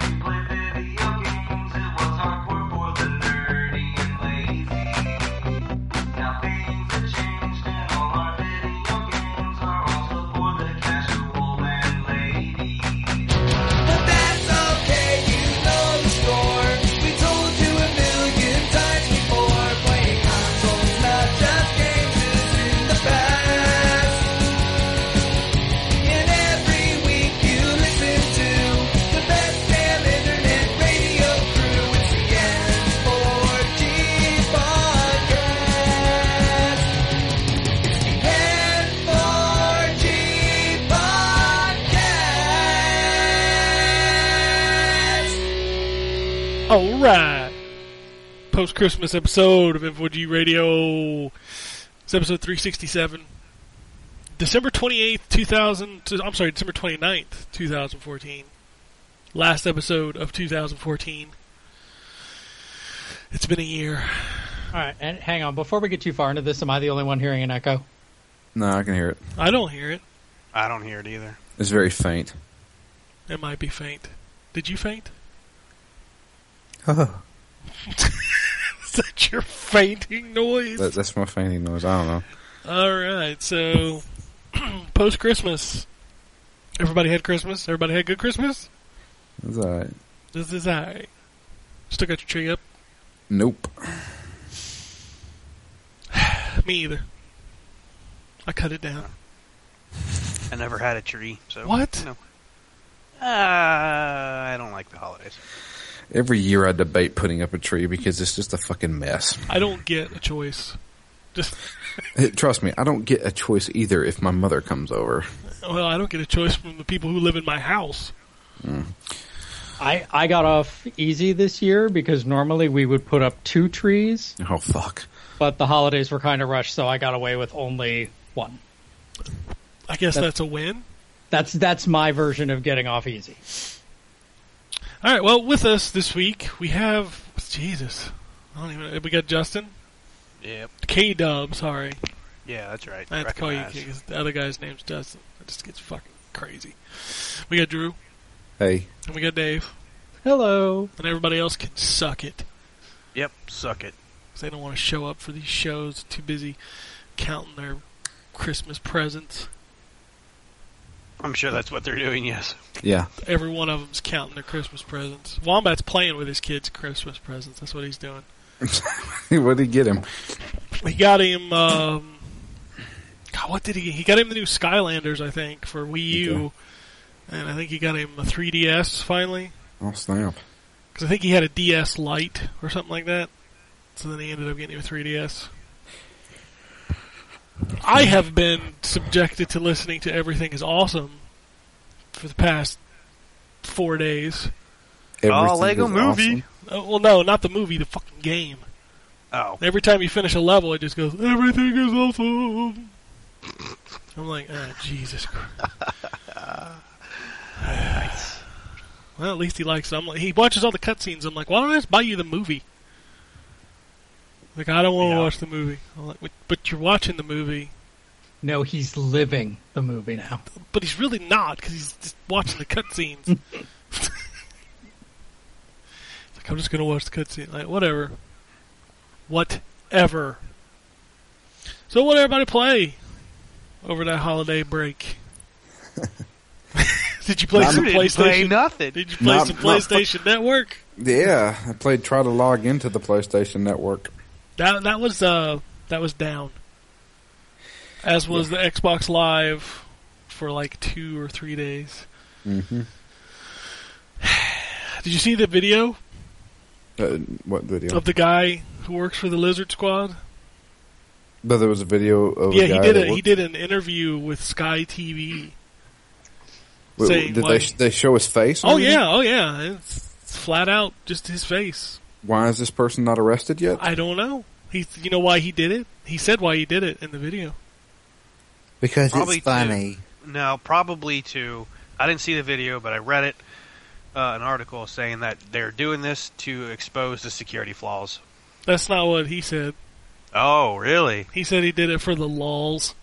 we played video games, it was hardcore for the nerdy and lazy. Now things have changed and all our video games are also for the casual and ladies. But that's okay, you know the score. We told you a million times before. Playing consoles, not just games, is in the past. And every week you listen to the best damn internet radio crew. It's the N4G podcast. It's the N4G podcast. All right. Post Christmas episode of N4G Radio. It's episode 367. December 28th, 2000. t- I'm sorry, December 29th, 2014. Last episode of 2014. It's been a year. All right, and hang on. Before we get too far into this, am I the only one hearing an echo? No, I can hear it. I don't hear it. I don't hear it either. It's very faint. It might be faint. Did you faint? Oh. Is that your fainting noise? That, that's my fainting noise. I don't know. All right, so post Christmas, everybody had Christmas. Everybody had good Christmas. It's alright. This is I. Still got your tree up? Nope. Me either. I cut it down. I never had a tree, so What? No. Uh, I don't like the holidays. Every year I debate putting up a tree because it's just a fucking mess. I don't get a choice. Just Hey, trust me, I don't get a choice either if my mother comes over. well, I don't get a choice from the people who live in my house. I, I got off easy this year because normally we would put up two trees, Oh fuck. but the holidays were kind of rushed, so I got away with only one. I guess That- that's a win. That's that's my version of getting off easy. All right. Well, with us this week we have Jesus. I don't even. We got Justin Yep. K Dub. Sorry, Yeah, that's right. I have to call you Recognize. K. 'cause The other guy's name's Justin. That just gets fucking crazy. We got Drew Hey, and we got Dave Hello. and everybody else can suck it. Yep. Suck it. 'cause they don't want to show up for these shows. Too busy counting their Christmas presents. I'm sure that's what they're doing. Yes. yeah, Every one of them's counting their Christmas presents. Wombat's playing with his kids' Christmas presents. That's what he's doing. what did he get him? He got him. Um, God, what did he? He got him the new Skylanders, I think, for Wii U, Okay. and I think he got him a 3DS finally Oh snap! because I think he had a DS Lite or something like that. So then he ended up getting him a 3DS. I have been subjected to listening to everything is awesome for the past four days. Everything Lego is movie. Oh, well, no, not the movie, the fucking game. Oh. Every time you finish a level, it just goes, everything is awesome. I'm like, oh, Jesus Christ. well, at least he likes it. I'm like, he watches all the cutscenes. I'm like, why don't I just buy you the movie? Like, I don't want to Yeah. watch the movie. I'm like, but, but you're watching the movie. No, he's living the movie now. But he's really not, because he's just watching the cutscenes. It's like, I'm just going to watch the cutscene. Like, whatever. Whatever. So, what everybody play over that holiday break? Did you play some didn't PlayStation? play nothing. Did you play Not- some not fu- PlayStation Network? Yeah, I played. Try to log into the PlayStation Network. That that was uh that was down. As was the Xbox Live for like two or three days. Mhm. Did you see the video Uh, what video? of the guy who works for the Lizard Squad? but there was a video of yeah, a guy he did that a, he worked- did an interview with Sky TV. Wait, saying, did like- they they show his face? or Oh anything? yeah, oh yeah, it's, it's flat out just his face. Why is this person not arrested yet? I don't know. He you know why he did it? He said why he did it in the video. Because Probably it's funny. No, probably to. I didn't see the video, but I read it. Uh, an article saying that they're doing this to expose the security flaws. That's not what he said. Oh, really? He said he did it for the lols.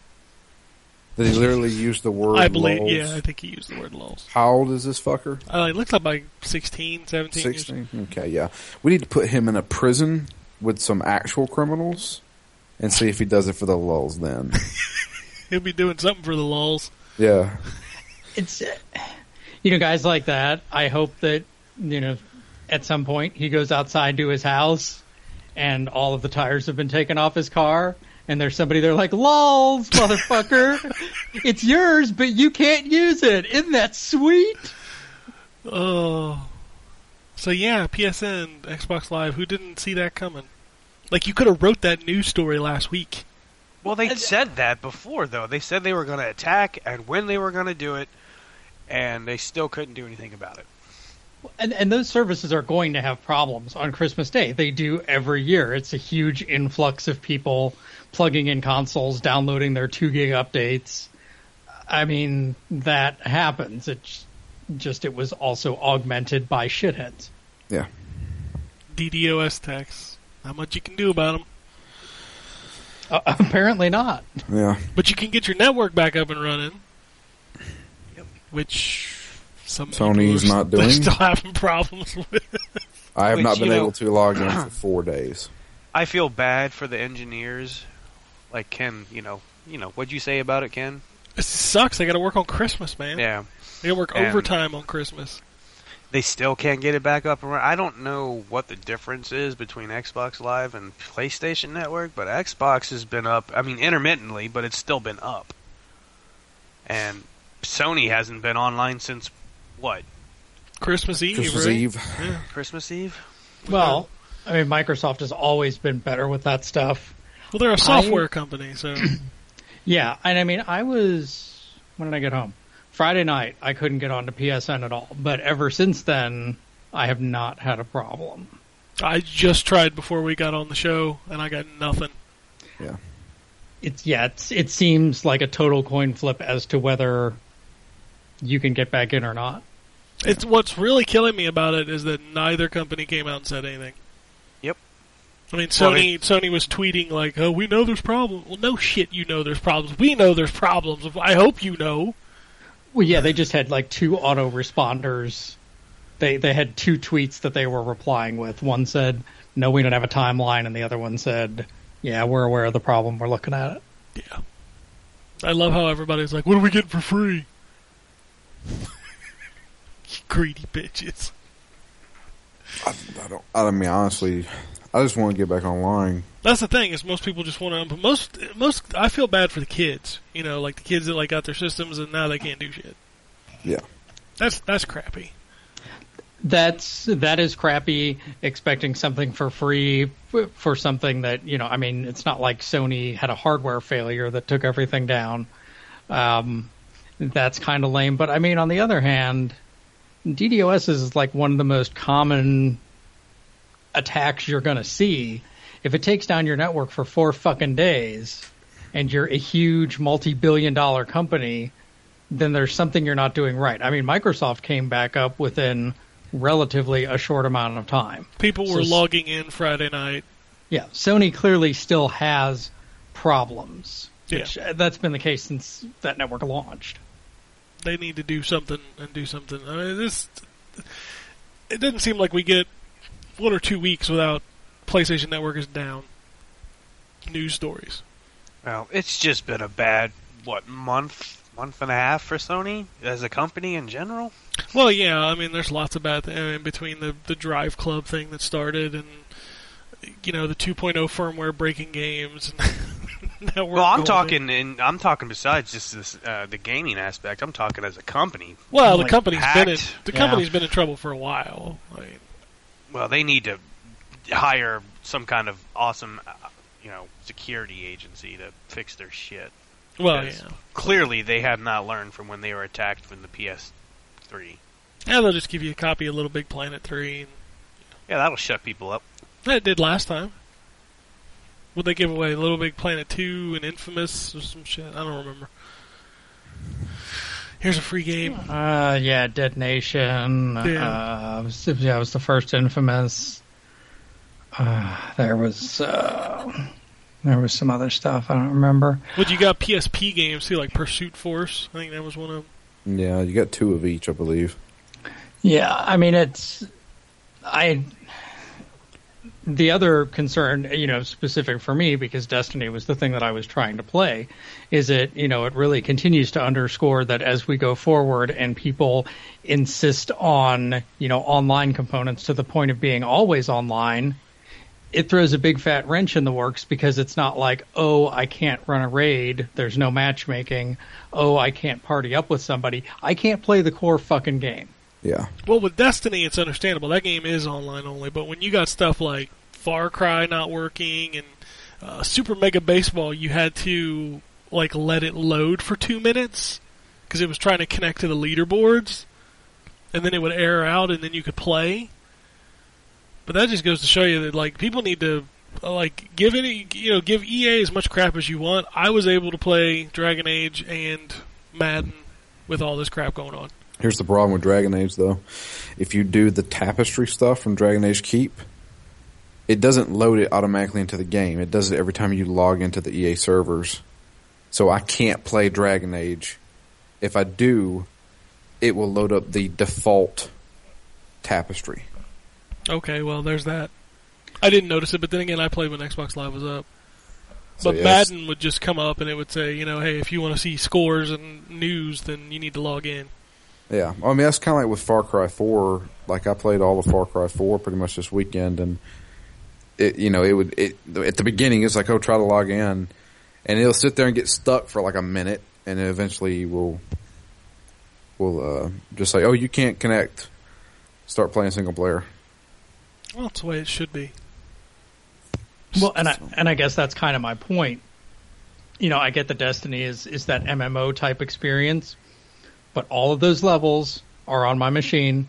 They literally used the word. I believe, lulls. yeah, I think he used the word lulls. How old is this fucker? Uh, he looks like like 16, 17 years Sixteen. Okay, yeah. We need to put him in a prison with some actual criminals and see if he does it for the lulls. Then, He'll be doing something for the lulls. yeah, it's you know guys like that i hope that you know at some point he goes outside to his house and all of the tires have been taken off his car and there's somebody there like lols motherfucker it's yours but you can't use it isn't that sweet Oh. So yeah, PSN, Xbox Live. Who didn't see that coming? Like you could have wrote that news story last week. Well, they said that before, though. They said they were going to attack and when they were going to do it, and they still couldn't do anything about it. and, and those services are going to have problems on christmas day they do every year it's a huge influx of people plugging in consoles downloading their 2 gig updates i mean that happens it's just it was also augmented by shitheads yeah. DDoS attacks. Not much you can do about them, uh, apparently not Yeah. but you can get your network back up and running. Which some people Sony's are st- not doing. Still having problems with. I have Which, not you been know- able to log in for four days. I feel bad for the engineers, like Ken. You know, you know, what'd you say about it, Ken? It sucks. I got to work on Christmas, man. Yeah, I got to work And- overtime on Christmas. they still can't get it back up and running. I don't know what the difference is between Xbox Live and PlayStation Network, but Xbox has been up. I mean, intermittently, but it's still been up. And Sony hasn't been online since what Christmas Eve. Christmas right? Eve. Yeah. Christmas Eve? well i mean microsoft has always been better with that stuff Well, they're a software company, so Yeah, and I mean, I was when did I get home? Friday night. I couldn't get onto PSN at all, but ever since then, I have not had a problem. I just tried before we got on the show, and I got nothing. It's yeah, it's, it seems like a total coin flip as to whether you can get back in or not. It's what's really killing me about it is that neither company came out and said anything. Yep. I mean, Well, Sony Sony was tweeting like, "Oh, we know there's problems." Well, no shit, you know there's problems. We know there's problems. I hope you know. Well, yeah, they just had like two auto responders. They they had two tweets that they were replying with. One said, "No, we don't have a timeline," and the other one said, "Yeah, we're aware of the problem. We're looking at it." Yeah. I love how everybody's like, "What do we get for free?" Greedy bitches. I don't. I mean, honestly, I just want to get back online. That's the thing is most people just want to. But most most I feel bad for the kids. You know, like the kids that like got their systems and now they can't do shit. Yeah. That's that's crappy. that's that is crappy expecting something for free f- for something that you know i mean it's not like sony had a hardware failure that took everything down um, that's kind of lame but i mean on the other hand ddos is like one of the most common attacks you're going to see if it takes down your network for four fucking days and you're a huge multi-billion dollar company then there's something you're not doing right i mean microsoft came back up within relatively a short amount of time. People So were s- logging in Friday night. Yeah, Sony clearly still has problems. Yeah. Which, uh, that's been the case since that network launched. They need to do something and do something. I mean, this it doesn't seem like we get one or two weeks without PlayStation Network is down. News stories. Well, it's just been a bad what month, month and a half for Sony as a company in general. Well, yeah, I mean, there's lots of bad th- I mean, between the the Drive Club thing that started and you know the 2.0 firmware breaking games. And now we're Well, I'm going- talking, and I'm talking besides just this, uh, the gaming aspect. I'm talking as a company. Well, the like, company's been in, hacked. the Yeah. company's been in trouble for a while. Like, Well, they need to hire some kind of awesome, uh, you know, security agency to fix their shit. well, Yes. yeah. Clearly, they have not learned from when they were attacked from the PS3. Yeah, they'll just give you a copy of Little Big Planet 3. And Yeah, that'll shut people up. that did last time. Would they give away Little Big Planet 2 and Infamous or some shit? I don't remember. Here's a free game. Uh, yeah, Detonation. Yeah. Uh, was, yeah, it was the first Infamous. Uh, there was uh, There was some other stuff I don't remember. Well, you got PSP games too, like Pursuit Force. I think that was one of. Yeah, you got two of each, I believe. Yeah, I mean it's I the other concern, you know, specific for me because Destiny was the thing that I was trying to play is it, you know, it really continues to underscore that as we go forward and people insist on, you know, online components to the point of being always online, it throws a big fat wrench in the works because it's not like, oh, I can't run a raid. There's no matchmaking. Oh, I can't party up with somebody. I can't play the core fucking game. Yeah. Well, with Destiny, it's understandable. That game is online only, but when you got stuff like Far Cry not working and uh, Super Mega Baseball, you had to like let it load for two minutes because it was trying to connect to the leaderboards, and then it would error out, and then you could play. But that just goes to show you that like people need to uh, like give any you know give EA as much crap as you want. I was able to play Dragon Age and Madden with all this crap going on. Here's the problem with Dragon Age, though. If you do the tapestry stuff from Dragon Age Keep, it doesn't load it automatically into the game. It does it every time you log into the EA servers. So I can't play Dragon Age. If I do, it will load up the default tapestry. Okay, well, there's that. I didn't notice it, but then again, I played when Xbox Live was up. So, but yeah, it's- Madden would just come up and it would say, you know, hey, if you want to see scores and news, then you need to log in. Yeah, I mean that's kind of like with Far Cry Four. Like I played all of Far Cry Four pretty much this weekend, and it you know it would it at the beginning it's like oh try to log in, and it'll sit there and get stuck for like a minute, and then eventually we'll we'll uh, just say oh you can't connect, start playing single player. Well, that's the way it should be. Well, and I and I guess that's kind of my point. You know, I get the Destiny is is that MMO type experience, but all of those levels are on my machine.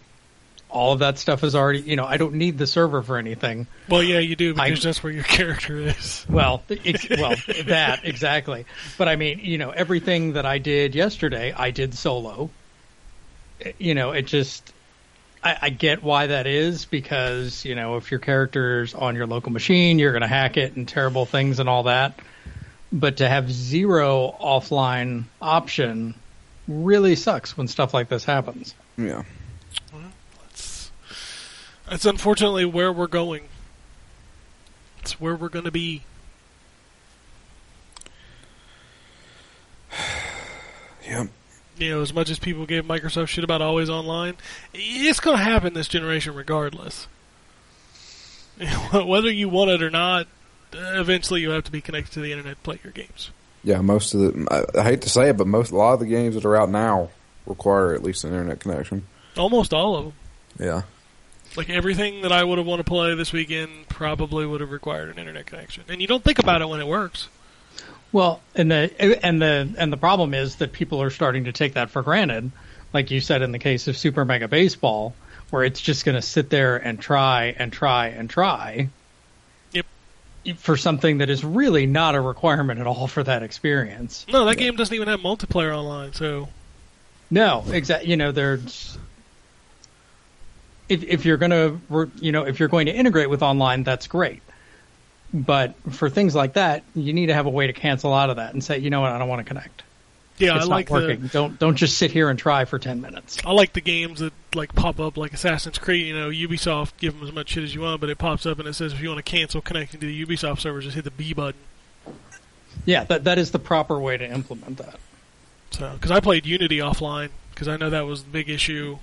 All of that stuff is already, you know, I don't need the server for anything. Well, yeah, you do I- because that's where your character is. Well, ex- well, that exactly. But I mean, you know, everything that I did yesterday, I did solo. You know, it just I, I get why that is because you know if your character's on your local machine, you're going to hack it and terrible things and all that. But to have zero offline option really sucks when stuff like this happens. Yeah, That's, that's unfortunately where we're going. It's where we're going to be. yeah, You know, as much as people gave Microsoft shit about always online, it's going to happen this generation regardless. Whether you want it or not, uh, eventually you have to be connected to the internet to play your games. yeah. Most of the I, I hate to say it, but most a lot of the games that are out now require at least an internet connection. Almost all of them. Yeah, Like everything that I would have wanted to play this weekend probably would have required an internet connection. And you don't think about it when it works. Well, and the and the and the problem is that people are starting to take that for granted, like you said in the case of Super Mega Baseball, where it's just going to sit there and try and try and try. Yep. For something that is really not a requirement at all for that experience. No, that game doesn't even have multiplayer online, so No, exactly. You know, there's if if you're gonna re- you know if you're going to integrate with online, that's great. But for things like that, you need to have a way to cancel out of that and say, you know what, I don't want to connect. yeah, it's I like not working. the Don't don't just sit here and try for ten minutes. I like the games that like pop up like Assassin's Creed, you know, Ubisoft give them as much shit as you want, but it pops up and it says if you want to cancel connecting to the Ubisoft server, just hit the B button. Yeah, that that is the proper way to implement that. So, because I played Unity offline, because I know that was the big issue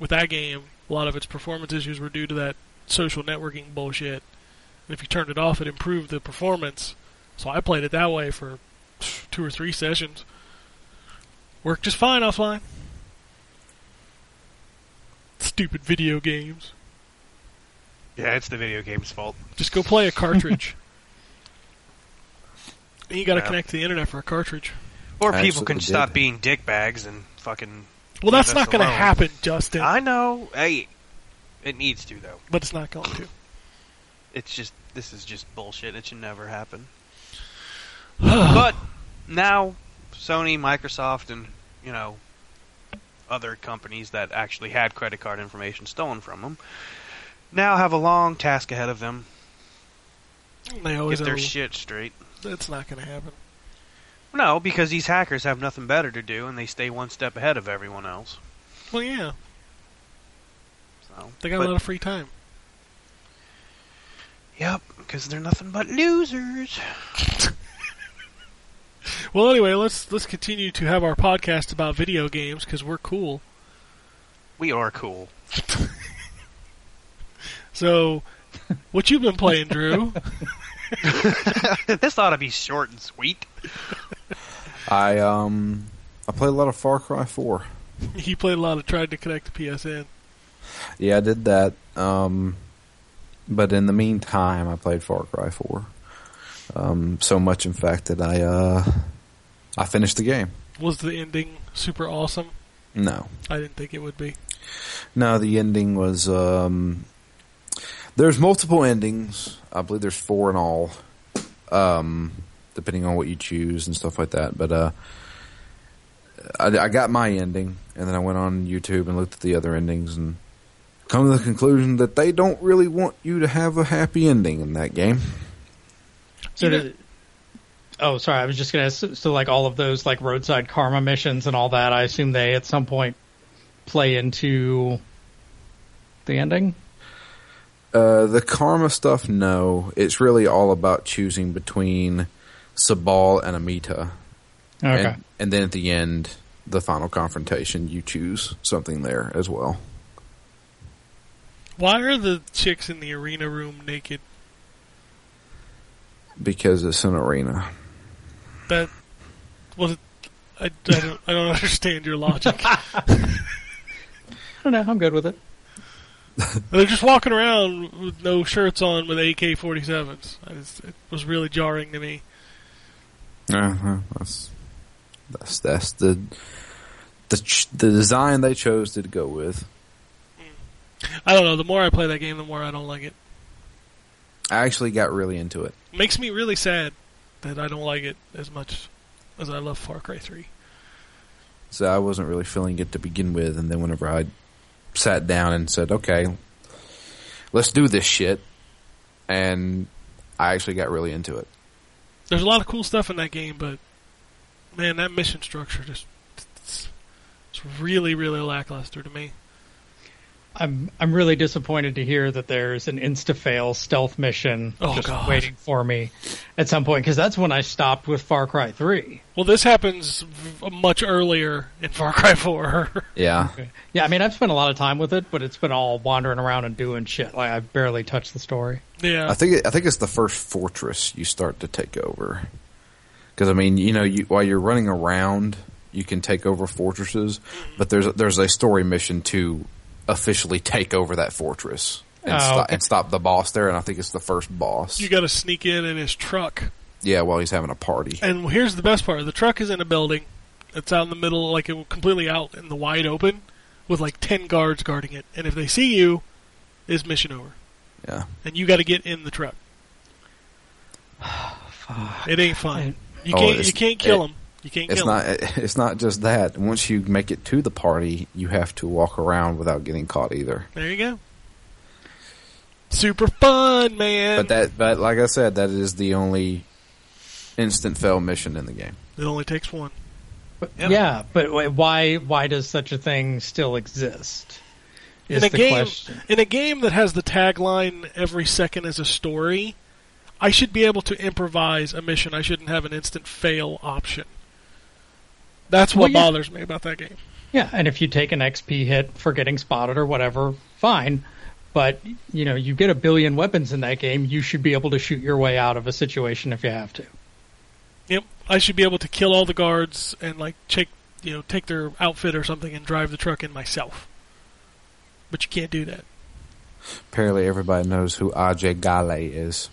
with that game. A lot of its performance issues were due to that social networking bullshit. And if you turned it off, it improved the performance. So I played it that way for two or three sessions. Worked just fine offline. Stupid video games. Yeah, it's the video game's fault. Just go play a cartridge. And you got to Yeah. connect to the internet for a cartridge. Or I people absolutely can did. stop being dick bags and fucking. Well, Yeah, that's, that's not going to allowed. happen, Justin. I know. Hey, it needs to though. But it's not going to. It's just this is just bullshit. It should never happen. but now, Sony, Microsoft, and you know, other companies that actually had credit card information stolen from them now have a long task ahead of them They Get always their are. shit straight. That's not going to happen. No, because these hackers have nothing better to do and they stay one step ahead of everyone else. Well, yeah, So they got but, a lot of free time. Yep, because they're nothing but losers. Well, anyway, let's let's continue to have our podcast about video games because we're cool. We are cool. So, what you've been playing, Drew? this ought to be short and sweet. I um I played a lot of Far Cry Four. he played a lot of tried to connect to PSN. Yeah, I did that. Um, but in the meantime, I played Far Cry Four. Um, so much, in fact, that I uh I finished the game. Was the ending super awesome? No, I didn't think it would be. No, the ending was um there's multiple endings. I believe there's four in all. Um depending on what you choose and stuff like that. But uh I, I got my ending and then I went on YouTube and looked at the other endings and come to the conclusion that they don't really want you to have a happy ending in that game. So did- oh, sorry. I was just gonna. ask, So, like all of those like roadside karma missions and all that. I assume they at some point play into the ending. Uh, the karma stuff, no. It's really all about choosing between Sabal and Amita. Okay. And, and then at the end, the final confrontation, you choose something there as well. Why are the chicks in the arena room naked? Because it's an arena. That was. I, I don't. I don't understand your logic. I don't know. I'm good with it. They're just walking around with no shirts on with AK-47s. I just, it was really jarring to me. Uh-huh. That's, that's, that's the, the, ch- the design they chose to go with. I don't know. The more I play that game, the more I don't like it. I actually got really into it. Makes me really sad that I don't like it as much as I love Far Cry 3. So I wasn't really feeling it to begin with. And then whenever I sat down and said, okay, let's do this shit. And I actually got really into it. There's a lot of cool stuff in that game, but man, that mission structure just it's, it's really, really lackluster to me. I'm I'm really disappointed to hear that there's an insta fail stealth mission Oh, just God. waiting for me at some point because that's when I stopped with Far Cry Three. Well, this happens v- much earlier in Far Cry 4. Yeah. Yeah, I mean I've spent a lot of time with it, but it's been all wandering around and doing shit. Like I've barely touched the story. yeah, I think it, I think it's the first fortress you start to take over. Because I mean, you know, you, while you're running around, you can take over fortresses, but there's there's a story mission to officially take over that fortress and, Oh, sto- okay. and stop the boss there. And I think it's the first boss. you got to sneak in in his truck. yeah, while he's having a party. And here's the best part: the truck is in a building. It's out in the middle, like it completely out in the wide open, with like ten guards guarding it. And if they see you, is mission over. Yeah. And you got to get in the truck. It ain't fun. You Oh, can't. it's- you can't kill it- them. You can't It's kill them. not it's not just that. Once you make it to the party, you have to walk around without getting caught either. There you go. Super fun, man. But that but like I said, that is the only instant fail mission in the game. it only takes one. But, Yeah. Yeah, but wh- why why does such a thing still exist? Is in a the game question. in a game that has the tagline "Every second is a story," I should be able to improvise a mission. I shouldn't have an instant fail option. That's what Well, yeah. bothers me about that game. Yeah, and if you take an XP hit for getting spotted or whatever, fine. But you know, you get a billion weapons in that game. You should be able to shoot your way out of a situation if you have to. Yep, I should be able to kill all the guards and like check, you know, take their outfit or something and drive the truck in myself. But you can't do that. Apparently, everybody knows who AJ Gale is.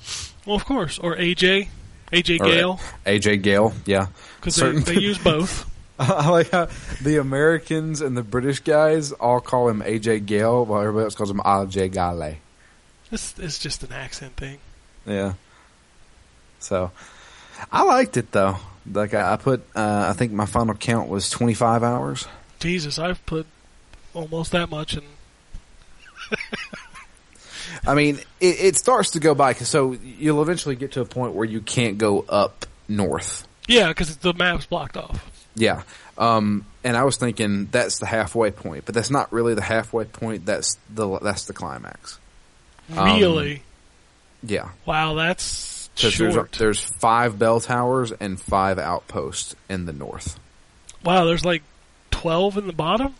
Well, of course, or AJ, AJ Or Gale, AJ Gale, yeah. because Certain- they, they use both. I like how the Americans and the British guys all call him AJ Gale, while everybody else calls him AJ Gale. This is just an accent thing. Yeah. So, I liked it though. Like I, I put, uh, I think my final count was twenty five hours. Jesus, I've put almost that much, and I mean, it, it starts to go by. 'cause So you'll eventually get to a point where you can't go up north. Yeah, because the map's blocked off. Yeah. Um, and I was thinking that's the halfway point, but that's not really the halfway point. That's the that's the climax. Um, Really? Yeah. wow, that's 'Cause short. There's, there's five bell towers and five outposts in the north. wow, there's like twelve in the bottom.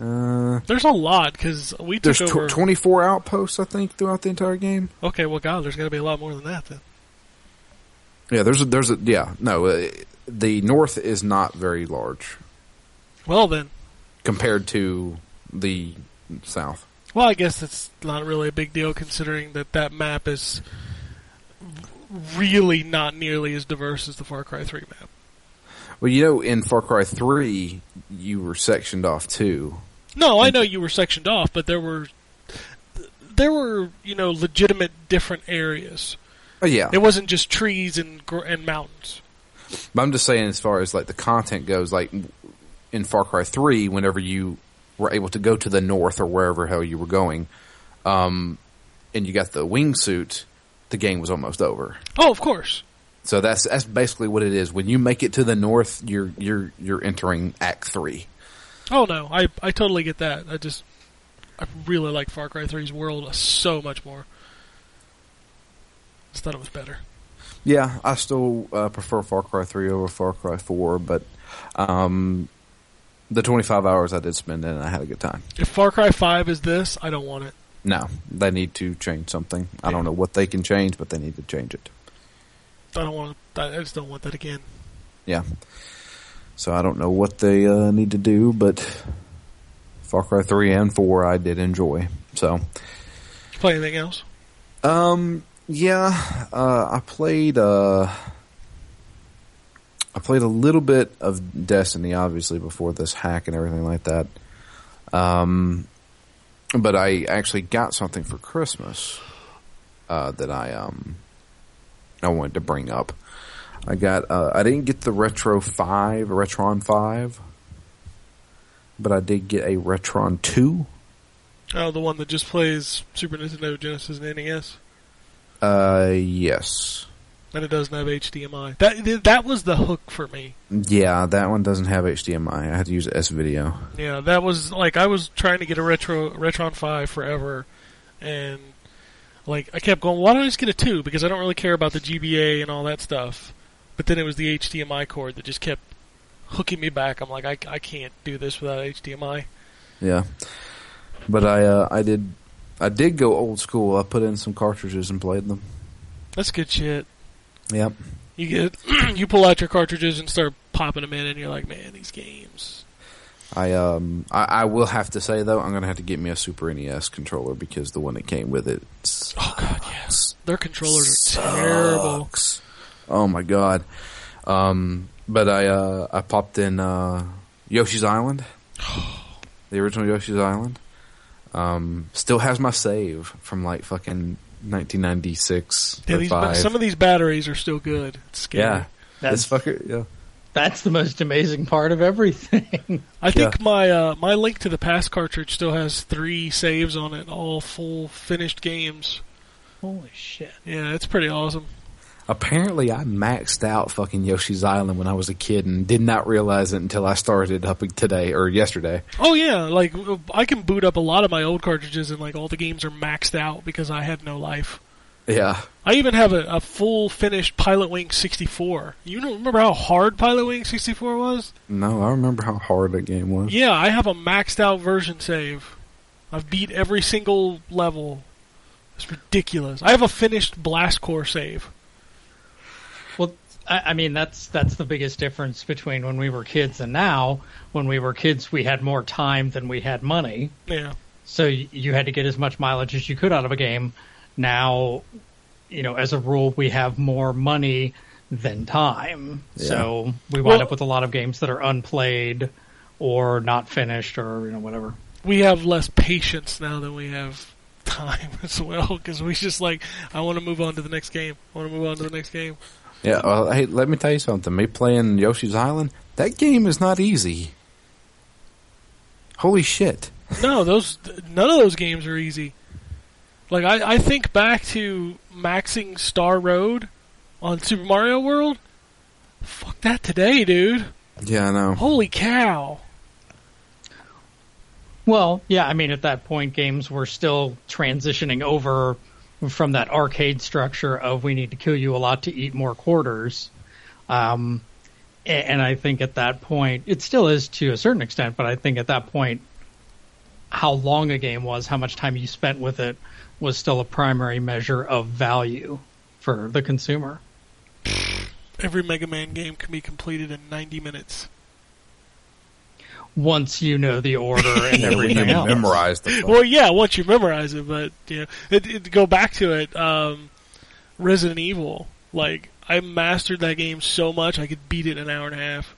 Uh, There's a lot because we took there's over. tw- 24 outposts, I think, throughout the entire game. okay, well, God, there's got to be a lot more than that then. Yeah, there's a, there's a, yeah, no, uh, the north is not very large Well, then, compared to the south. well, I guess it's not really a big deal considering that that map is really not nearly as diverse as the Far Cry Three map. Well, you know, in Far Cry 3, you were sectioned off too. No, I know you were sectioned off, but there were there were you know legitimate different areas. Oh, yeah. It wasn't just trees and gr- and mountains. But I'm just saying, as far as like the content goes, like in Far Cry Three, whenever you were able to go to the north or wherever hell you were going, um, and you got the wingsuit, the game was almost over. Oh, of course. So that's that's basically what it is. When you make it to the north, you're you're you're entering Act Three. Oh no, I I totally get that. I just I really like Far Cry 3's world so much more. Just thought it was better. Yeah, I still uh, prefer Far Cry Three over Far Cry Four, but um, the 25 hours I did spend in, it, I had a good time. If Far Cry 5 is this, I don't want it. No, they need to change something. I don't know what they can change, but they need to change it. I don't want. I I just don't want that again. Yeah. So I don't know what they uh, need to do, but Far Cry three and four I did enjoy. So Did you play anything else? um yeah, uh, I played uh I played a little bit of Destiny obviously before this hack and everything like that. Um but I actually got something for Christmas uh that I um I wanted to bring up. I got uh, I didn't get the Retro 5, Retron 5, but I did get a Retron 2. Oh, the one that just plays Super Nintendo, Genesis, and E NES, Uh yes. and it doesn't have HDMI. That that was the hook for me. Yeah, that one doesn't have HDMI. I had to use S video. Yeah, that was like I was trying to get a retro Retron 5 forever, and like I kept going, why don't I just get a two? Because I don't really care about the GBA and all that stuff. But then it was the HDMI cord that just kept hooking me back. I'm like, I, I can't do this without HDMI. Yeah. But I uh, I did I did go old school. I put in some cartridges and played them. That's good shit. Yep. You get you pull out your cartridges and start popping them in, and you're like, man, these games. I um I, I will have to say though I'm gonna have to get me a Super NES controller because the one that came with it Oh god, yes. Their controllers are terrible. sucks. Oh my god. Um, but I uh, I popped in uh, Yoshi's Island, the original Yoshi's Island. Um, still has my save from like fucking 1996 Yeah, or these, five. some of these batteries are still good. It's scary. yeah, That's this fucker. Yeah, that's the most amazing part of everything. I think my uh, my link to the past cartridge still has three saves on it, all full finished games. Holy shit! Yeah, it's pretty awesome. apparently I maxed out fucking Yoshi's Island when I was a kid and did not realize it until I started up today or yesterday. Oh yeah, like I can boot up a lot of my old cartridges, and like all the games are maxed out because I had no life. Yeah, I even have a, a full finished Pilot Wing 64. You know, remember how hard Pilot Wing 64 was? no, I remember how hard that game was. Yeah, I have a maxed out version save. I've beat every single level. It's ridiculous. I have a finished Blast Core save. Well, I, I mean that's that's the biggest difference between when we were kids and now. When we were kids, we had more time than we had money, Yeah. so y- you had to get as much mileage as you could out of a game. Now, you know, as a rule, we have more money than time, so we wind Well- up with a lot of games that are unplayed or not finished or you know whatever. we have less patience now than we have time as well because we just like I want to move on to the next game. I want to move on to the next game. Yeah, well, hey, let me tell you something. Me playing Yoshi's Island, that game is not easy. Holy shit. No, those none of those games are easy. Like I, I think back to maxing Star Road on Super Mario World. Fuck that today, dude. Yeah, I know. Holy cow. Well, yeah, I mean, at that point, games were still transitioning over from that arcade structure of we need to kill you a lot to eat more quarters. Um, a- and I think at that point, it still is to a certain extent, but I think at that point, how long a game was, how much time you spent with it, was still a primary measure of value for the consumer. Every Mega Man game can be completed in 90 minutes. Once you know the order and everything else. memorized the Well, yeah, once you memorize it, but you know, it, it, to go back to it, um, Resident Evil. Like I mastered that game so much, I could beat it in an hour and a half.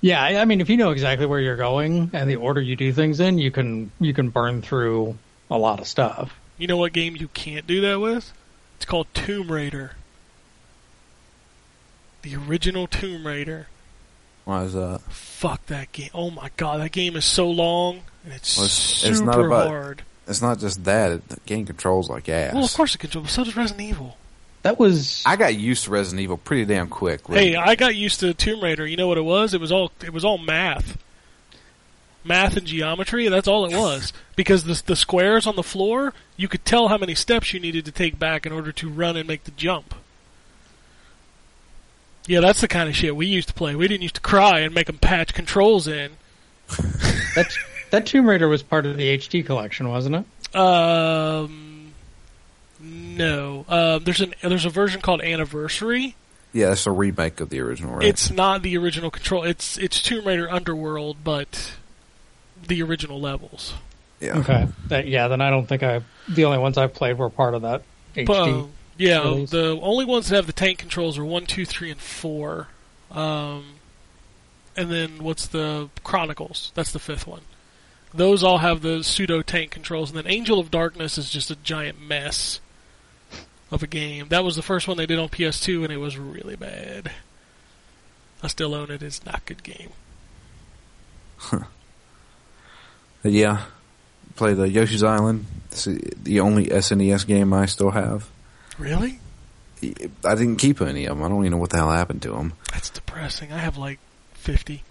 Yeah, I I mean, if you know exactly where you're going and the order you do things in, you can you can burn through a lot of stuff. You know what game you can't do that with? It's called Tomb Raider. The original Tomb Raider. Why is that? Fuck that game. Oh my god, that game is so long and it's, Well, it's- super it's not about- hard. It's not just that. It, the game controls like ass. Well, of course it controls. So does Resident Evil. That was I got used to Resident Evil pretty damn quick. Hey, I got used to Tomb Raider. You know what it was? It was all it was all math, math and geometry. That's all it was. because the the squares on the floor, you could tell how many steps you needed to take back in order to run and make the jump. Yeah, that's the kind of shit we used to play. We didn't used to cry and make them patch controls in. that that Tomb Raider was part of the HD collection, wasn't it? Um, no, um, there's an there's a version called Anniversary. yeah, that's a remake of the original. Right? It's not the original control. It's it's Tomb Raider Underworld, but the original levels. yeah. Okay. That yeah. Then I don't think I the only ones I've played were part of that HD. But, uh, yeah, release. the only ones that have the tank controls are one, two, three, and four. Um, and then what's the Chronicles? That's the fifth one. Those all have the pseudo tank controls, and then Angel of Darkness is just a giant mess of a game. That was the first one they did on PS2, and it was really bad. I still own it. It's not a good game. Yeah. Play the Yoshi's Island. It's the only SNES game I still have. Really? I didn't keep any of them. I don't even know what the hell happened to them. That's depressing. I have like fifty.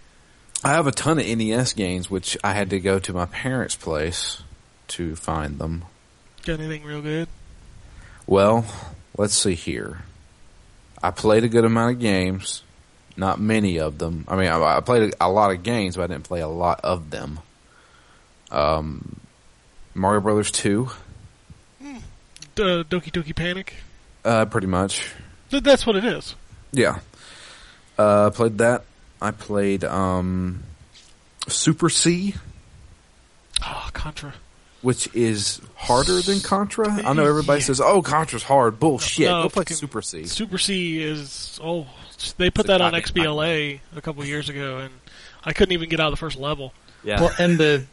I have a ton of NES games, which I had to go to my parents' place to find them. Got anything real good? Well, let's see here. I played a good amount of games, not many of them. I mean, I, I played a, a lot of games, but I didn't play a lot of them. Um, Mario Brothers Two, Uh, Doki Doki Panic. uh, pretty much. Th- that's what it is. Yeah. Uh, played that. I played, um, Super C, Oh, Contra. which is harder than Contra. I know everybody says, oh, Contra's hard. Bullshit. No, Go play fucking- Super C. Super C is oh, they put It's a that on goddamn XBLA a couple years ago, and I couldn't even get out of the first level. Yeah. Well, and the,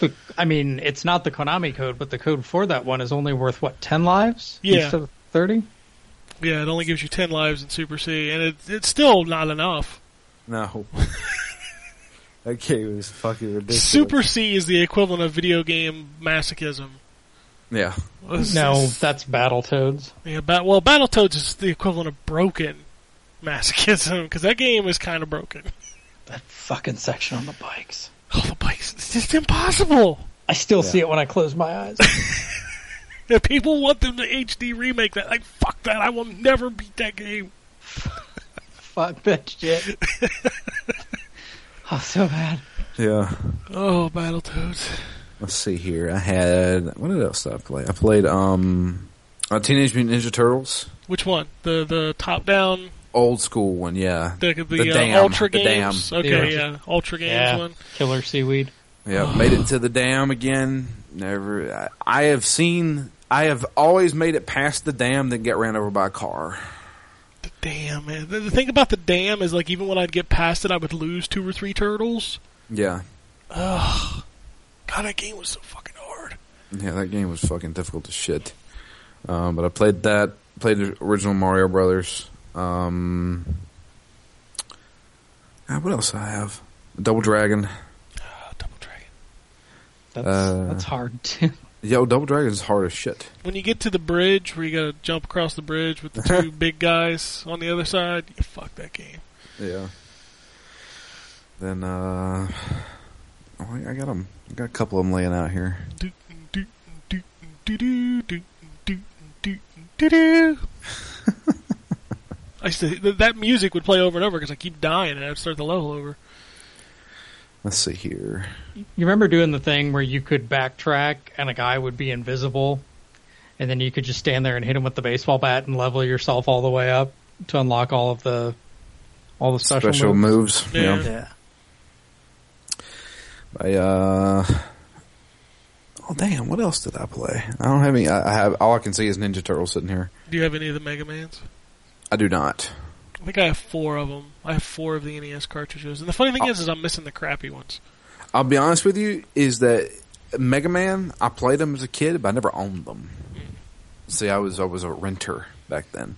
the I mean, it's not the Konami code, but the code for that one is only worth what ten lives Yeah. instead of thirty. Yeah, it only gives you ten lives in Super C, and it, it's still not enough. no. that game is fucking ridiculous. Super C is the equivalent of video game masochism. Yeah. No, that's Battletoads. Yeah, ba- well, Battletoads is the equivalent of broken masochism because that game is kind of broken. That fucking section on the bikes. Oh, the bikes! It's just impossible. I still see it when I close my eyes. If people want them to HD remake that, like fuck that, I will never beat that game. Fuck that shit. oh, so bad. Yeah. Oh, Battletoads. Let's see here. I had, what else did I play? I played, um, uh, Teenage Mutant Ninja Turtles. Which one? The the top down Old school one, yeah. the the, The uh, dam, Ultra the dam. Games. Yeah. Okay, yeah. Ultra Games Yeah. one. Killer seaweed. Yeah, made it to the dam again. Never. I, I have seen. I have always made it past the dam, then get ran over by a car. The dam, man. The, the thing about the dam is like even when I'd get past it I would lose two or three turtles. Yeah, God that game was so fucking hard. yeah. That game was fucking difficult as shit. Um, but I played that. Played the original Mario Brothers. Um, ah, what else I have? Double Dragon. Ah, Double Dragon. That's Uh. that's hard too. Yo, Double Dragon is hard as shit. When you get to the bridge where you gotta jump across the bridge with the two big guys on the other side, you fuck that game. Yeah. Then uh, oh, I I got 'em. I got a couple of them laying out here. Do, do, do, do, do, do, do, do, do, do. I used to, th- that music would play over and over because I keep dying and I'd start the level over. Let's see here. You remember doing the thing where you could backtrack and a guy would be invisible, and then you could just stand there and hit him with the baseball bat and level yourself all the way up to unlock all of the all the special, Special moves. moves. Yeah. Yeah. I uh Oh damn, what else did I play? I don't have any I I have all I can see is Ninja Turtles sitting here. Do you have any of the Mega Mans? I do not. I think I have four of them. I have four of the NES cartridges. And the funny thing Oh. is, is I'm missing the crappy ones. I'll be honest with you, is that Mega Man, I played them as a kid, but I never owned them. See, I was I was a renter back then.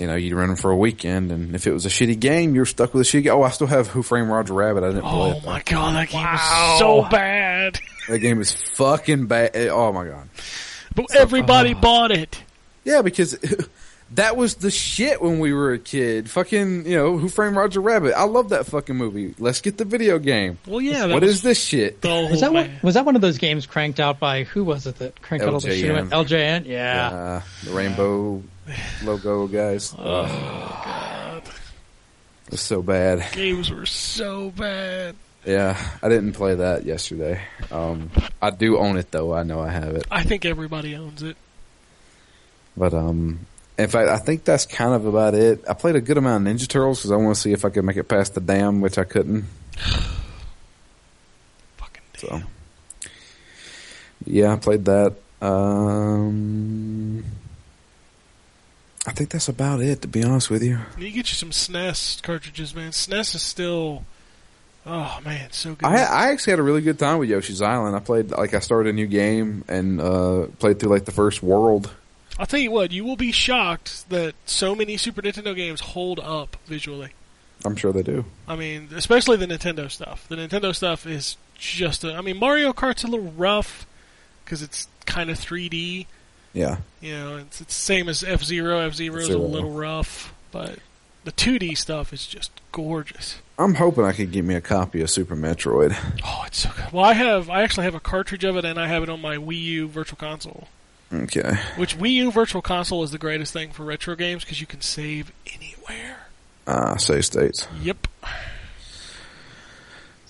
You know, you'd rent them for a weekend, and if it was a shitty game, you're stuck with a shitty. Game. Oh, I still have Who Framed Roger Rabbit. I didn't play Oh it. my god, that game is so bad. That game is fucking bad. Oh my god. But everybody bought it. Yeah, because that was the shit when we were a kid. Fucking, you know, Who Framed Roger Rabbit? I love that fucking movie. Let's get the video game. Well, yeah. That what was is this shit? the whole Was that one, man. was that one of those games cranked out by who was it that cranked out all the shit? LJN. LJN, yeah. Uh, the rainbow logo guys. Oh god, it's so bad. Games were so bad. Yeah, I didn't play that yesterday. Um, I do own it though. I know I have it, I think everybody owns it. but um. In fact, I think that's kind of about it. I played a good amount of Ninja Turtles because I want to see if I could make it past the dam, which I couldn't. Fucking damn. So, yeah, I played that. Um, I think that's about it, to be honest with you. You get you some SNES cartridges, man. SNES is still, oh man, so good. I, I actually had a really good time with Yoshi's Island. I played, like, I started a new game and uh, played through, like, the first world. I'll tell you what, you will be shocked that so many Super Nintendo games hold up visually. I'm sure they do. I mean, especially the Nintendo stuff. The Nintendo stuff is just a. I mean, Mario Kart's a little rough because it's kind of 3D. Yeah. You know, it's, it's the same as F Zero. F Zero's a F-Zero. little rough, but the 2D stuff is just gorgeous. I'm hoping I could get me a copy of Super Metroid. Oh, it's so good. Well, I have. I actually have a cartridge of it, and I have it on my Wii U Virtual Console. Okay. Which Wii U Virtual Console is the greatest thing for retro games because you can save anywhere. Uh, save states. Yep.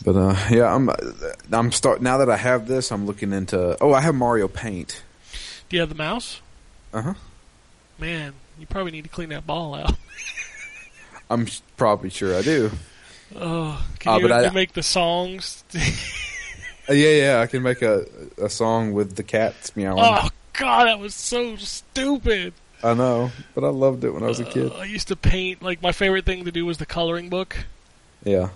But, uh, yeah, I'm, I'm start, now that I have this, I'm looking into, oh, I have Mario Paint. Do you have the mouse? Uh huh. Man, you probably need to clean that ball out. I'm s- probably sure I do. Oh, can Uh, you, but I- you make the songs? Uh, Yeah, yeah, I can make a a song with the cats meowing. oh God, that was so stupid. I know, but I loved it when I was a kid. Uh, I used to paint. Like my favorite thing to do was the coloring book. Yeah,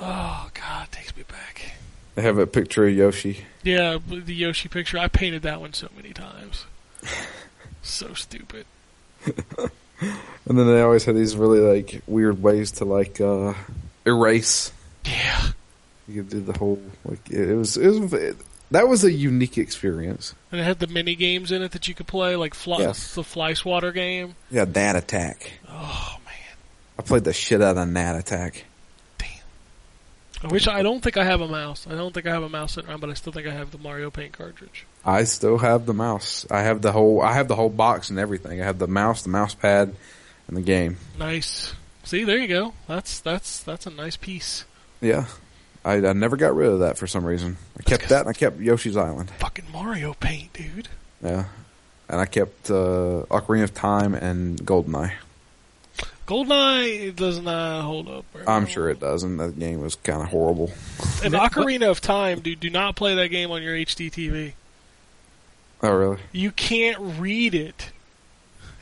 Oh God, it takes me back. they have a picture of Yoshi. Yeah, but the Yoshi picture. I painted that one so many times. so stupid. And then they always had these really like weird ways to like uh erase. Yeah. You could do the whole like it, it was it was it, that was a unique experience. And it had the mini games in it that you could play, like fly, Yes. the fly swatter game. Yeah, Nat Attack. Oh man, I played the shit out of Nat Attack. I wish I don't think I have a mouse. I don't think I have a mouse sitting around, but I still think I have the Mario Paint cartridge. I still have the mouse. I have the whole I have the whole box and everything. I have the mouse, the mouse pad, and the game. Nice. See, there you go. That's that's that's a nice piece. Yeah. I, I never got rid of that for some reason. I kept that and I kept Yoshi's Island. Fucking Mario Paint, dude. Yeah. And I kept uh, Ocarina of Time and Goldeneye. Goldeneye it does not hold up. very I'm well. sure it doesn't. That game was kind of horrible. And Ocarina of Time, dude, do not play that game on your HD TV. Oh, really? You can't read it.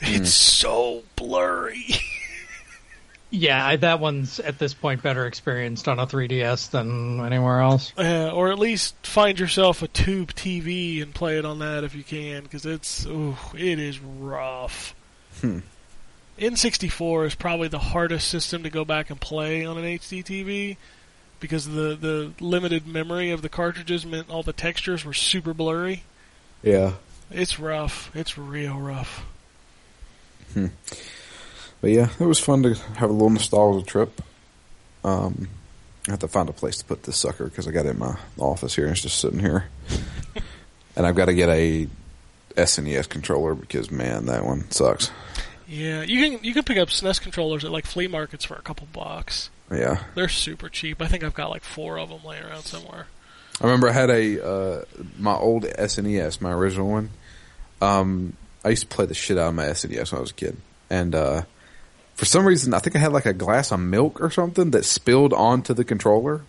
It's so blurry. Yeah, I, that one's at this point better experienced on a 3DS than anywhere else. Yeah, Uh, or at least find yourself a tube TV and play it on that if you can, because it's ooh, it is rough. N64 is probably the hardest system to go back and play on an HD TV because the the limited memory of the cartridges meant all the textures were super blurry. Yeah. It's rough. It's real rough. But yeah, it was fun to have a little nostalgia trip. Um, I have to find a place to put this sucker because I got it in my office here and it's just sitting here. and I've got to get a SNES controller because man, that one sucks. Yeah, you can you can pick up SNES controllers at like flea markets for a couple bucks. Yeah, They're super cheap. I think I've got like four of them laying around somewhere. I remember I had a uh, my old SNES, my original one. Um, I used to play the shit out of my SNES when I was a kid, and uh, for some reason, I think I had like a glass of milk or something that spilled onto the controller,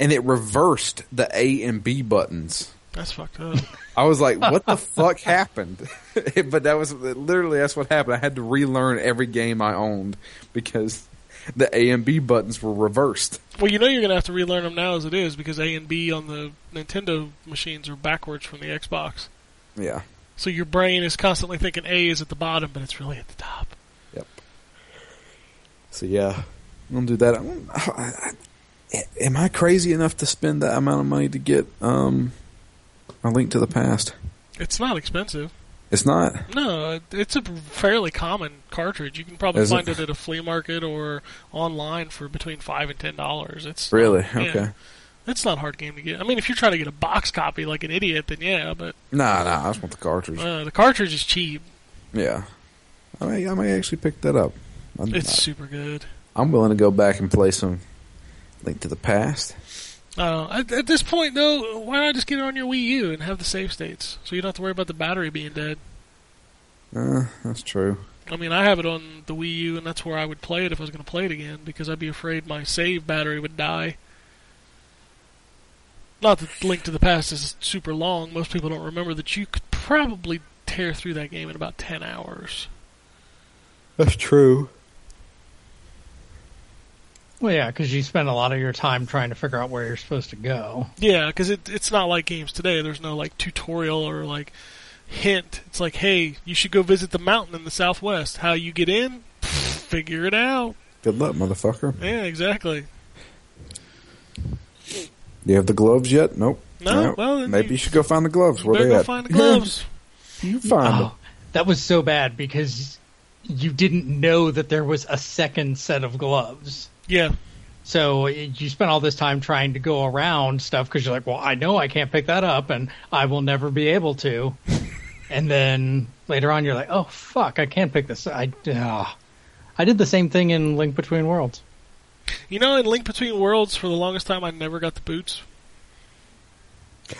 and it reversed the A and B buttons. That's fucked up. I was like, "What the fuck happened?" but that was literally that's what happened. I had to relearn every game I owned because the A and B buttons were reversed. well, you know you're gonna have to relearn them now as it is because A and B on the Nintendo machines are backwards from the Xbox. Yeah. So your brain is constantly thinking A is at the bottom, but it's really at the top. Yep. So yeah, I'm gonna do that. I'm- I- I- am I crazy enough to spend that amount of money to get um a link to the past? It's not expensive. It's not. No, it- it's a fairly common cartridge. You can probably Is it? find it? at a flea market or online for between five and ten dollars. It's Really? Yeah. Okay. It's not a hard game to get. I mean, if you're trying to get a box copy like an idiot, then yeah. But Nah, nah. I just want the cartridge. uh, the cartridge is cheap. Yeah. I may, I may actually pick that up. I'm, It's super good. I'm willing to go back and play some Link to the Past. Uh, at, at this point, though, why not just get it on your Wii U and have the save states, so you don't have to worry about the battery being dead. Uh, that's true. I mean, I have it on the Wii U, and that's where I would play it if I was going to play it again, because I'd be afraid my save battery would die. Not that Link to the Past is super long. Most people don't remember that you could probably tear through that game in about 10 hours. That's true. Well, yeah, because you spend a lot of your time trying to figure out where you're supposed to go. Yeah, because it, it's not like games today. There's no, like, tutorial or, like, hint. It's like, hey, you should go visit the mountain in the southwest. How you get in? Figure it out. Good luck, motherfucker. Yeah, exactly. You have the gloves yet? Nope. No, Nope. well, then maybe you- you should go find the gloves. Where Better they go at? find the gloves. you find them. Oh, that was so bad because you didn't know that there was a second set of gloves. yeah. So it- you spent all this time trying to go around stuff because you're like, well, I know I can't pick that up and I will never be able to. and then later on, you're like, oh, fuck, I can't pick this. I, ah. I did the same thing in Link Between Worlds. You know, in Link Between Worlds, for the longest time, I never got the boots.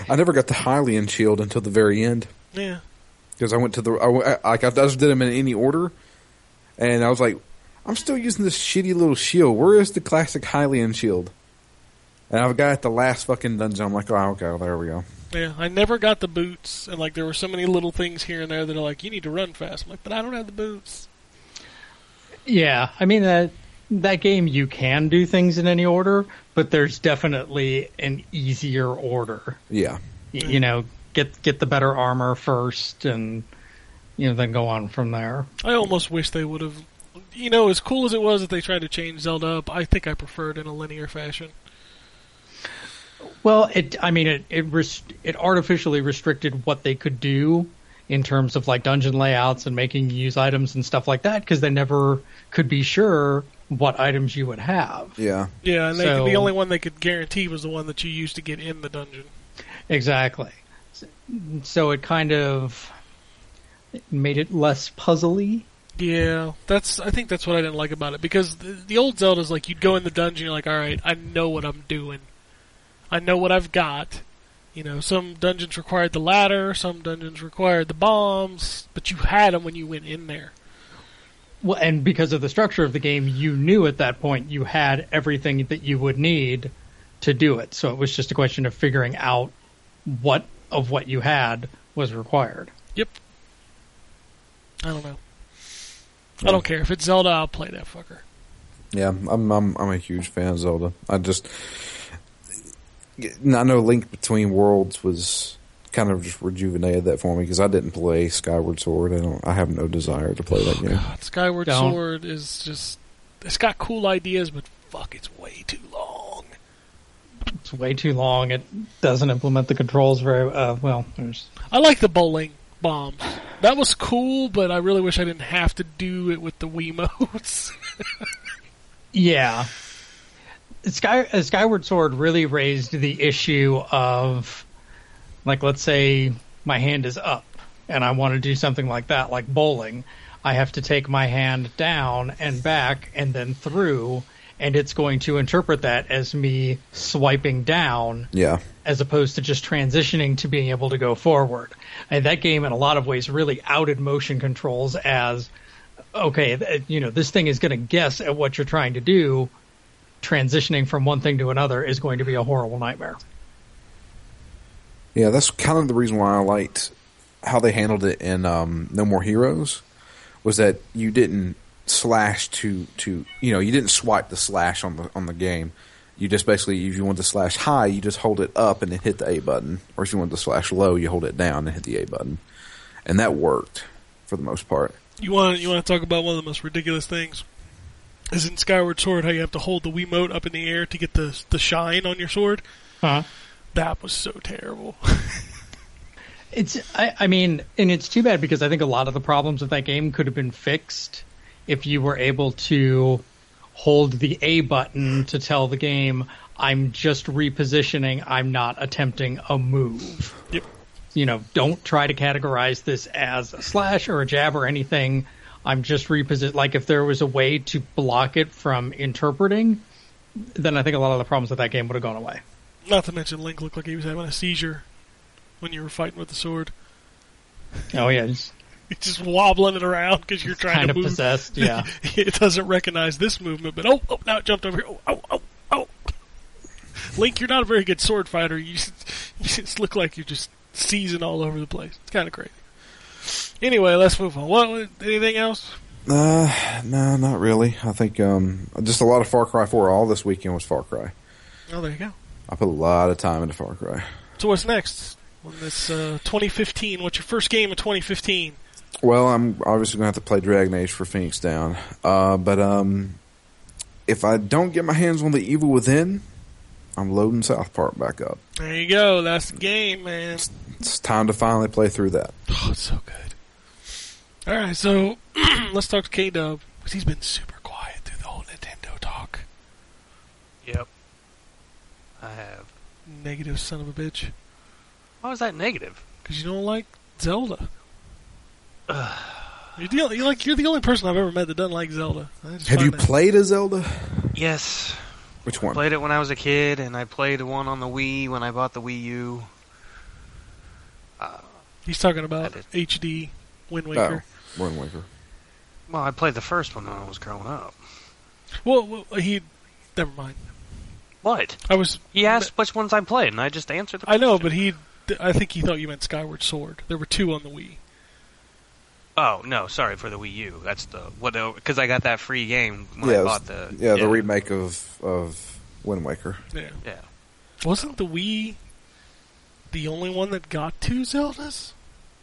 I never got the Hylian shield until the very end Yeah. because I went to the I, went- I, I just did them in any order, and I was like, I'm still using this shitty little shield. Where is the classic Hylian shield? And I got at the last fucking dungeon. I'm like, oh, okay, well, there we go. Yeah. I never got the boots, and, like, there were so many little things here and there that are like, you need to run fast. I'm like, but I don't have the boots. Yeah, I mean that that game you can do things in any order, but there's definitely an easier order. Yeah, Y- You know, get get the better armor first, and you know then go on from there. I almost wish they would have. You know, as cool as it was that they tried to change Zelda up, I think I preferred in a linear fashion. Well, it I mean it it res- it artificially restricted what they could do in terms of like dungeon layouts and making you use items and stuff like that because they never could be sure what items you would have. yeah, Yeah, and they, So- the only one they could guarantee was the one that you used to get in the dungeon. Exactly. So it kind of made it less puzzly. Yeah, that's. I think that's what I didn't like about it because the, the old Zelda's like you'd go in the dungeon, you're like, all right, I know what I'm doing, I know what I've got. You know, some dungeons required the ladder, some dungeons required the bombs, but you had them when you went in there. Well, and because of the structure of the game, you knew at that point you had everything that you would need to do it. So it was just a question of figuring out what of what you had was required. Yep. I don't know. I don't care if it's Zelda. I'll play that fucker. yeah. I'm I'm I'm a huge fan of Zelda. I just I know Link Between Worlds was kind of just rejuvenated that for me because I didn't play Skyward Sword. I don't. I have no desire to play that game. God, Skyward Don't. Sword is just. It's got cool ideas, but fuck, it's way too long. It's way too long. It doesn't implement the controls very uh, well. There's I like the bowling bombs. That was cool, but I really wish I didn't have to do it with the Wiimotes. Yeah. Sky uh, Skyward Sword really raised the issue of like let's say my hand is up and I want to do something like that like bowling. I have to take my hand down and back and then through and it's going to interpret that as me swiping down Yeah. as opposed to just transitioning to being able to go forward. And that game, in a lot of ways, really outed motion controls as okay, th- you know, this thing is going to guess at what you're trying to do. Transitioning from one thing to another is going to be a horrible nightmare. Yeah, that's kind of the reason why I liked how they handled it in um, No More Heroes was that you didn't slash to to you know you didn't swipe the slash on the on the game. You just basically if you want to slash high, you just hold it up and then hit the A button, or if you want to slash low, you hold it down and hit the A button, and that worked for the most part. you want you want to talk about one of the most ridiculous things? Is in Skyward Sword how you have to hold the Wiimote up in the air to get the the shine on your sword? Huh? That was so terrible. It's, I, I mean, and it's too bad because I think a lot of the problems with that game could have been fixed if you were able to hold the A button to tell the game, I'm just repositioning, I'm not attempting a move. Yep. You know, don't try to categorize this as a slash or a jab or anything. I'm just reposition. Like, if there was a way to block it from interpreting, then I think a lot of the problems with that game would have gone away. Not to mention Link looked like he was having a seizure when you were fighting with the sword. Oh, yeah. It's He's just wobbling it around because you're trying kind to of move. possessed. Yeah. it doesn't recognize this movement, but oh, oh, now it jumped over here. Oh, oh, oh, oh. Link, you're not a very good sword fighter. You just, you just look like you're just seizing all over the place. It's kind of crazy. Anyway, let's move on. What? Anything else? Uh, no, not really. I think um, just a lot of Far Cry Four. All this weekend was Far Cry. Oh, there you go. I put a lot of time into Far Cry. So what's next? Well, that's uh, 2015. What's your first game of 2015? Well, I'm obviously going to have to play Dragon Age for Phoenix Down. Uh, but um, if I don't get my hands on the Evil Within, I'm loading South Park back up. There you go. That's the game, man. It's time to finally play through that. Oh, it's so good. All right, so let's talk to K Dub because he's been super quiet through the whole Nintendo talk. Yep. I have. Negative son of a bitch. Why was that negative? Because you don't like Zelda. You're the, only- you're like you're the only person I've ever met that doesn't like Zelda. I just Have find you that- played a Zelda? Yes. Which one? Played it when I was a kid, and I played one on the Wii when I bought the Wii U. He's talking about I did. HD Wind Oh, Waker. Wind Waker. Well, I played the first one when I was growing up. Well, well, he. Never mind. What? I was. He asked which ones I played, and I just answered the I question. know, but he. I think he thought you meant Skyward Sword. There were two on the Wii. Oh, no, sorry, for the Wii U. That's the... Because I got that free game when yeah, I it was- bought the... yeah, the remake of of Wind Waker. Yeah. Yeah. Wasn't the Wii the only one that got two Zeldas?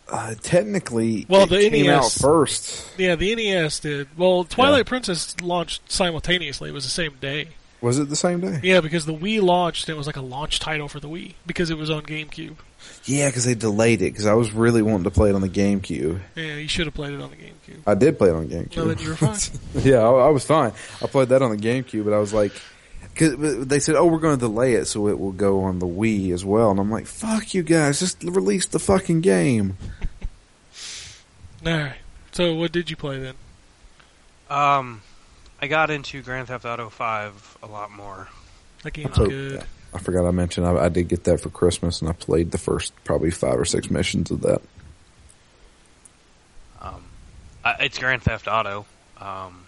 Uh, technically, Well, it the came NES. out first. Yeah, the NES did. Well, Twilight Princess launched simultaneously. It was the same day. Was it the same day? Yeah, because the Wii launched and it was like a launch title for the Wii because it was on GameCube. Yeah, because they delayed it. Because I was really wanting to play it on the GameCube. Yeah, you should have played it on the GameCube. I did play it on GameCube. Well, then you were fine. yeah, I, I was fine. I played that on the GameCube, but I was like, cause but they said, "Oh, we're going to delay it, so it will go on the Wii as well." And I'm like, "Fuck you guys! Just release the fucking game." All right. So what did you play then? Um, I got into Grand Theft Auto 5 a lot more. That game's Oh, good. yeah. I forgot I mentioned I, I did get that for Christmas, and I played the first probably five or six missions of that. Um, I, it's Grand Theft Auto. Um,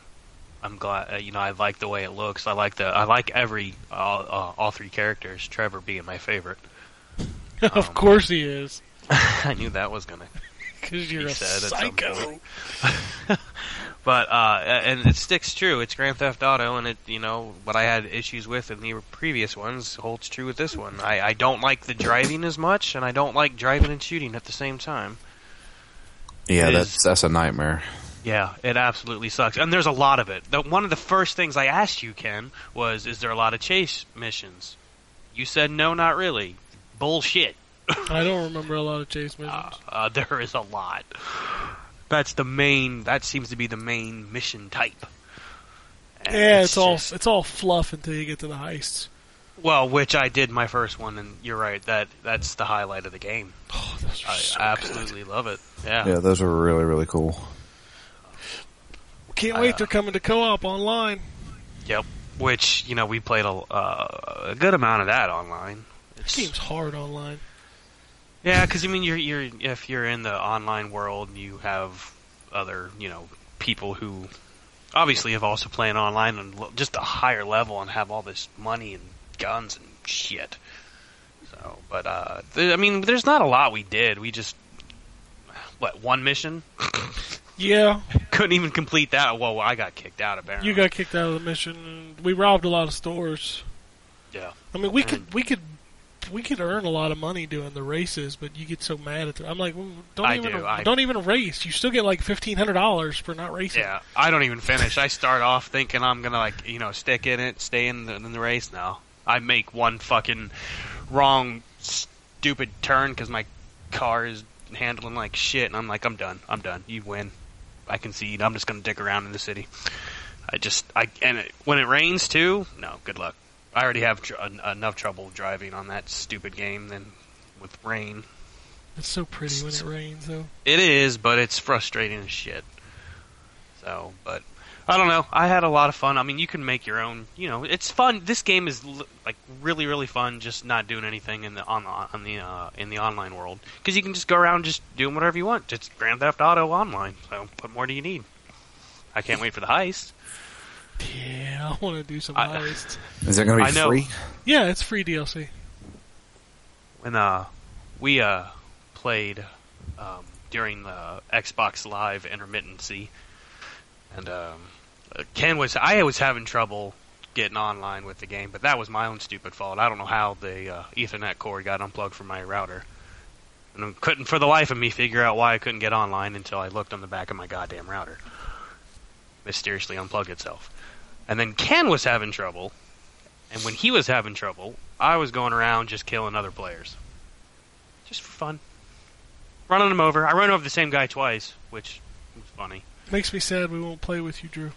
I'm glad uh, you know I like the way it looks. I like the I like every all uh, all three characters. Trevor being my favorite. Um, of course he is, I knew that was gonna. because you're a said at some psycho. point. But uh, and it sticks true. It's Grand Theft Auto, and it you know what I had issues with in the previous ones holds true with this one. I, I don't like the driving as much, and I don't like driving and shooting at the same time. Yeah, It that's is- that's a nightmare. Yeah, it absolutely sucks. And there's a lot of it. The, one of the first things I asked you, Ken, was is there a lot of chase missions? You said no, not really. Bullshit. I don't remember a lot of chase missions. Uh, uh, there is a lot. That's the main. That seems to be the main mission type. And yeah, it's, all just- it's all fluff until you get to the heists. well, which I did my first one, and you're right. That that's the highlight of the game. Oh, those are I so absolutely love it. Yeah. Yeah, those are really really cool. good. Can't uh, wait! They're coming to co-op online. Yep. Which you know we played a, uh, a good amount of that online. This game's hard online. Yeah, because I mean, you're you're if you're in the online world, you have other you know people who obviously have also playing online and lo- just a higher level and have all this money and guns and shit. So, but uh, th- I mean, there's not a lot we did. We just what one mission Yeah, couldn't even complete that. Well, I got kicked out apparently. you got kicked out of the mission. We robbed a lot of stores. yeah. I mean, we Mm. could we could we could earn a lot of money doing the races, but you get so mad at them. I'm like, well, don't I even do, I- don't even race. You still get like fifteen hundred dollars for not racing. Yeah, I don't even finish. I start off thinking I'm gonna like you know stick in it, stay in the, in the race. Now I make one fucking wrong, stupid turn because my car is handling like shit, and I'm like, I'm done. I'm done. You win. I concede. I'm just gonna dick around in the city. I just I and it, when it rains too, no, good luck. I already have tr- en- enough trouble driving on that stupid game than with rain. It's so pretty when it rains, though. It is, but it's frustrating as shit. So, but I don't know. I had a lot of fun. I mean, you can make your own. You know, it's fun. This game is l- like really, really fun. Just not doing anything in the on the on the uh, in the online world because you can just go around just doing whatever you want. It's Grand Theft Auto online. So, what more do you need? I can't wait for the heist. Yeah, I want to do some I- heists. Is that going to I be know. free? Yeah, it's free DLC. when uh, we uh, played um, during the Xbox Live intermittency, and um, uh, Ken was I was having trouble getting online with the game, but that was my own stupid fault. I don't know how the uh, Ethernet cord got unplugged from my router. And I couldn't, for the life of me, figure out why I couldn't get online until I looked on the back of my goddamn router. Mysteriously unplugged itself. And then Ken was having trouble, and when he was having trouble, I was going around just killing other players. Just for fun. Running them over. I ran over the same guy twice, which was funny. Makes me sad we won't play with you, Drew.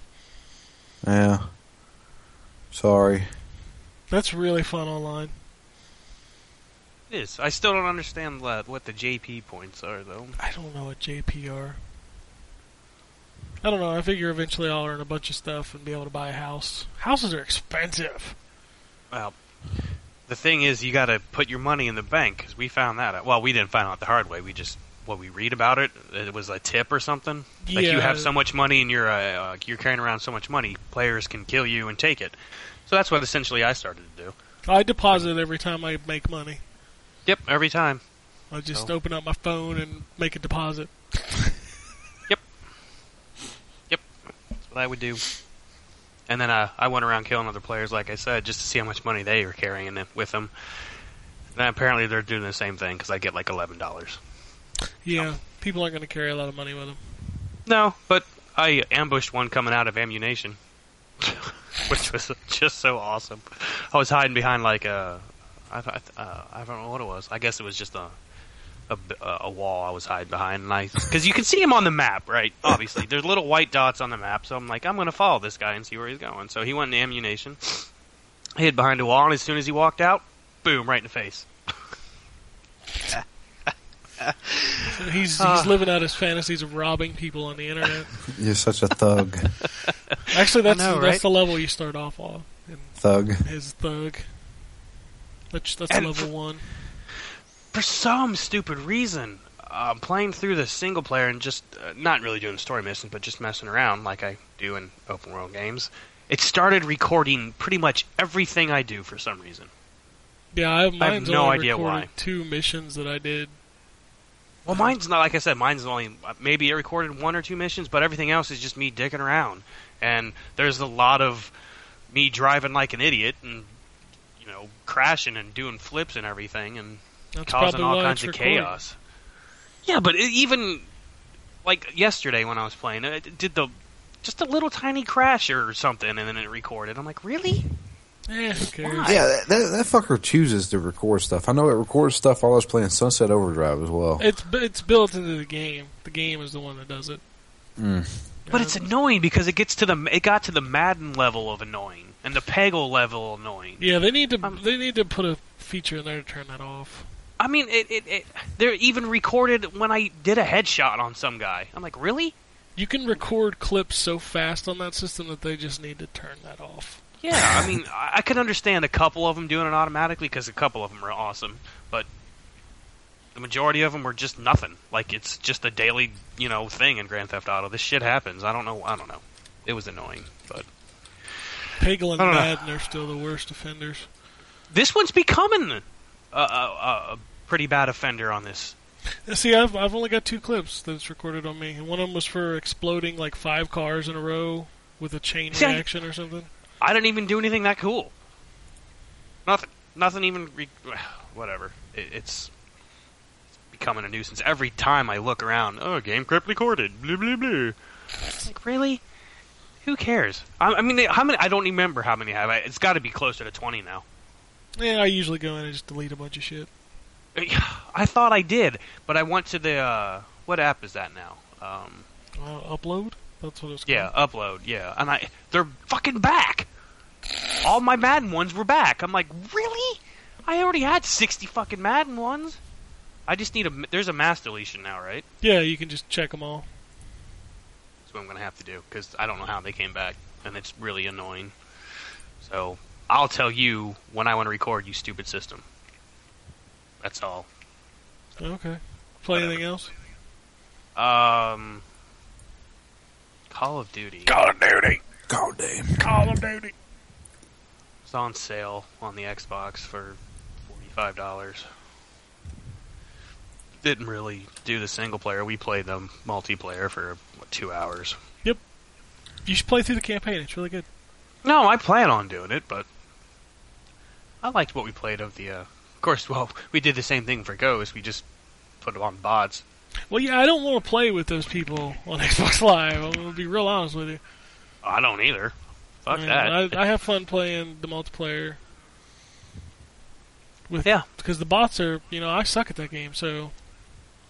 Yeah. Sorry. That's really fun online. It is. I still don't understand what, what the JP points are, though. I don't know what JPR. I don't know. I figure eventually I'll earn a bunch of stuff and be able to buy a house. Houses are expensive. Well, the thing is, you got to put your money in the bank, because we found that out. Well, we didn't find out the hard way. We just, what we read about it, it was a tip or something. Like you have so much money and you're uh, uh, you're carrying around so much money, players can kill you and take it. So that's what essentially I started to do. I deposit every time I make money. Yep, every time. I just Oh. open up my phone and make a deposit. That's what I would do. And then uh, I went around killing other players, like I said, just to see how much money they were carrying in- with them. And apparently they're doing the same thing because I get like eleven dollars. Yeah, people aren't going to carry a lot of money with them. No, but I ambushed one coming out of ammunition, which was just so awesome. I was hiding behind like a, I, th- uh, I don't know what it was. I guess it was just a. A, b- uh, a wall I was hiding behind, and I because you can see him on the map, right? Obviously, there's little white dots on the map, so I'm like, I'm gonna follow this guy and see where he's going. So he went in ammunition, hid behind a wall, and as soon as he walked out, boom, right in the face. So he's Ah. he's living out his fantasies of robbing people on the internet. You're such a thug. Actually, that's know, that's right? the level you start off on. thug. Is thug. That's that's And level f- one. for some stupid reason, uh, playing through the single player and just uh, not really doing story missions, but just messing around like I do in open world games, it started recording pretty much everything I do for some reason. Yeah, I, mine's no only idea recorded why. Two missions that I did. Well, mine's not like I said. Mine's only uh, maybe it recorded one or two missions, but everything else is just me dicking around. And there's a lot of me driving like an idiot and you know crashing and doing flips and everything and That's causing probably all why kinds it's of recorded. chaos. Yeah, but it, even like yesterday when I was playing, it it did the just a little tiny crash or something, and then it recorded. I'm like, really? Eh, who cares? Yeah, that, that, that fucker chooses to record stuff. I know it records stuff while I was playing Sunset Overdrive as well. It's bu- it's built into the game. The game is the one that does it. Mm. But it's annoying because it gets to the it got to the Madden level of annoying and the Peggle level of annoying. yeah. They need to Um, they need to put a feature in there to turn that off. I mean, it, it, it they're even recorded when I did a headshot on some guy. I'm like, really? You can record clips so fast on that system that they just need to turn that off. Yeah. I mean, I, I can understand a couple of them doing it automatically because a couple of them are awesome, but the majority of them were just nothing. Like it's just a daily you know thing in Grand Theft Auto. This shit happens. I don't know. I don't know. It was annoying, but Pagel and I don't know. Madden are still the worst offenders. this one's becoming a, a, a, a pretty bad offender on this. Uh, See, I've I've only got two clips that's recorded on me, and one of them was for exploding like five cars in a row with a chain See, I- reaction or something. I didn't even do anything that cool. Nothing. Nothing even. Re- whatever. It, it's becoming a nuisance every time I look around. Oh, game clip recorded. Blah blah blah. It's like really. Who cares? I, I mean, they- how many? I don't remember how many I have. I, it's got to be closer to twenty now. Yeah, I usually go in and just delete a bunch of shit. I thought I did, but I went to the uh, what app is that now? Um, Uh, upload. That's what it's called. yeah, upload. Yeah, and I they're fucking back. All my Madden ones were back. I'm like, really? I already had sixty fucking Madden ones. I just need a. There's a Master Legion now, right? Yeah, you can just check them all. That's what I'm gonna have to do because I don't know how they came back, and it's really annoying. So I'll tell you when I want to record, you stupid system. That's all. Okay. Play anything else? Um, Call of Duty. God damn. Call of Duty. It's on sale on the Xbox for forty-five dollars. Didn't really do the single player. We played the multiplayer for what, two hours. You should play through the campaign. It's really good. No, I plan on doing it, but I liked what we played of the. Uh, of course, well, we did the same thing for Ghost. We just put it on bots. Well, yeah, I don't want to play with those people on Xbox Live. I'm gonna be real honest with you. I don't either. Fuck I, that. Mm, I, I have fun playing the multiplayer. With Yeah. because the bots are you know I suck at that game, so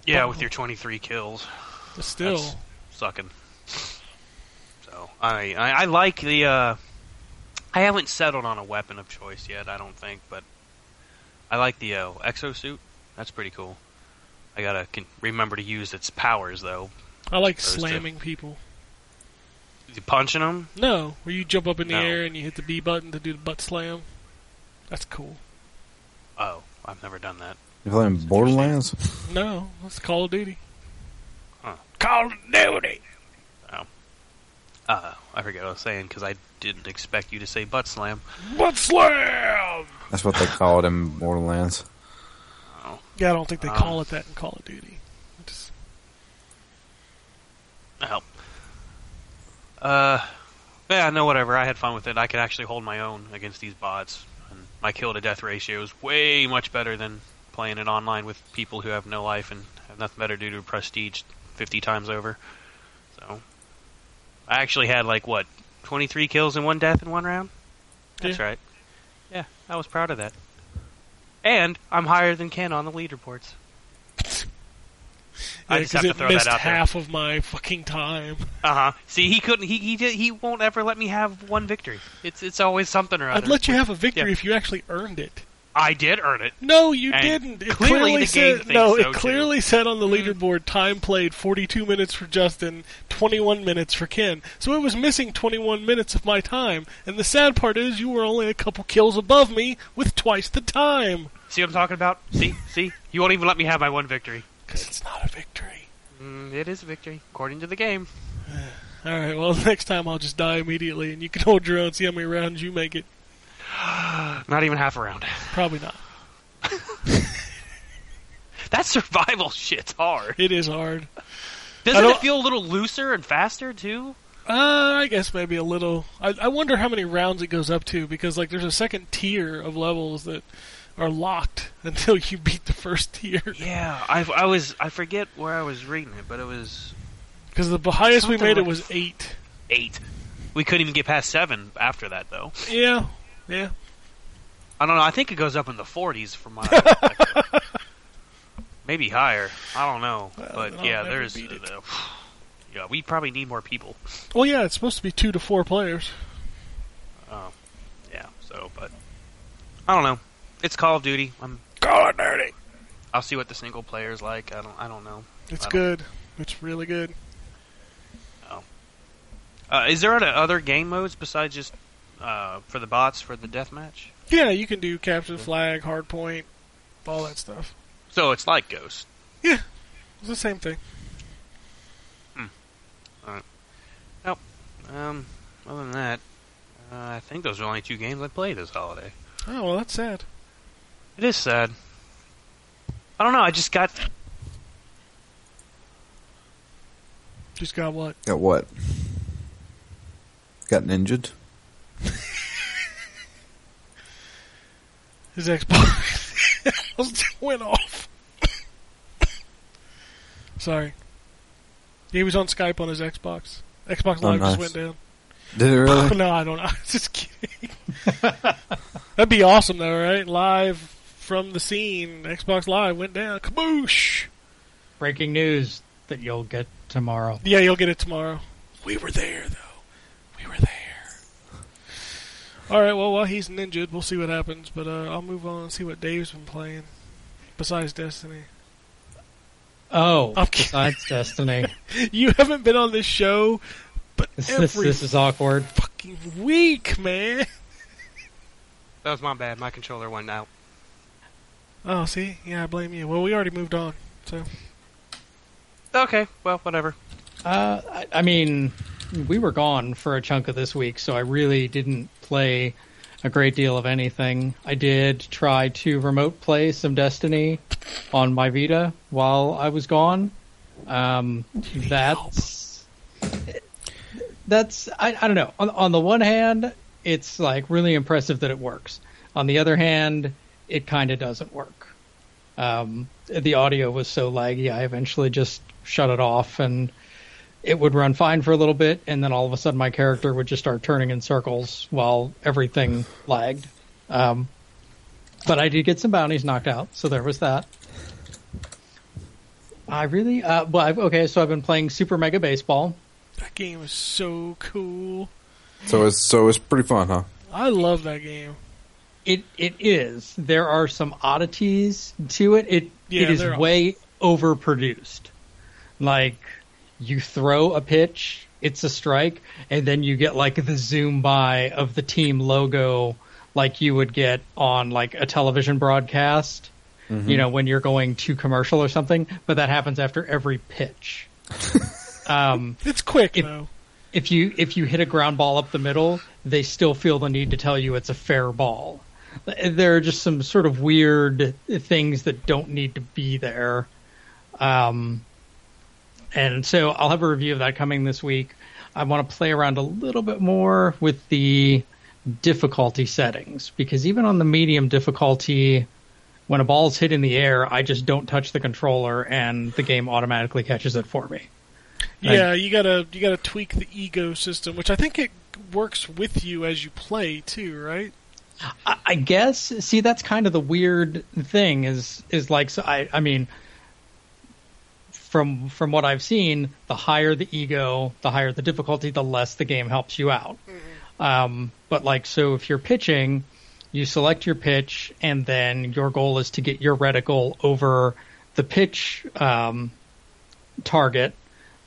yeah, with your twenty-three kills. it's still That's- sucking. So I I, I like the. Uh, I haven't settled on a weapon of choice yet. I don't think, but I like the uh, exosuit. That's pretty cool. I gotta con- remember to use its powers though. I like Those two. slamming people. You punching them? No, where you jump up in the No. air and you hit the B button to do the butt slam. That's cool. Oh, I've never done that. You playing Borderlands? No, that's Call of Duty. Call of Duty. Oh, uh, I forget what I was saying because I didn't expect you to say butt slam. Butt slam. That's what they call it in Borderlands. Yeah, I don't think they Um, call it that in Call of Duty. It's- help. Uh, yeah, no, whatever. I had fun with it. I could actually hold my own against these bots, and my kill to death ratio is way much better than playing it online with people who have no life and have nothing better to do to prestige fifty times over. So, I actually had like what twenty three kills and one death in one round. That's Yeah. right. Yeah, I was proud of that. And I'm higher than Ken on the leaderboards. I Yeah, just have 'cause to it throw that missed out there. half of my fucking time. Uh huh. See, he couldn't. He he did, he won't ever let me have one victory. It's it's always something or other. I'd let you have a victory Yeah. if you actually earned it. I did earn it. No, you And didn't. It clearly the game said thinks no. so, It too. Hmm. clearly said on the leaderboard time played 42 minutes for Justin, 21 minutes for Ken. So it was missing 21 minutes of my time. And the sad part is, you were only a couple kills above me with twice the time. See what I'm talking about? See, see, you won't even let me have my one victory. Because it's not a victory. Mm, it is a victory according to the game. All right. Well, next time I'll just die immediately, and you can hold your own. See how many rounds you make it. Not even half a round. Probably not. That survival shit's hard. It is hard. Doesn't it don't- feel a little looser and faster too? Uh, I guess maybe a little. I, I wonder how many rounds it goes up to because like there's a second tier of levels that are locked until you beat the first tier. Yeah, I I was I forget where I was reading it, but it was Because the highest we Something made it like- was eight. eight. We couldn't even get past seven after that though. Yeah, yeah. I don't know. I think it goes up in the 40s from my perspective. maybe higher. I don't know, but I'll yeah, never there's beat it. uh, yeah. We probably need more people. Well, yeah, it's supposed to be two to four players. Um, yeah. So, but I don't know. It's Call of Duty. I'm God, nerdy. I'll see what the single player is like. I don't. I don't know. It's I don't- good. It's really good. Uh, is there any other game modes besides just uh, for the bots for the deathmatch? Yeah, you can do capture the flag, hardpoint, all that stuff. So it's like Ghost. It's the same thing. Um, other than that, uh, I think those are the only two games I played this holiday. Oh well, that's sad. It is sad. I don't know. I just got Just got what? Got what? Got ninjaed? His Xbox went off. Sorry. He was on Skype on his Xbox. Xbox Live Oh, just nice. went down. Did it really? no, I don't know. just kidding. That'd be awesome, though, right? Live from the scene. Xbox Live went down. Kaboosh! Breaking news that you'll get tomorrow. Yeah, you'll get it tomorrow. We were there, though. We were there. All right. Well, while he's ninjaed, we'll see what happens. But uh, I'll move on and see what Dave's been playing besides Destiny. Oh, I'm kidding. besides Destiny, You haven't been on this show, but this, every this, this is awkward. fucking week, man. that was my bad. My controller went out. Oh, see, yeah, I blame you. Well, we already moved on, so Okay. Well, whatever. Uh, I, I mean, we were gone for a chunk of this week, so I really didn't play a great deal of anything. I did try to remote play some Destiny on my Vita while I was gone. Um, that's that's I, I don't know. On, on the one hand, it's like really impressive that it works. On the other hand, it kind of doesn't work. Um, the audio was so laggy, I eventually just shut it off and it would run fine for a little bit, and then all of a sudden my character would just start turning in circles while everything lagged. Um, but I did get some bounties knocked out, so there was that. I really, uh, well, I've, okay, so I've been playing Super Mega Baseball. that game is so cool. So it's so it's pretty fun, huh? I love that game. It it is. There are some oddities to it. It Yeah, it is there are. way overproduced. Like you throw a pitch, it's a strike, and then you get like the zoom by of the team logo, like you would get on like a television broadcast. You know when you're going to commercial or something, but that happens after every pitch. um, It's quick It- though. if you if you hit a ground ball up the middle, they still feel the need to tell you it's a fair ball. There are just some sort of weird things that don't need to be there. Um, and so I'll have a review of that coming this week. I want to play around a little bit more with the difficulty settings because even on the medium difficulty, when a ball's hit in the air, I just don't touch the controller and the game automatically catches it for me. I- Yeah, you gotta you gotta tweak the ego system, which I think it works with you as you play too, right? I I guess. See, that's kind of the weird thing. Is is like so. I I mean, from from what I've seen, the higher the ego, the higher the difficulty, the less the game helps you out. Um, but like, so if you're pitching, you select your pitch, and then your goal is to get your reticle over the pitch um, target.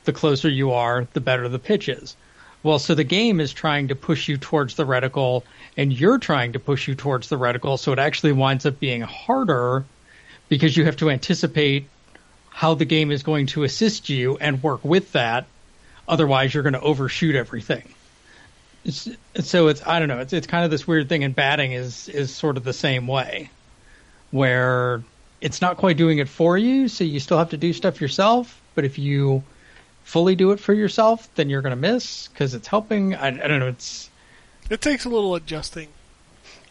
The closer you are, the better the pitch is. Well, so the game is trying to push you towards the reticle, and you're trying to push you towards the reticle, so it actually winds up being harder because you have to anticipate how the game is going to assist you and work with that. Otherwise, you're going to overshoot everything. It's, so it's I don't know. It's it's kind of this weird thing, and batting is is sort of the same way, where it's not quite doing it for you, so you still have to do stuff yourself. But if you fully do it for yourself, then you're going to miss because it's helping. I, I don't know. It's It takes a little adjusting.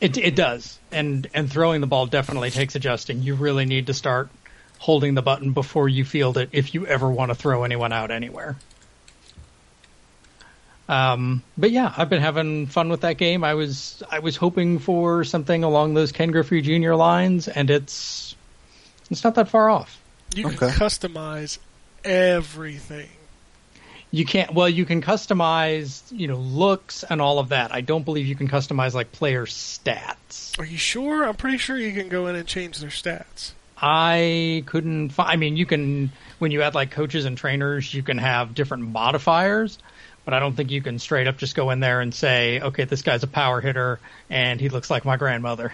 it it does, and and throwing the ball definitely takes adjusting. You really need to start holding the button before you field it if you ever want to throw anyone out anywhere. Um, but yeah, I've been having fun with that game. I was I was hoping for something along those Ken Griffey Jr. lines, and it's it's not that far off. You can Okay. customize everything. You can't. Well, you can customize, you know, looks and all of that. I don't believe you can customize like player stats. Are you sure? I'm pretty sure you can go in and change their stats. I couldn't. Fi- I mean, you can when you add like coaches and trainers, you can have different modifiers, but I don't think you can straight up just go in there and say, okay, this guy's a power hitter and he looks like my grandmother.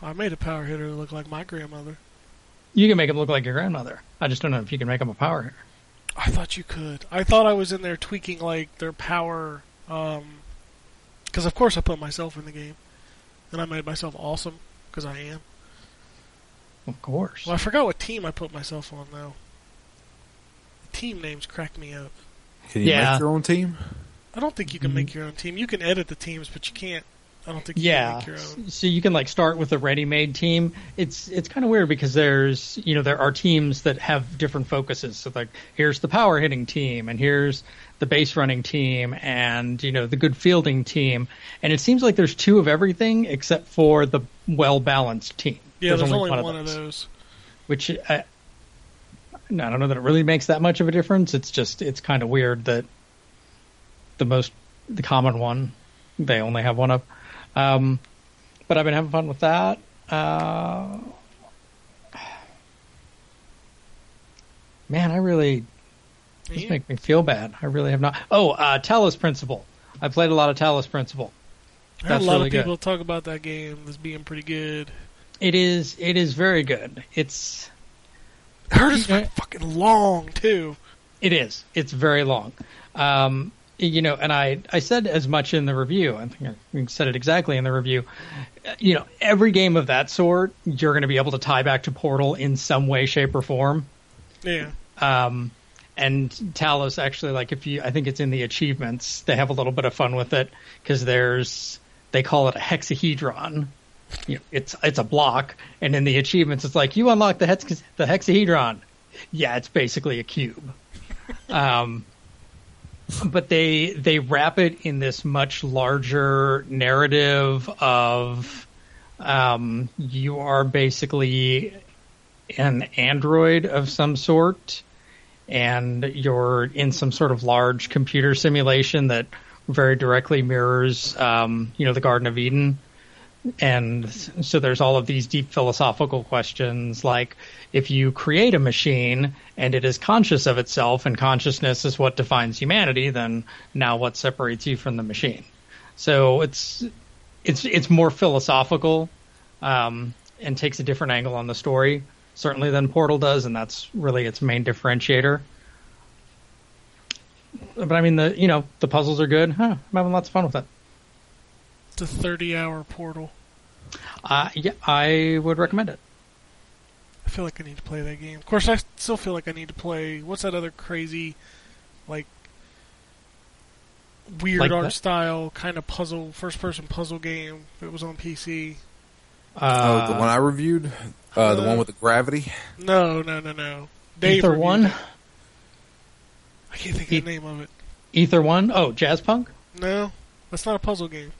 I made a power hitter look like my grandmother. You can make him look like your grandmother. I just don't know if you can make him a power hitter. I thought you could. I thought I was in there tweaking like their power, because of course I put myself in the game, and I made myself awesome because I am. Of course. Well, I forgot what team I put myself on though. Team names crack me up. Can you Yeah. make your own team? I don't think you can make your own team. You can edit the teams, but you can't. I don't think you yeah can make your own. so you can like start with a ready-made team it's it's kind of weird because there's you know there are teams that have different focuses so like here's the power hitting team and here's the base running team and you know the good fielding team and it seems like there's two of everything except for the well balanced team Yeah, there's, only, one of those. which I, no, I don't know that it really makes that much of a difference. It's just it's kind of weird that the most the common one they only have one of. Um, but I've been having fun with that. Uh, man, I really this Yeah. make me feel bad. I really have not. Oh, uh, Talos Principle. I played a lot of Talos Principle. I heard That's a lot really of good. people talk about that game as being pretty good. It is it is very good. It's I heard it's Yeah. fucking long too. It is. It's very long. Um, you know, and I, I said as much in the review. I think I said it exactly in the review. Uh, You know, every game of that sort, you're going to be able to tie back to Portal in some way, shape, or form. Yeah, Um, and Talos actually, like, if you, I think it's in the achievements, they have a little bit of fun with it because there's, they call it a hexahedron. You know, it's it's a block, and in the achievements, it's like you unlock the hex the hexahedron. Yeah, it's basically a cube. Um, but they they wrap it in this much larger narrative of um, you are basically an android of some sort and you're in some sort of large computer simulation that very directly mirrors um, you know the garden of eden and so there's all of these deep philosophical questions like if you create a machine and it is conscious of itself and consciousness is what defines humanity then now what separates you from the machine so it's it's it's more philosophical um, and takes a different angle on the story, certainly than Portal does, and that's really its main differentiator. But I mean, the you know the puzzles are good. Huh, I'm having lots of fun with it. it's a thirty-hour portal. Uh, yeah, I would recommend it. I feel like I need to play that game. Of course, I still feel like I need to play. What's that other crazy, like, weird Like art that? style kind of puzzle, first-person puzzle game that was on PC? Uh, oh, the one I reviewed, uh, the uh, one with the gravity. No, no, no, no. Dave Ether reviewed One, E- it. I can't think of the name of it. Ether One. Oh, Jazz Punk. No, that's not a puzzle game.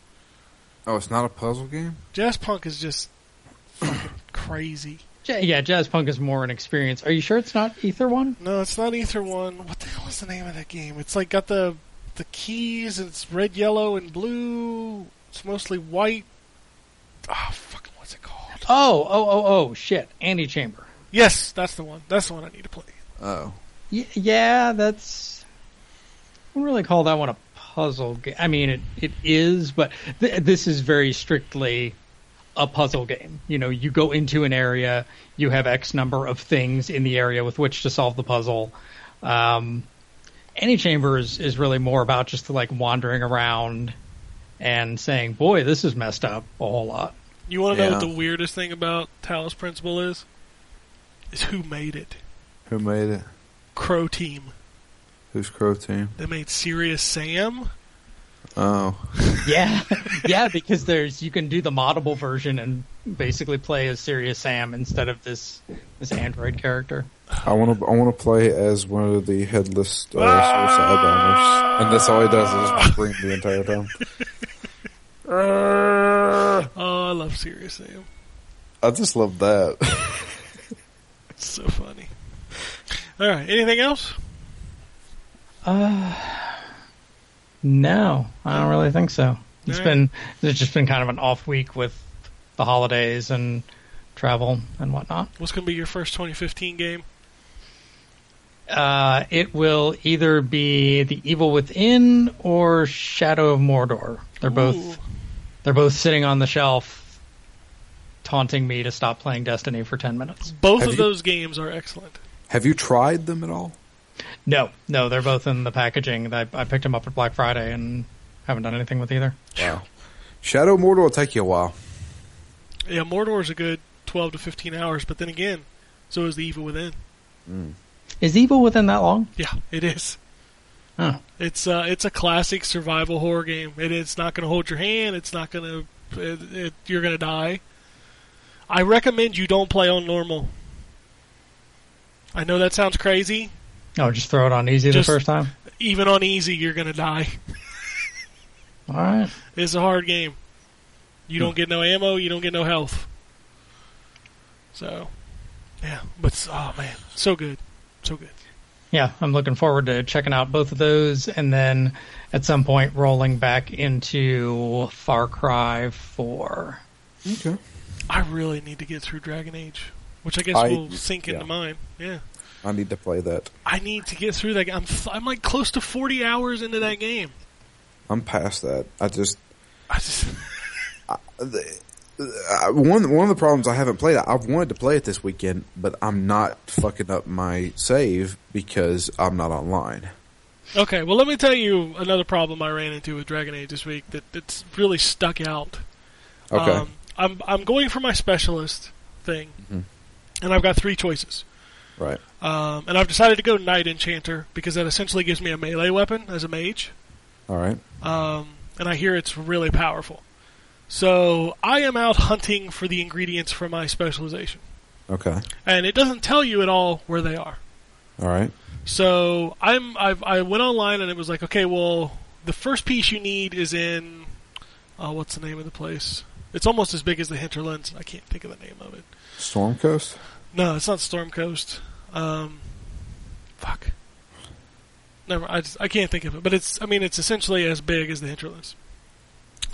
Oh, it's not a puzzle game. Jazz Punk is just fucking crazy. J- yeah, Jazz Punk is more an experience. Are you sure it's not Ether One? No, it's not Ether One. What the hell is the name of that game? It's like got the the keys. And it's red, yellow, and blue. It's mostly white. Ah, fucking, what's it called? Oh, oh, oh, oh, shit! Antichamber. Yes, that's the one. That's the one I need to play. Oh, Y- yeah, that's. I wouldn't really call that one a puzzle game. I mean, it, it is, but th- this is very strictly a puzzle game. You know, you go into an area, you have X number of things in the area with which to solve the puzzle. Um, Any chamber is, is really more about just like wandering around and saying, boy, this is messed up a whole lot. You want to know what Yeah. the weirdest thing about Talos Principle is? Is who made it? who made it? Crow Team. Who's Crow Team? They made Serious Sam. Oh, Yeah, yeah, because there's you can do the moddable version and basically play as Serious Sam instead of this this android character. I want to. I want to play as one of the headless uh, suicide bombers, and that's all he does is scream the entire time. Oh, I love Serious Sam. I just love that. It's so funny. All right. Anything else? No, I don't really think so. It's All right. been it's just been kind of an off week with the holidays and travel and whatnot. What's going to be your first 2015 game? Uh, it will either be The Evil Within or Shadow of Mordor. They're Ooh. both they're both sitting on the shelf, taunting me to stop playing Destiny for ten minutes. Both Have of you- those games are excellent. Have you tried them at all? No, no, they're both in the packaging. I, I picked them up at Black Friday and haven't done anything with either. Wow. Shadow Mordor will take you a while. Yeah, Mordor is a good 12 to 15 hours, but then again, so is The Evil Within. Is Evil Within that long? Yeah, it is. Huh. It's uh, it's a classic survival horror game. It, it's not going to hold your hand. It's not going to. It, it, you're going to die. I recommend you don't play on normal. I know that sounds crazy. No, just throw it on easy Just- the first time. Even on easy, you're going to die. All right. It's a hard game. You don't get no ammo. You don't get no health. So, yeah. But oh man, so good, so good. Yeah, I'm looking forward to checking out both of those and then at some point rolling back into Far Cry 4. Okay. I really need to get through Dragon Age, which I guess I- will sink into yeah. mine. Yeah. I need to play that. I need to get through that. game. I'm f- I'm like close to 40 hours into that game. I'm past that. I just I just I, one one of the problems I haven't played. I've wanted to play it this weekend, but I'm not fucking up my save because I'm not online. Okay, well let me tell you another problem I ran into with Dragon Age this week that that's really stuck out. Okay. Um, I'm I'm going for my specialist thing. And I've got three choices. Mm-hmm. right. Um, and I've decided to go Knight Enchanter because that essentially gives me a melee weapon as a mage. All right. Um, and I hear it's really powerful. So I am out hunting for the ingredients for my specialization. Okay. And it doesn't tell you at all where they are. All right. So I'm I've, I went online and it was like, okay, well, the first piece you need is in uh, what's the name of the place? It's almost as big as the hinterlands. I can't think of the name of it. Storm Coast. No, it's not Storm Coast. Um, fuck. Never. I just, I can't think of it. But it's I mean it's essentially as big as the hinterlands.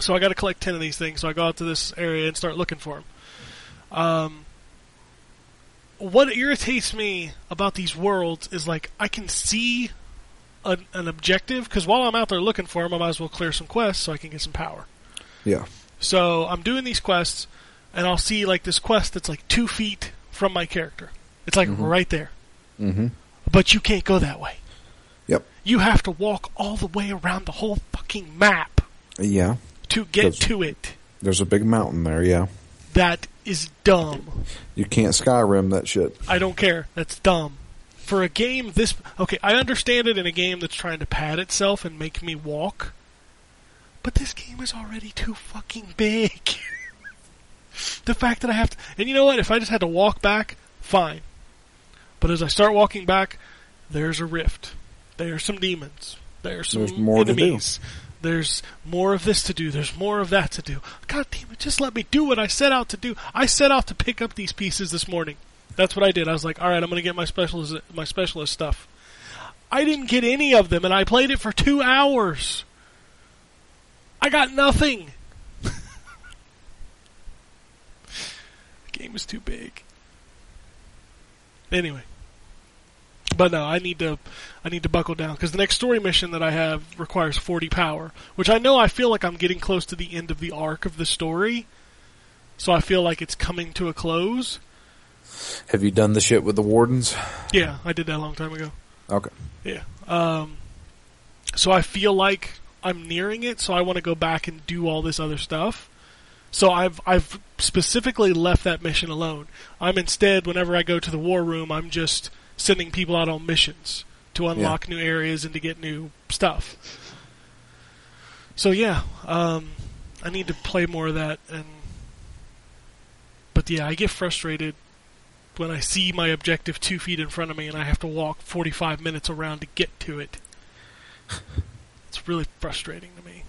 So I got to collect ten of these things. So I go out to this area and start looking for them. Um, what irritates me about these worlds is like I can see an, an objective because while I'm out there looking for them, I might as well clear some quests so I can get some power. Yeah. So I'm doing these quests, and I'll see like this quest that's like two feet from my character. It's like right there, Mm-hmm. but you can't go that way. Yep. You have to walk all the way around the whole fucking map Yeah. to get That's- to it. There's a big mountain there. Yeah. That is dumb. You can't Skyrim that shit. I don't care. That's dumb. For a game this okay, I understand it in a game that's trying to pad itself and make me walk. But this game is already too fucking big. the fact that I have to and you know what, if I just had to walk back, fine. But as I start walking back, there's a rift. There's some demons. There's some There's more to do. enemies. There's more of this to do. There's more of that to do. God damn it, just let me do what I set out to do. I set out to pick up these pieces this morning. That's what I did. I was like, all right, I'm going to get my specialist, my specialist stuff. I didn't get any of them, and I played it for two hours. I got nothing. the game is too big. Anyway, but no, I need to, I need to buckle down because the next story mission that I have requires 40 power, which I know I feel like I'm getting close to the end of the arc of the story, so I feel like it's coming to a close. Have you done the shit with the wardens? Yeah, I did that a long time ago. Okay. Yeah. Um, so I feel like I'm nearing it, so I want to go back and do all this other stuff. So I've I've specifically left that mission alone. I'm instead, whenever I go to the war room, I'm just sending people out on missions to unlock new areas and to get new stuff. So yeah, um, I need to play more of that. And but yeah, I get frustrated when I see my objective two feet in front of me and I have to walk 45 minutes around to get to it. it's really frustrating to me.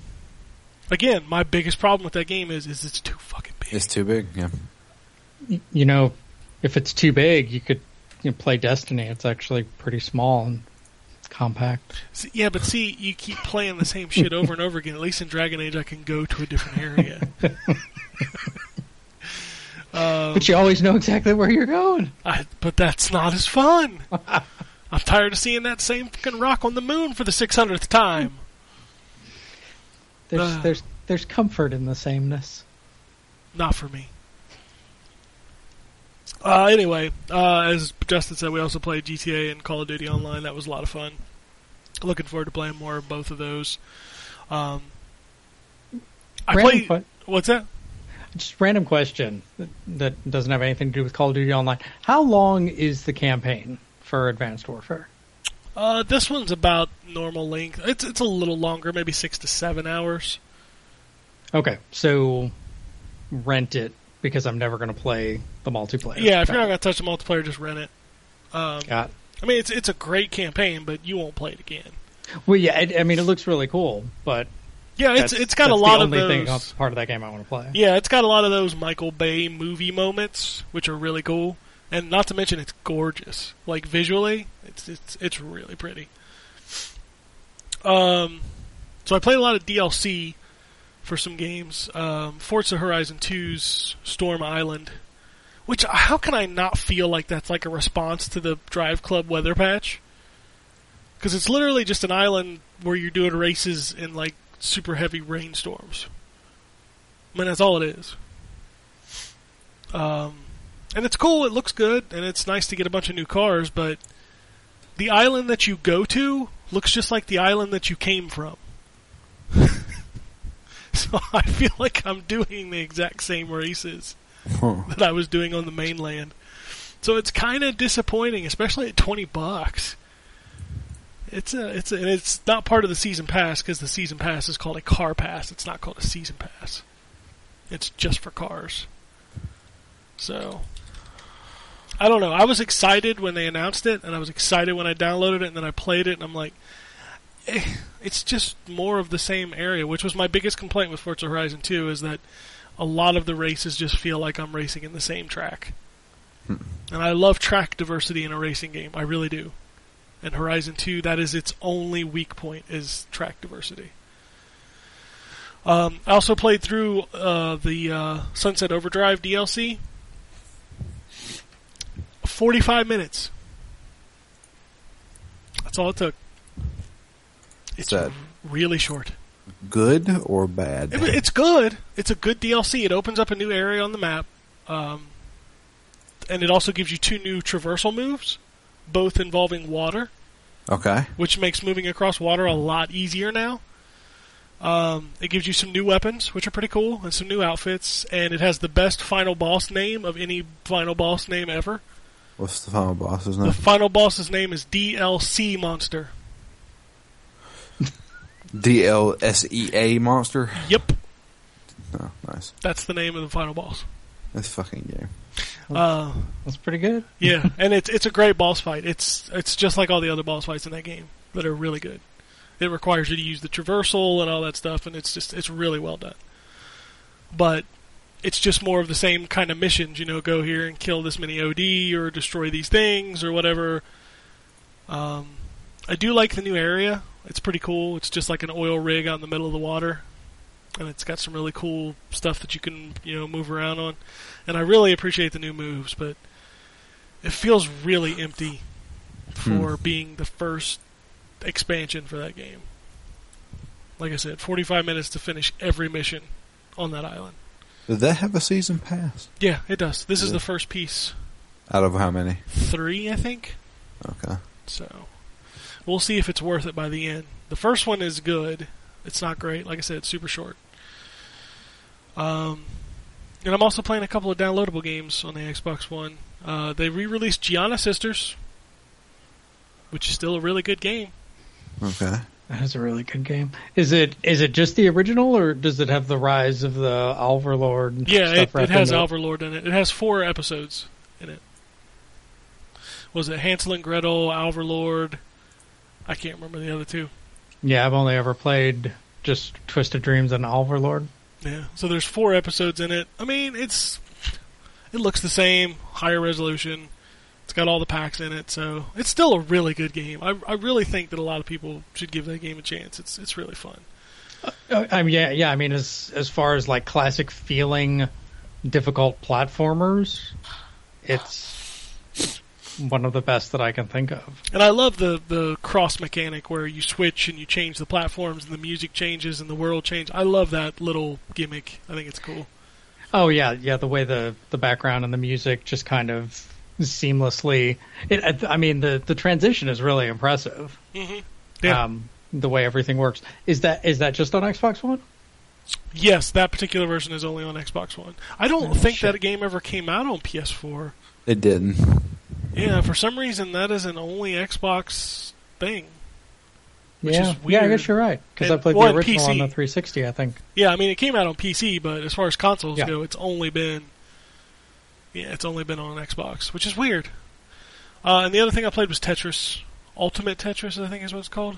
Again, my biggest problem with that game is is it's too fucking big. It's too big. Yeah. You know, if it's too big, you could you know, play Destiny. It's actually pretty small and compact. See, yeah, but see, you keep playing the same shit over and over again. At least in Dragon Age, I can go to a different area. um, But you always know exactly where you're going. I, but that's not as fun. I'm tired of seeing that same fucking rock on the moon for the 600th time. There's Ah. there's there's comfort in the sameness. Not for me. Uh, anyway, uh, as Justin said, we also played GTA and Call of Duty Online. That was a lot of fun. Looking forward to playing more of both of those. Um, I Random played. What's that? Just random question that, that doesn't have anything to do with Call of Duty Online. How long is the campaign for Advanced Warfare? Uh, this one's about normal length. It's it's a little longer, maybe six to seven hours. Okay, so rent it because I'm never going to play the multiplayer. Yeah, if you're not gonna touch the multiplayer, just rent it. Um, Got- I mean, it's it's a great campaign, but you won't play it again. Well, yeah, I, I mean it looks really cool, but Yeah, it's that's, it's got a that's lot the of only those. thing that's part of that game I want to play. Yeah, it's got a lot of those Michael Bay movie moments, which are really cool. And not to mention, it's gorgeous. Like visually, it's it's it's really pretty. Um, so I played a lot of DLC for some games. Um, Forza Horizon 2's Storm Island, which how can I not feel like that's like a response to the Drive Club weather patch? Because it's literally just an island where you're doing races in like super heavy rainstorms. I mean, that's all it is. Um, and it's cool. It looks good, and it's nice to get a bunch of new cars. But the island that you go to looks just like the island that you came from. so I feel like I'm doing the exact same races that I was doing on the mainland. So it's kind of disappointing, especially at twenty bucks. It's a, it's a, and it's not part of the season pass because the season pass is called a car pass. It's not called a season pass. It's just for cars. So I don't know. I was excited when they announced it, and I was excited when I downloaded it, and then I played it, and I'm like, eh, it's just more of the same area, which was my biggest complaint with Forza Horizon 2 is that a lot of the races just feel like I'm racing in the same track. And I love track diversity in a racing game. I really do. And Horizon 2, that is its only weak point is track diversity. Um, I also played through uh, the uh, Sunset Overdrive DLC. 45 minutes. That's all it took. It's Sad. really short. Good or bad? It, it's good. It's a good DLC. It opens up a new area on the map, um, and it also gives you two new traversal moves, both involving water, Okay. which makes moving across water a lot easier now. Um, it gives you some new weapons, which are pretty cool, and some new outfits, and it has the best final boss name of any final boss name ever. What's the final boss's name? The final boss's name is DLC Monster. D L S E A monster. Yep, Oh, nice. that's the name of the final boss. That's fucking game. Uh, That's pretty good. Yeah, and it's it's a great boss fight. It's it's just like all the other boss fights in that game that are really good. It requires you to use the traversal and all that stuff, and it's just it's really well done. But it's just more of the same kind of missions, you know, go here and kill this many OD or destroy these things or whatever. Um, I do like the new area. It's pretty cool. It's just like an oil rig out in the middle of the water, and it's got some really cool stuff that you can you know move around on. And I really appreciate the new moves, but it feels really empty Hmm. for being the first expansion for that game. Like I said, 45 minutes to finish every mission on that island. Did that have a season pass? Yeah, it does. This is Yeah. the first piece. Out of how many? Three, I think. Okay. So we'll see if it's worth it by the end. The first one is good. It's not great. Like I said, it's super short. Um, and I'm also playing a couple of downloadable games on the Xbox One. Uh, they re-released Gianna Sisters, which is still a really good game. Okay. That is a really good game. Is it is it just the original, or does it have the rise of the Alvarlord? and Yeah, stuff it, it wrapped has into Overlord in it. It has four episodes in it. was it Hansel and Gretel, Alverlord? I can't remember the other two. Yeah, I've only ever played just Twisted Dreams and Overlord. Yeah. So there's four episodes in it. I mean, it's it looks the same, higher resolution. It's got all the packs in it, so it's still a really good game. I, I really think that a lot of people should give that game a chance. It's it's really fun. Uh, I mean, yeah, yeah. I mean, as as far as like classic feeling, difficult platformers, it's one of the best that I can think of. And I love the the cross mechanic where you switch and you change the platforms and the music changes and the world changes. I love that little gimmick. I think it's cool. Oh yeah, yeah. The way the the background and the music just kind of seamlessly. It, I mean, the the transition is really impressive. Mm-hmm. Yeah. Um, the way everything works is that is that just on Xbox One? Yes, that particular version is only on Xbox One. I don't Oh, think shit. that game ever came out on PS4. It didn't. Yeah, for some reason that is an only Xbox thing. Which yeah, is yeah. I weird. guess you're right because I And- played well, and the original on PC. the 360. I think. Yeah, I mean it came out on PC, but as far as consoles Yeah. go, it's only been yeah, it's only been on Xbox, which is weird. Uh, and the other thing I played was Tetris, Ultimate Tetris, I think is what it's called.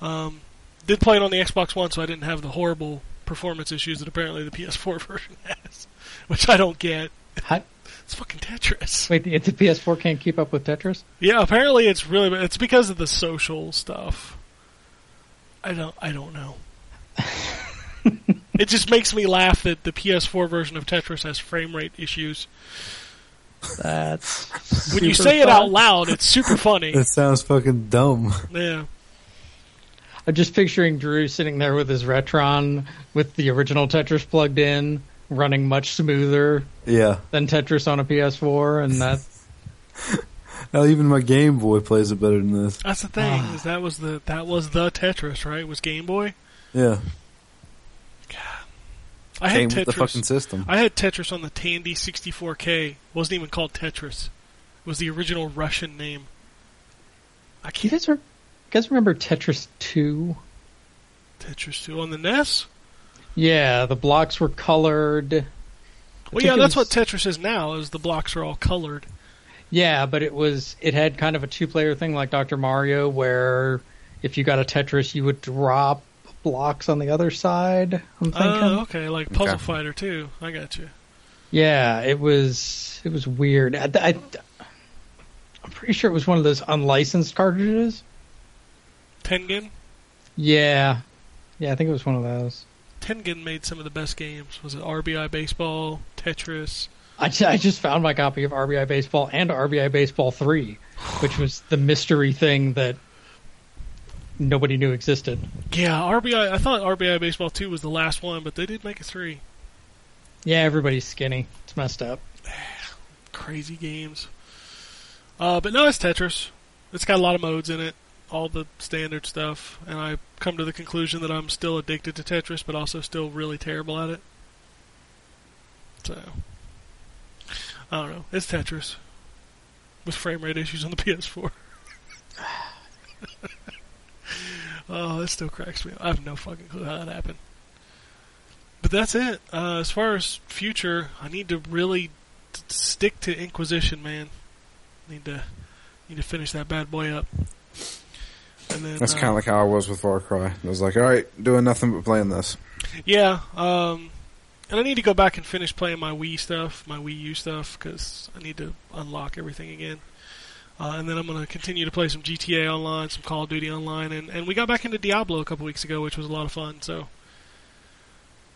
Um, did play it on the Xbox One, so I didn't have the horrible performance issues that apparently the PS4 version has, which I don't get. How, It's fucking Tetris. wait, the, the PS4 can't keep up with Tetris. Yeah, apparently it's really bad. it's because of the social stuff. I don't I don't know. it just makes me laugh that the PS4 version of Tetris has frame rate issues. That's When you super say it out fun. loud, it's super funny. That sounds fucking dumb. yeah. I'm just picturing Drew sitting there with his Retron with the original Tetris plugged in, running much smoother Yeah. than Tetris on a PS4, and that Now even my Game Boy plays it better than this. That's the thing. Ah. Is that was the that was the Tetris, right? Was Game Boy? Yeah. I Came had with the fucking Tetris. system. I had Tetris on the Tandy 64K. Wasn't even called Tetris. It was the original Russian name. I you can't guys are. you guys remember Tetris 2? Tetris 2 on the E NES. Yeah, the blocks were colored. Well, think yeah, it that's was- what Tetris is now. Is the blocks are all colored. Yeah, but it was it had kind of a two-player thing like Dr. Mario where if you got a Tetris, you would drop blocks on the other side. I'm thinking. Oh, okay, like Puzzle Okay. Fighter too. I got you. Yeah, it was it was weird. I, I, I'm pretty sure it was one of those unlicensed cartridges. Tengen. Yeah, yeah, I think it was one of those. Tengen made some of the best games. Was it RBI Baseball, Tetris? I, ju- I just found my copy of RBI Baseball and RBI Baseball Three, which was the mystery thing that nobody knew existed. Yeah, RBI. I thought RBI Baseball two was the last one, but they did make a three. Yeah, everybody's skinny. It's messed up. Crazy games. Uh, but no, it's Tetris. It's got a lot of modes in it, all the standard stuff, and I come to the conclusion that I'm still addicted to Tetris, but also still really terrible at it. So I don't know. It's Tetris with frame rate issues on the PS4. oh, that still cracks me. up. I have no fucking clue how that happened. But that's it. Uh, as far as future, I need to really t- stick to Inquisition, man. Need to need to finish that bad boy up. And then That's uh, kind of like how I was with Far Cry. I was like, all right, doing nothing but playing this. Yeah, um, and I need to go back and finish playing my Wii stuff, my Wii U stuff, because I need to unlock everything again. Uh, and then I'm going to continue to play some GTA Online, some Call of Duty Online, and, and we got back into Diablo a couple weeks ago, which was a lot of fun. So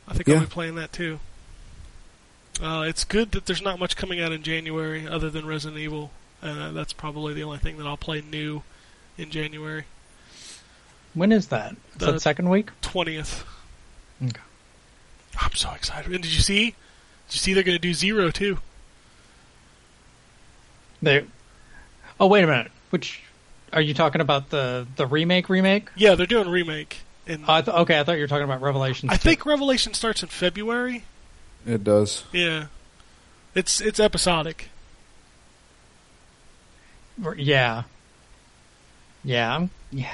I think I'll Yeah. be playing that too. Uh, it's good that there's not much coming out in January other than Resident Evil, and uh, that's probably the only thing that I'll play new in January When is that? Is The- that second week? twentieth. Okay. I'm so excited. And did you see? Did you see they're going to do Zero too? They. Oh wait a minute. Which are you talking about the the remake remake? Yeah, they're doing a remake. And Oh, I th- okay, I thought you were talking about Revelations. I 2. think Revelation starts in February. It does. Yeah, it's it's episodic. Or- Yeah. Yeah. I'm- Yeah.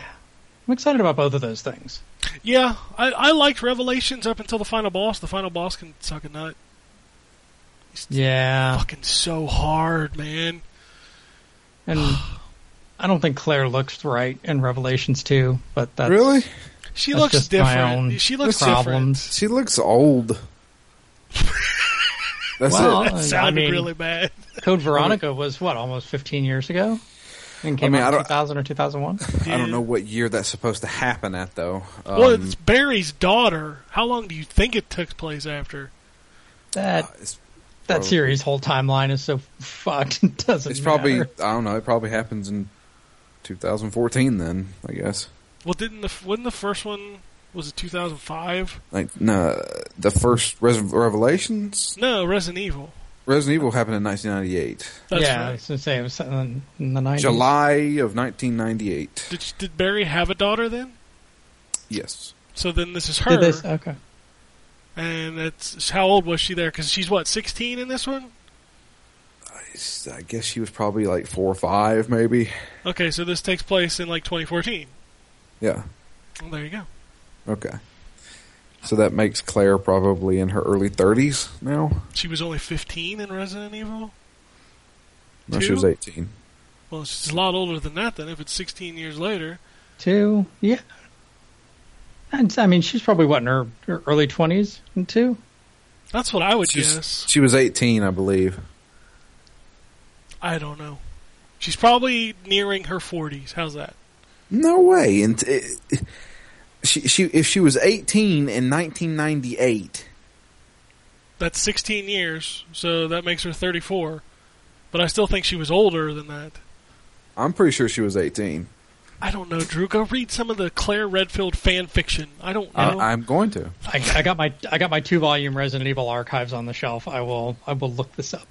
I'm excited about both of those things. Yeah, I, I liked Revelations up until the final boss. The final boss can suck a nut. Yeah. Fucking so hard, man. And I don't think Claire looks right in Revelations 2, but that's really? She That's looks just my different. own She looks problems. She looks old. That's Well, it. different. That I sounded mean, really bad. Code Veronica was what almost 15 years ago, and came mean, out I in don't- 2000 or 2001. I don't know what year that's supposed to happen at though. Um, well, it's Barry's daughter. How long do you think it took place after? That Uh, it's, that series whole timeline is so fucked. It doesn't. it's probably uh, matter. I don't know. It probably happens in 2014 then, I guess. Well, didn't the wasn't the first one was it 2005? Like no, the first Res- Revelations No, Resident Evil. Resident Evil happened in 1998. That's yeah. I right. was gonna say it was in in the 90s. July of 1998. Did did Barry have a daughter then? Yes. So then this is her, Did this? Okay. and that's how old was she there? Because she's what 16 in this one. It's- I guess she was probably like four or five, maybe. Okay, so this takes place in like 2014. Yeah. Well, there you go. Okay. So that makes Claire probably in her early 30s now. She was only 15 in Resident Evil. No, Two? she was 18. Well, she's a lot older than that. Then if it's 16 years later, Two. Yeah. And, I mean, she's probably what in her, her early 20s and two. that's what I would She's- guess. She was 18, I believe. I don't know. She's probably nearing her 40s. How's that? No way. And t- it- she, she, if she was 18 in 1998, That's 16 years, so that makes her 34. But I still think she was older than that. I'm pretty sure she was 18. I don't know, Drew. Go read some of the Claire Redfield fan fiction. I don't know. I, I'm going to. I, I got my I got my two volume Resident Evil archives on the shelf. I will I will look this up.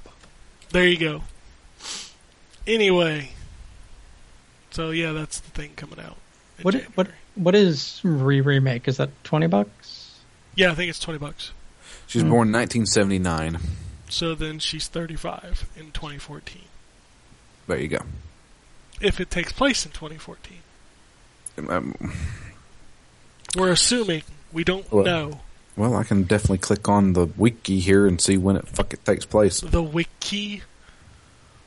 There you go. Anyway, so yeah, that's the thing coming out. in What January. what what is re remake? Is that twenty bucks? Yeah, I think it's 20 bucks. She was born in 1979. So then she's 35 in 2014. There you go. If it takes place in 2014, Um, we're assuming we don't Well- know well, I can definitely click on the wiki here and see when it fuck it takes place. the wiki.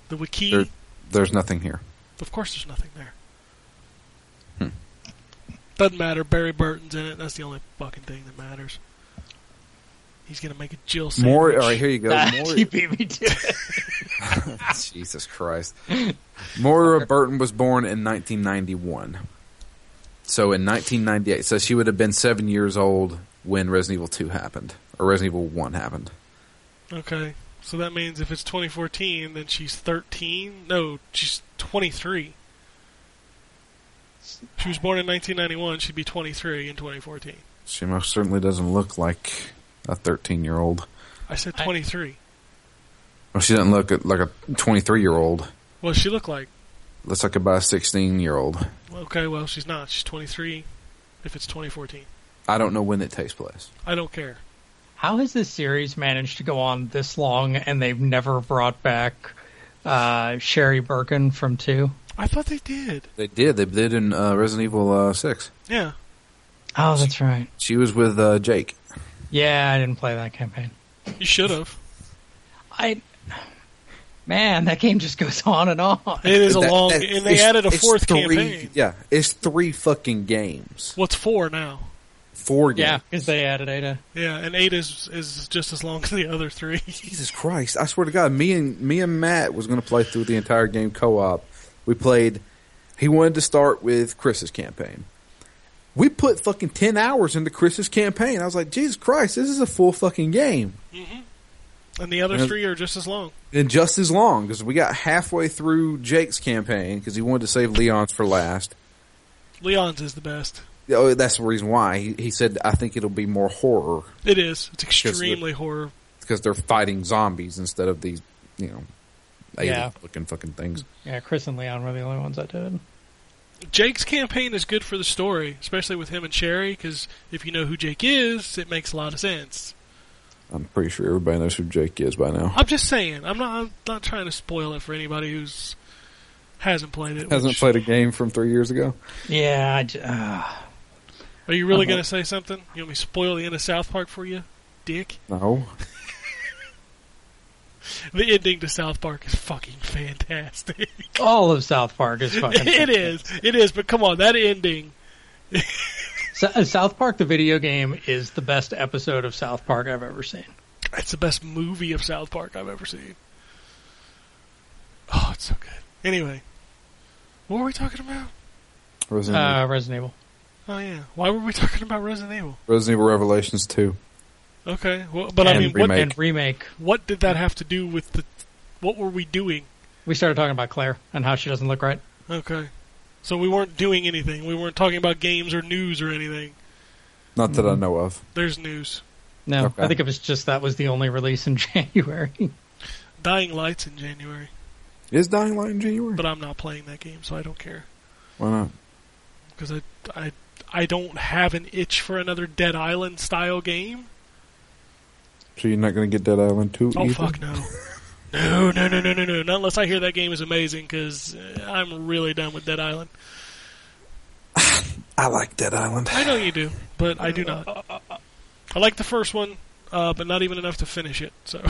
The wiki. There, there's nothing here. Of course, there's nothing there. Hmm. Doesn't matter. Barry Burton's in it. That's the only fucking thing that matters. He's gonna make a Jill sandwich. More. All right, here you go. More, He beat me to it. Jesus Christ. Moira Burton was born in 1991. So in 1998, so she would have been seven years old when Resident Evil 2 happened, or Resident Evil 1 happened. Okay, so that means if it's 2014, then she's 13. No, she's 23. She was born in 1991. She'd be 23 in 2014. She most certainly doesn't look like a 13 year old. I said I- 23. Well, she doesn't look like a 23 year old. What does she look like? Looks like about a 16 year old. Okay, well she's not. She's 23. If it's 2014, I don't know when it takes place. I don't care. How has this series managed to go on this long and they've never brought back uh, Sherry Birkin from two? I thought they did. They did. They did in uh, Resident Evil uh, 6. Yeah. Oh, that's right. She was with uh, Jake. Yeah, I didn't play that campaign. You should have. I man, that game just goes on and on. It is a That- long, that- and they it's- added a it's fourth three- campaign. Yeah, it's three fucking games. What's four now? Four games. Yeah, because they added Ada. Yeah, and eight is is just as long as the other three. Jesus Christ! I swear to God, me and me and Matt was going to play through the entire game co-op. We played. He wanted to start with Chris's campaign. We put fucking ten hours into Chris's campaign. I was like, Jesus Christ, this is a full fucking game, And the other Yeah. three are just as long. and just as long because we got halfway through Jake's campaign because he wanted to save Leon's for last. Leon's is the best. Oh, that's the reason why he, he said I think it'll be more horror It is. It's extremely horror. because they're fighting zombies instead of these, you know, Yeah. looking fucking things. Yeah, Chris and Leon were the only ones that did. Jake's campaign is good for the story, especially with him and Sherry, because if you know who Jake is, it makes a lot of sense. I'm pretty sure everybody knows who Jake is by now. I'm just saying. I'm not. I'm not trying to spoil it for anybody who's hasn't played it. Hasn't which- played a game from three years ago. Yeah, I j- uh, Are you really Uh-huh. going to say something? You want me to spoil the end of South Park for you, Dick? No, The ending to South Park is fucking fantastic. all of South Park is fucking. it is. It is. But come on, that ending. So- uh, South Park the video game is the best episode of South Park I've ever seen. It's the best movie of South Park I've ever seen. Oh, it's so good. Anyway, what were we talking about? Resident, Uh, Resident Evil. Oh yeah, why were we talking about Resident Evil? Resident Evil Revelations two. Okay, well, but I And mean, remake. And remake. what what did that have to do with the? What were we doing? We started talking about Claire and how she doesn't look right. Okay, so we weren't doing anything. We weren't talking about games or news or anything. Not that I know of. There's news. No, Okay. I think it was just that was the only release in January. Dying Lights in January, Is Dying Light in January? but I'm not playing that game, so I don't care Why not? because I I I don't have an itch for another Dead Island style game. So you're not going to get Dead Island two? Oh either? fuck no. No, no, no, no, no, no. Not unless I hear that game is amazing, because I'm really done with Dead Island. I like Dead Island. I know you do, but I do not. I like the first one, uh, but not even enough to finish it. So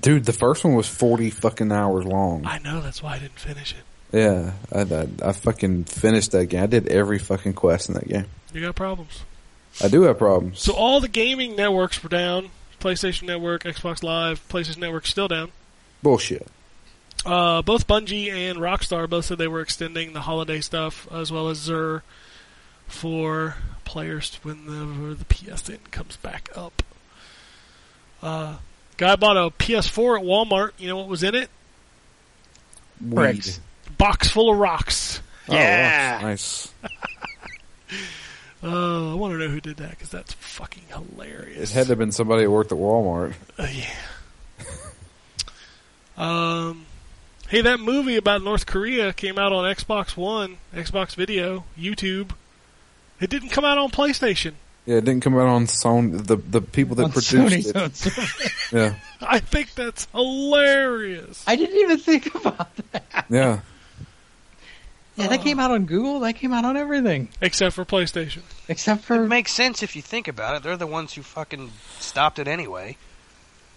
Dude, the first one was forty fucking hours long. I know that's why I didn't finish it. Yeah, I, I, I fucking finished that game. I did every fucking quest in that game. You got problems. I do have problems. So all the gaming networks were down. PlayStation Network, Xbox Live, PlayStation Network still down. Bullshit. Uh, both Bungie and Rockstar both said they were extending the holiday stuff as well as Zur for players whenever the PSN comes back up. Uh, guy bought a PS4 at Walmart. You know what was in it? Weed. Bricks. Box full of rocks. Oh, yeah. Nice. Uh, I want to know who did that because that's fucking It hilarious. had to have been somebody that worked at Walmart. Uh, yeah. um, hey, that movie about North Korea came out on Xbox One, Xbox Video, YouTube. It didn't come out on PlayStation. Yeah, it didn't come out on Sony. The the people that On produced Sony's it. own server. Yeah, I think that's hilarious. I didn't even think about that. yeah. Yeah, that came out on Google. That came out on everything Except for PlayStation. except It for makes sense if you think about it. They're the ones who fucking stopped it anyway.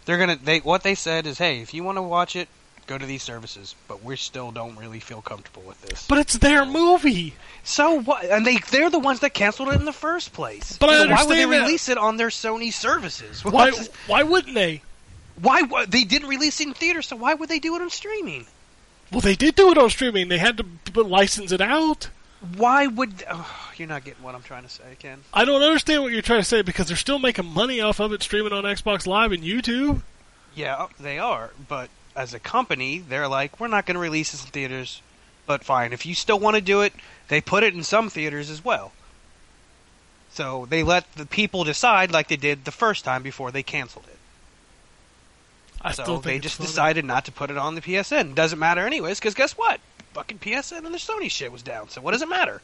They're gonna. They what they said is, hey, if you want to watch it, go to these services. But we still don't really feel comfortable with this. But it's their movie. so what? And they they're the ones that canceled it in the first place. But I So why would they understand that. release it on their Sony services? Why? Why wouldn't they? Why wa- they didn't release it in theater? So why would they do it on streaming? Well, they did do it on streaming. They had to b- license it out. Why would? Oh, you're not getting what I'm trying to say, Ken. I don't understand what you're trying to say because they're still making money off of it streaming on Xbox Live and YouTube. Yeah, uh, they are, but as a company, they're like, we're not going to release this in theaters, but fine. If you still want to do it, they put it in some theaters as well. So they let the people decide like they did the first time before they canceled it. I so still think they it's just funny. decided not to put it on the PSN. Doesn't matter anyways, because guess what? Fucking PSN and the Sony shit was down, so what does it matter?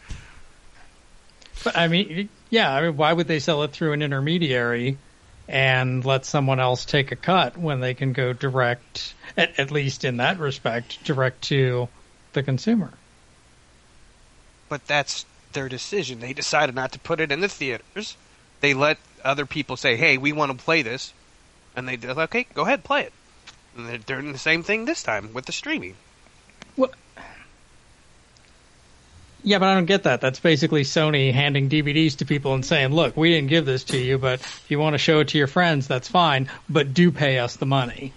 But, I mean, yeah, I mean, why would they sell it through an intermediary and let someone else take a cut when they can go direct, at, at least in that respect, direct to the consumer? But that's their decision. They decided not to put it in the theaters. They let other people say, "Hey, we want to play this," and they did. Okay, go ahead, play it. And they're doing the same thing this time with the streaming. Yeah, but I don't get that. That's basically Sony handing DVDs to people and saying, look, we didn't give this to you, but if you want to show it to your friends, that's fine, but do pay us the money.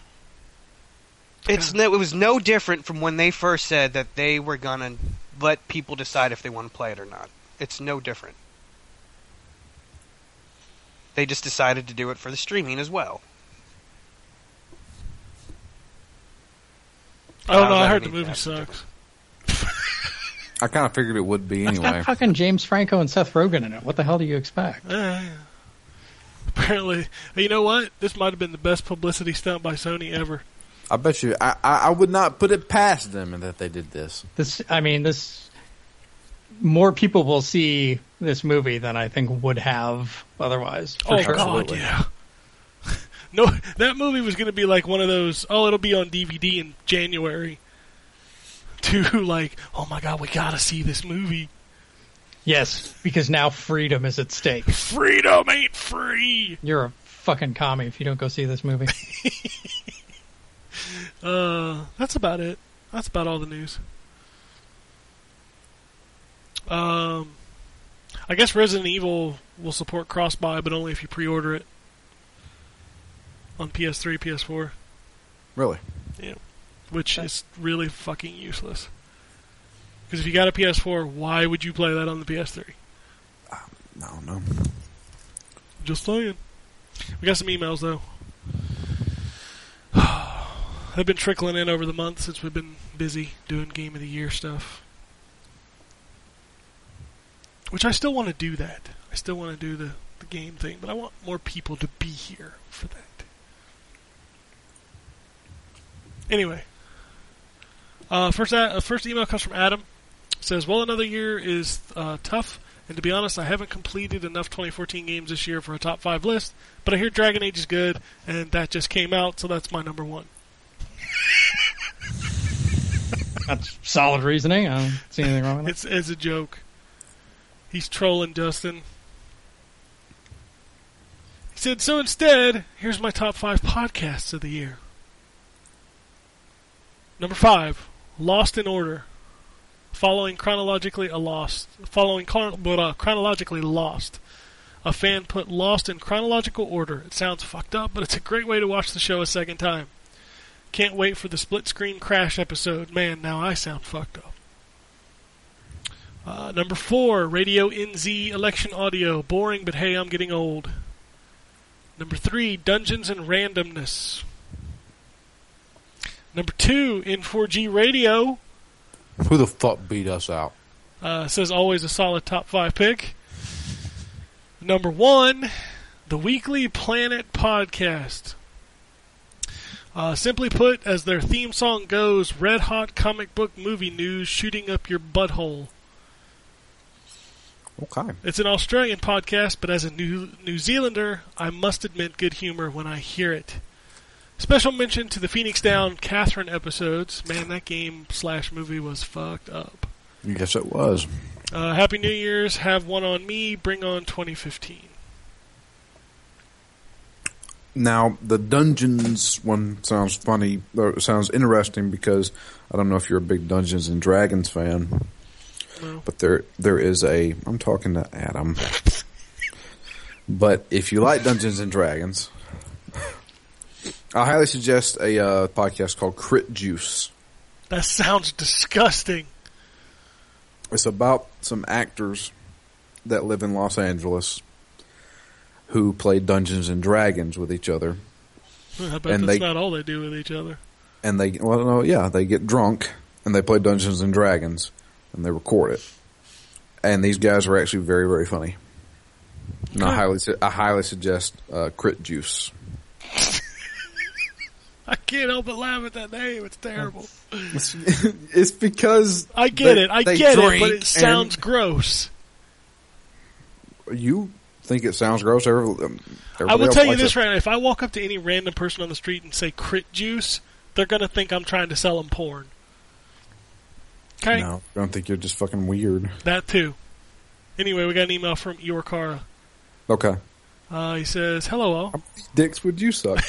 It's no, it was no different from when they first said that they were gonna let people decide if they want to play it or not. It's no different. They just decided to do it for the streaming as well. Oh, I don't How's know. I that heard the any movie different? sucks. I kind of figured it would be It's anyway. got fucking James Franco and Seth Rogen in it. What the hell do you expect? Eh. Apparently, you know what? This might have been the best publicity stunt by Sony ever. I bet you. I, I I would not put it past them that they did this. This, I mean, this. More people will see this movie than I think would have otherwise. oh sure. God, Absolutely. yeah. no, that movie was going to be like one of those. Oh, it'll be on DVD in January. To like, oh my God, we gotta see this movie. Yes, because now freedom is at stake. Freedom ain't free. You're a fucking commie if you don't go see this movie. Uh, that's about it. that's about all the news. Um, I guess Resident Evil will support cross buy, but only if you pre-order it on PS3, PS4, Really? which is really fucking useless. Because if you got a PS4, why would you play that on the PS3? Um, I don't know. Just saying. We got some emails though. They've been trickling in over the month since we've been busy doing game of the year stuff. Which I still want to do that. I still want to do the, the game thing, but I want more people to be here for that. Anyway. Uh, first, uh, first email comes from Adam. Says, well, another year is uh, tough and to be honest, I haven't completed enough 2014 games this year for a top five list, but I hear Dragon Age is good, and that just came out, so that's my number one. That's solid reasoning. I don't see anything wrong with it. It's as a joke. He's trolling Dustin. He said, "So instead, here's my top five podcasts of the year. Number five, Lost in Order, following chronologically a lost, following chron- but, uh, chronologically Lost. A fan put Lost in chronological order. It sounds fucked up, but it's a great way to watch the show a second time. Can't wait for the split screen crash episode. Man, now I sound fucked up." Uh, number four, Radio NZ election audio. Boring, but hey, I'm getting old. Number three, Dungeons and Randomness. Number two, N4G Radio. Who the fuck beat us out? Uh, says always a solid top five pick. Number one, the Weekly Planet podcast. Uh, simply put, as their theme song goes, red hot comic book movie news shooting up your butthole. Okay. It's an Australian podcast, but as a New New Zealander, I must admit good humor when I hear it. Special mention to the Phoenix Down Catherine episodes. Man, that game slash movie was fucked up. Yes, it was. Uh, Happy New Year's. Have one on me. Bring on 2015. Now the dungeons one sounds funny or it sounds interesting because I don't know if you're a big Dungeons and Dragons fan, No. but there there is a I'm talking to Adam. but if you like Dungeons and Dragons, I highly suggest a uh, podcast called Crit Juice. That sounds disgusting. It's about some actors that live in Los Angeles who play Dungeons and Dragons with each other. I bet And that's they- not all they do with each other. and they well no yeah they get drunk and they play Dungeons and Dragons and they record it. And these guys are actually very very funny. And I Okay. highly su- I highly suggest uh, Crit Juice. I can't help but laugh at that name. It's terrible. It's because I get they- it. I they get it, but drink it sounds gross. you think it sounds gross. Every, um, I will everybody tell else you likes this it. right now: if I walk up to any random person on the street and say "crit juice," they're gonna think I'm trying to sell them porn. Okay, No, I don't think you're just fucking weird. that too. Anyway, we got an email from Yorkara. Okay, Uh, he says, "Hello all. dicks would you suck?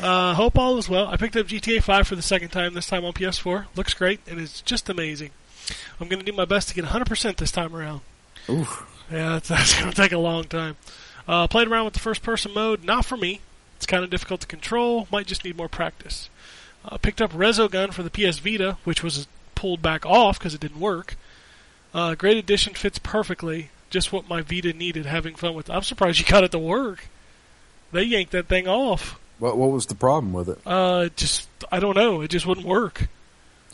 Uh, hope all is well. I picked up GTA 5 for the second time this time on PS4. Looks great and it's just amazing. I'm gonna do my best to get 100% this time around. Oof. Yeah, that's, that's going to take a long time. Uh, played around with the first person mode, not for me. It's kind of difficult to control, might just need more practice. Uh, picked up Rezogun for the PS Vita, which was pulled back off because it didn't work. Uh, great addition, fits perfectly. Just what my Vita needed, having fun with. I'm surprised you got it to work. They yanked that thing off. What what was the problem with it? Uh, it just, I don't know, it just wouldn't work.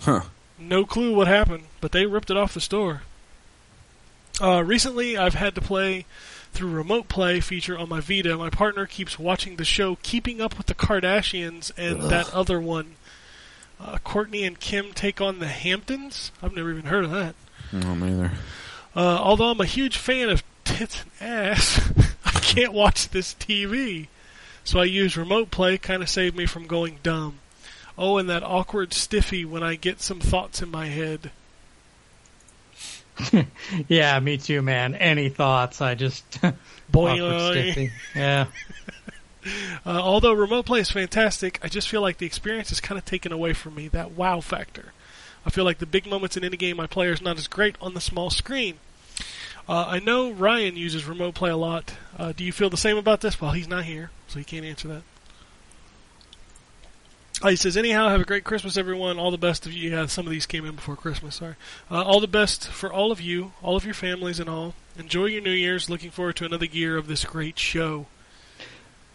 Huh? No clue what happened, but they ripped it off the store. Uh, recently, I've had to play through remote play feature on my Vita. My partner keeps watching the show Keeping Up with the Kardashians and that other one. Uh, Courtney and Kim take on the Hamptons? I've never even heard of that. No, me either. Uh, although I'm a huge fan of tits and ass, I can't watch this TV. So I use remote play, kind of saved me from going dumb. Oh, and that awkward stiffy when I get some thoughts in my head. Yeah, me too, man. Any thoughts? I just Boy, awkward stiffy. Yeah. Uh, although remote play is fantastic, I just feel like the experience is kind of taken away from me that wow factor. I feel like the big moments in any game I play is not as great on the small screen. Uh, I know Ryan uses remote play a lot. Uh, do you feel the same about this? Well, he's not here, so he can't answer that. Uh, he says, anyhow, have a great Christmas, everyone. All the best of you. Yeah, some of these came in before Christmas, sorry. Uh, all the best for all of you, all of your families, and all. Enjoy your New Year's. Looking forward to another year of this great show.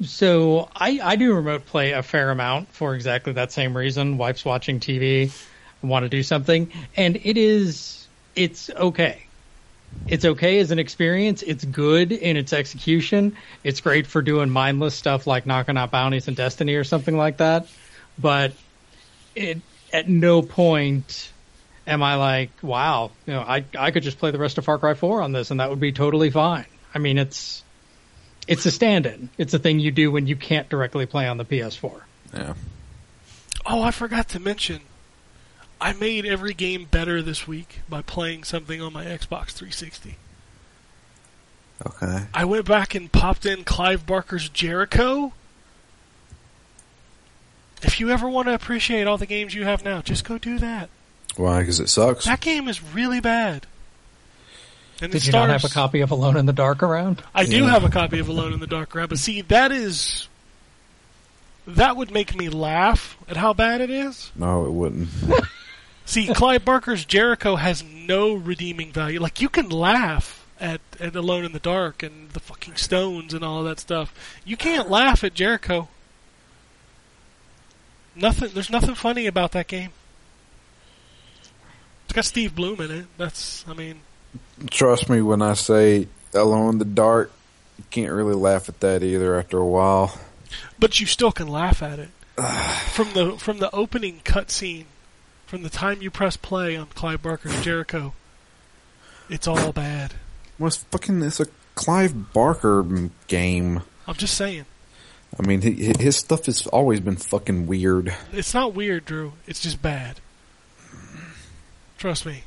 So I, I do remote play a fair amount for exactly that same reason. Wife's watching TV, want to do something, and it is it's okay. It's okay as an experience. It's good in its execution. It's great for doing mindless stuff like knocking out bounties in Destiny or something like that. But it at no point am I like, wow, you know, I I could just play the rest of Far Cry 4 on this and that would be totally fine. I mean, it's it's a stand-in. It's a thing you do when you can't directly play on the PS4. Yeah. Oh, I forgot to mention. I made every game better this week by playing something on my Xbox 360. Okay. I went back and popped in Clive Barker's Jericho. If you ever want to appreciate all the games you have now, just go do that. Why? Because it sucks. That game is really bad. And Did it you stars, not have a copy of Alone in the Dark around? I do Yeah. have a copy of Alone in the Dark Rabbit. See, that is that would make me laugh at how bad it is. No, it wouldn't. See, Clive Barker's Jericho has no redeeming value. Like you can laugh at, at Alone in the Dark and the fucking Stones and all of that stuff. You can't laugh at Jericho. Nothing. There's nothing funny about that game. It's got Steve Bloom in it. That's. I mean, Trust me when I say alone in the dark. You can't really laugh at that either. After a while, but you still can laugh at it from the from the opening cutscene, from the time you press play on Clive Barker's Jericho. It's all bad. what's fucking? It's a Clive Barker game. I'm just saying. I mean, hi- his stuff has always been fucking weird. It's not weird, Drew. It's just bad. Trust me.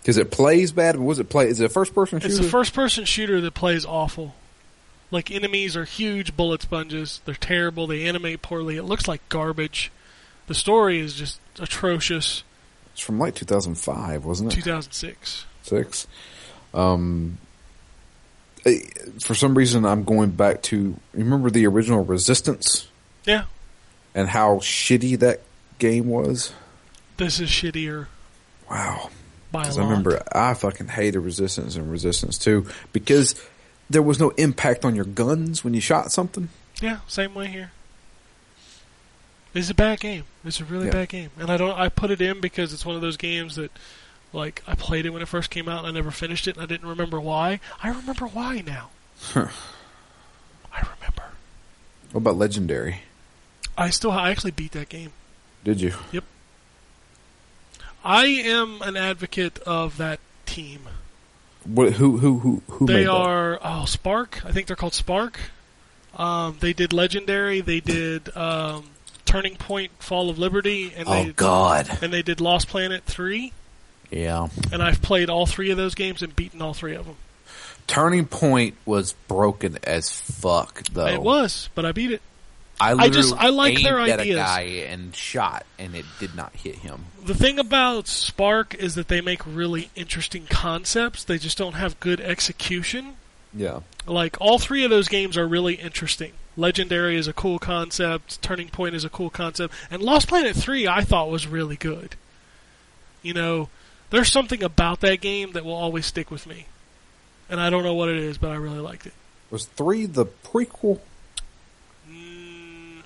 Because it plays bad. What was it play? Is it a first person shooter? It's a first person shooter that plays awful. Like, enemies are huge bullet sponges. They're terrible. They animate poorly. It looks like garbage. The story is just atrocious. it's from like 2005, wasn't it? 2006. six. Um, eh, for some reason, I'm going back to remember the original Resistance Yeah, and how shitty that game was. this is shittier Wow, by a because lot. I remember I fucking hated Resistance and Resistance Two because there was no impact on your guns when you shot something. Yeah, same way here. It's a bad game. It's a really Yeah. bad game, and I don't. I put it in because it's one of those games that, like, I played it when it first came out, and I never finished it, and I didn't remember why. I remember why now. I remember. What about Legendary? I still. I actually beat that game. Did you? I am an advocate of that team. What, who who who who made They that? are oh Spark. I think they're called Spark. Um, they did Legendary. They did um, Turning Point, Fall of Liberty, and Oh they God! and they did Lost Planet Three. Yeah, and I've played all three of those games and beaten all three of them. Turning Point was broken as fuck though. It was, but I beat it. literally just- I like their aimed ideas. At a guy and shot, and it did not hit him. The thing about Spark is that they make really interesting concepts. They just don't have good execution. Yeah, Like all three of those games are really interesting. Legendary is a cool concept. Turning Point is a cool concept, and Lost Planet Three I thought was really good. You know, there's something about that game that will always stick with me, and I don't know what it is, but I really liked it. was three the prequel? Mm,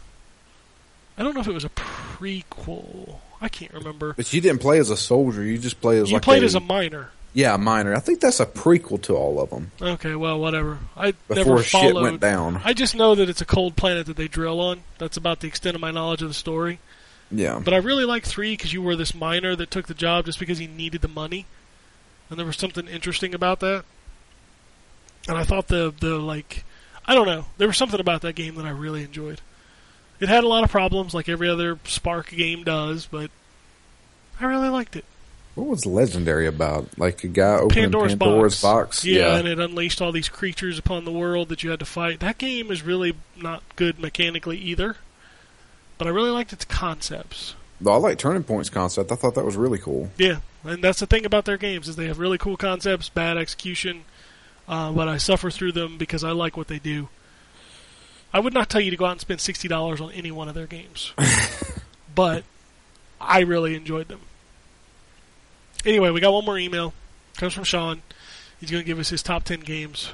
I don't know if it was a prequel. I can't remember. But you didn't play as a soldier. You just played as You like played a, as a minor. yeah a minor. I think that's a prequel to all of them. Okay, well, whatever. I Before never shit followed. went down. I just know that it's a cold planet that they drill on. That's about the extent of my knowledge of the story. Yeah, But I really like three because you were this miner that took the job just because he needed the money, and there was something interesting about that. And I thought the the like, I don't know, there was something about that game that I really enjoyed. It had a lot of problems, like every other Spark game does, but I really liked it. What was legendary about? Like a guy opening Pandora's, Pandora's, box. Yeah, and it unleashed all these creatures upon the world that you had to fight. That game is really not good mechanically either, but I really liked its concepts. Though I like Turning Point's concept. I thought that was really cool. Yeah, and that's the thing about their games is they have really cool concepts, bad execution, uh, but I suffer through them because I like what they do. I would not tell you to go out and spend sixty dollars on any one of their games, but I really enjoyed them. Anyway, we got one more email. Comes from Sean. He's going to give us his top ten games.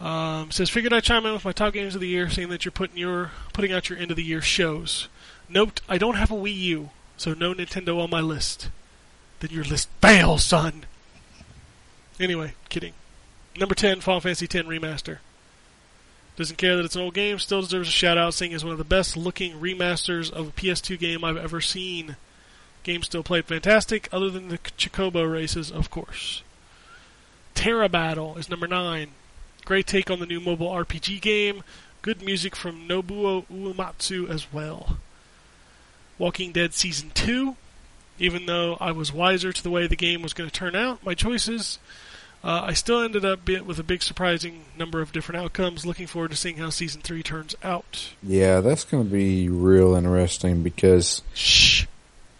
Um, says, figured I'd chime in with my top games of the year, seeing that you're putting your putting out your end of the year shows. Note, I don't have a Wii U, so no Nintendo on my list then your list fails, son. Anyway, kidding. Number 10, Final Fantasy X Remaster. Doesn't care that it's an old game, still deserves a shout out, seeing as one of the best looking remasters of a PS2 game I've ever seen. Game still played fantastic, other than the Chocobo races, of course. Terra Battle is number 9. Great take on the new mobile RPG game. Good music from Nobuo Uematsu as well. Walking Dead Season 2 even though I was wiser to the way the game was going to turn out, my choices, uh, I still ended up bit with a big surprising number of different outcomes. Looking forward to seeing how season three turns out. Yeah, that's going to be real interesting because Shh.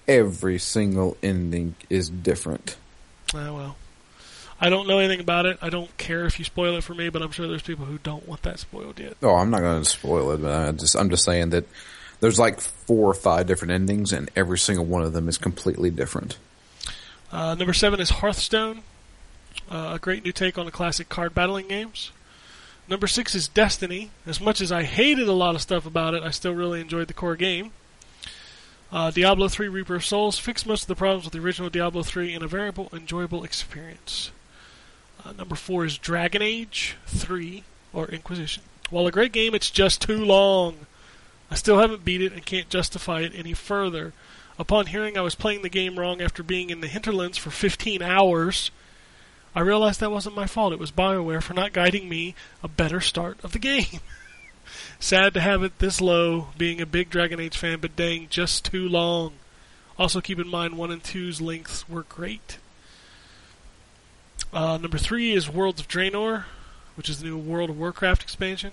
every single ending is different. Ah, well. I don't know anything about it. I don't care if you spoil it for me, but I'm sure there's people who don't want that spoiled yet. Oh, I'm not going to spoil it, but I just I'm just saying that there's like four or five different endings, and every single one of them is completely different. Uh, number seven is Hearthstone, uh, a great new take on the classic card battling games. Number six is Destiny. As much as I hated a lot of stuff about it, I still really enjoyed the core game. Uh, Diablo 3 Reaper of Souls fixed most of the problems with the original Diablo 3 in a variable, enjoyable experience. Uh, number four is Dragon Age 3 or Inquisition. While a great game, it's just too long. I still haven't beat it and can't justify it any further. Upon hearing I was playing the game wrong after being in the hinterlands for 15 hours, I realized that wasn't my fault. It was BioWare for not guiding me a better start of the game. Sad to have it this low, being a big Dragon Age fan, but dang, just too long. Also, keep in mind 1 and 2's lengths were great. Uh, number 3 is Worlds of Draenor, which is the new World of Warcraft expansion.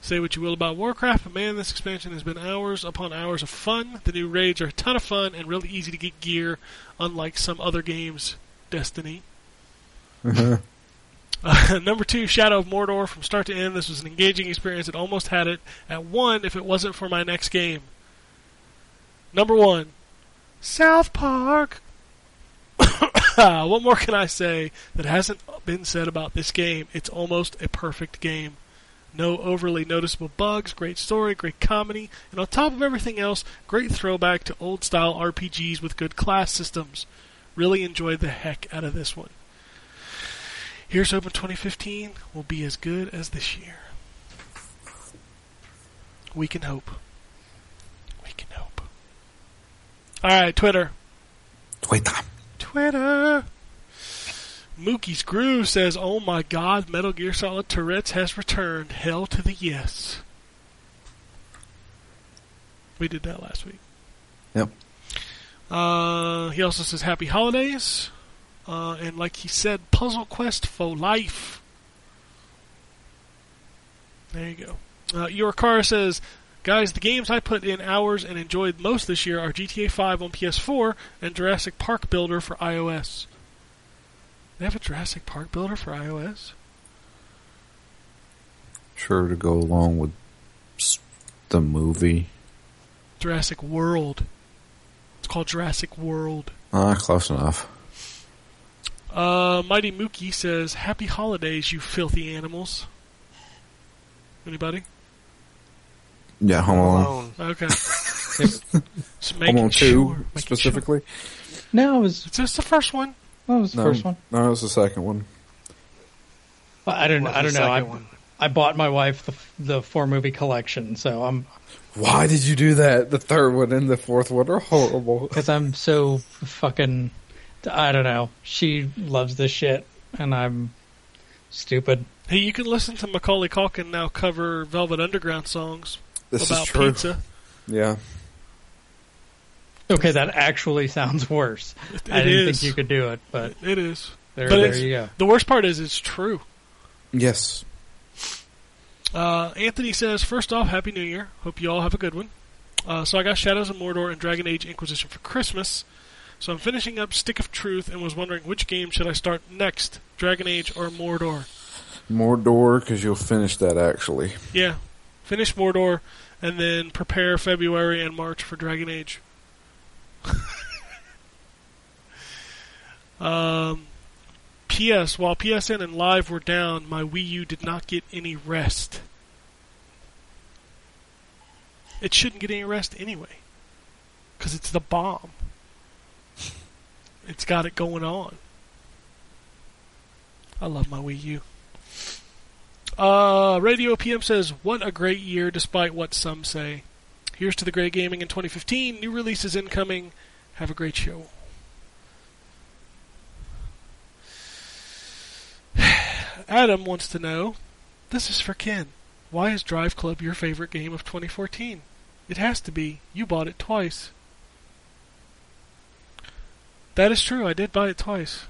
Say what you will about Warcraft, but man, this expansion has been hours upon hours of fun. The new raids are a ton of fun and really easy to get gear, unlike some other games, Destiny. Uh, number two, Shadow of Mordor. From start to end, this was an engaging experience. It almost had it at one if it wasn't for my next game. Number one, South Park. what more can I say that hasn't been said about this game? It's almost a perfect game. No overly noticeable bugs, great story, great comedy, and on top of everything else, great throwback to old style RPGs with good class systems. Really enjoyed the heck out of this one. Here's hoping 2015 will be as good as this year. We can hope. We can hope. All right, Twitter. Twitter. Twitter. Mookie's Groove says, "Oh my God, Metal Gear Solid Tourette's has returned. Hell to the yes." We did that last week. Yep. Uh, he also says, "Happy holidays," uh, and like he said, "Puzzle Quest for life." There you go. Uh, Your car says, "Guys, the games I put in hours and enjoyed most this year are GTA 5 on PS4 and Jurassic Park Builder for iOS." They have a Jurassic Park builder for iOS. Sure to go along with s- the movie. Jurassic World. It's called Jurassic World. Ah, close enough. Uh, Mighty Mookie says, "Happy holidays, you filthy animals." Anybody? Yeah, Home Alone. Alone. Okay. Just Home making Alone 2, sure, making sure. specifically. No, it was It's just the first one. that was the No, first one. No, it's the second one. Well, I don't. What's I the don't know. I, second one? I bought my wife the the four movie collection, so I'm Why did you do that? The third one and the fourth one are horrible. because I'm so fucking. I don't know. She loves this shit, and I'm stupid. Hey, you can listen to Macaulay Culkin now cover Velvet Underground songs This about is true. pizza. Yeah. Okay, that actually sounds worse. I It didn't is. think you could do it, but It is. there, But there it's- you go. The worst part is it's true. Yes. Uh, Anthony says, first off, Happy New Year. Hope you all have a good one. Uh, so I got Shadows of Mordor and Dragon Age Inquisition for Christmas. So I'm finishing up Stick of Truth and was wondering which game should I start next, Dragon Age or Mordor? More door because you'll finish that actually. Yeah, finish Mordor and then prepare February and March for Dragon Age. um, P.S. While PSN and Live were down, my Wii U did not get any rest. It shouldn't get any rest anyway, because it's the bomb. It's got it going on. I love my Wii U. Uh, Radio PM says, "What a great year, despite what some say." Here's to the great gaming in 2015. New releases incoming. Have a great show. Adam wants to know. This is for Ken. Why is Drive Club your favorite game of 2014? It has to be. You bought it twice. That is true. I did buy it twice.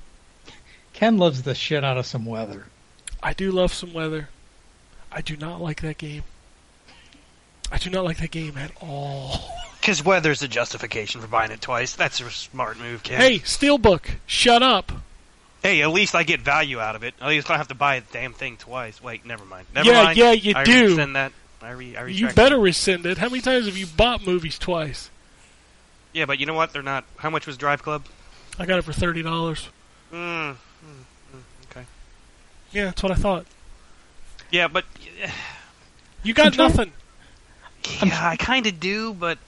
Ken loves the shit out of some weather. I do love some weather. I do not like that game. I do not like that game at all. Because weather's a justification for buying it twice. That's a smart move, Ken. Hey, Steelbook, shut up. Hey, at least I get value out of it. At least I don't have to buy the damn thing twice. Wait, never mind. Never Yeah, mind. yeah, you I do. rescind that. I re- I You retract better that. rescind it. How many times have you bought movies twice? Yeah, but you know what? They're not. How much was Drive Club? I got it for thirty dollars. Mm. Yeah, that's what I thought. Yeah, but You got nothing. yeah, I kind of do, but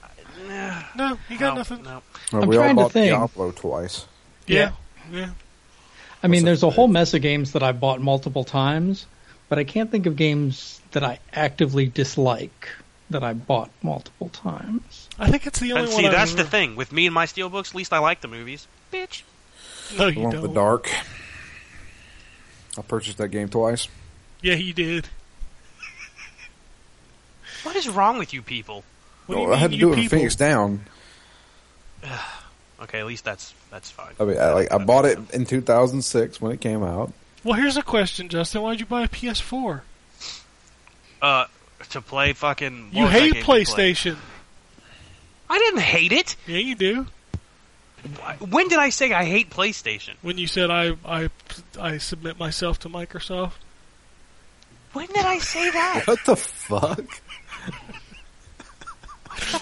nah, No, you got no, nothing. Oh, No. Well, I'm we all trying to bought think. Diablo twice. Yeah. yeah. I mean, there's a whole mess of games that I bought multiple times, but I can't think of games that I actively dislike that I bought multiple times. I think it's the only And one. see, I that's the remember. thing with me and my steelbooks. At least I like the movies. Bitch. No, I you want the don't. dark. I purchased that game twice. yeah, you did. What is wrong with you people? What do you I had to mean, do you it for people? Phoenix Down. Okay, at least that's that's fine. I mean, I, like I bought it in 2006 when it came out. Well, here's a question, Justin. Why'd you buy a PS4? uh to play fucking. what you was that hate game we played? PlayStation. I didn't hate it. Yeah, you do. When did I say I hate PlayStation? When you said I, I, I submit myself to Microsoft. When did I say that? What the fuck?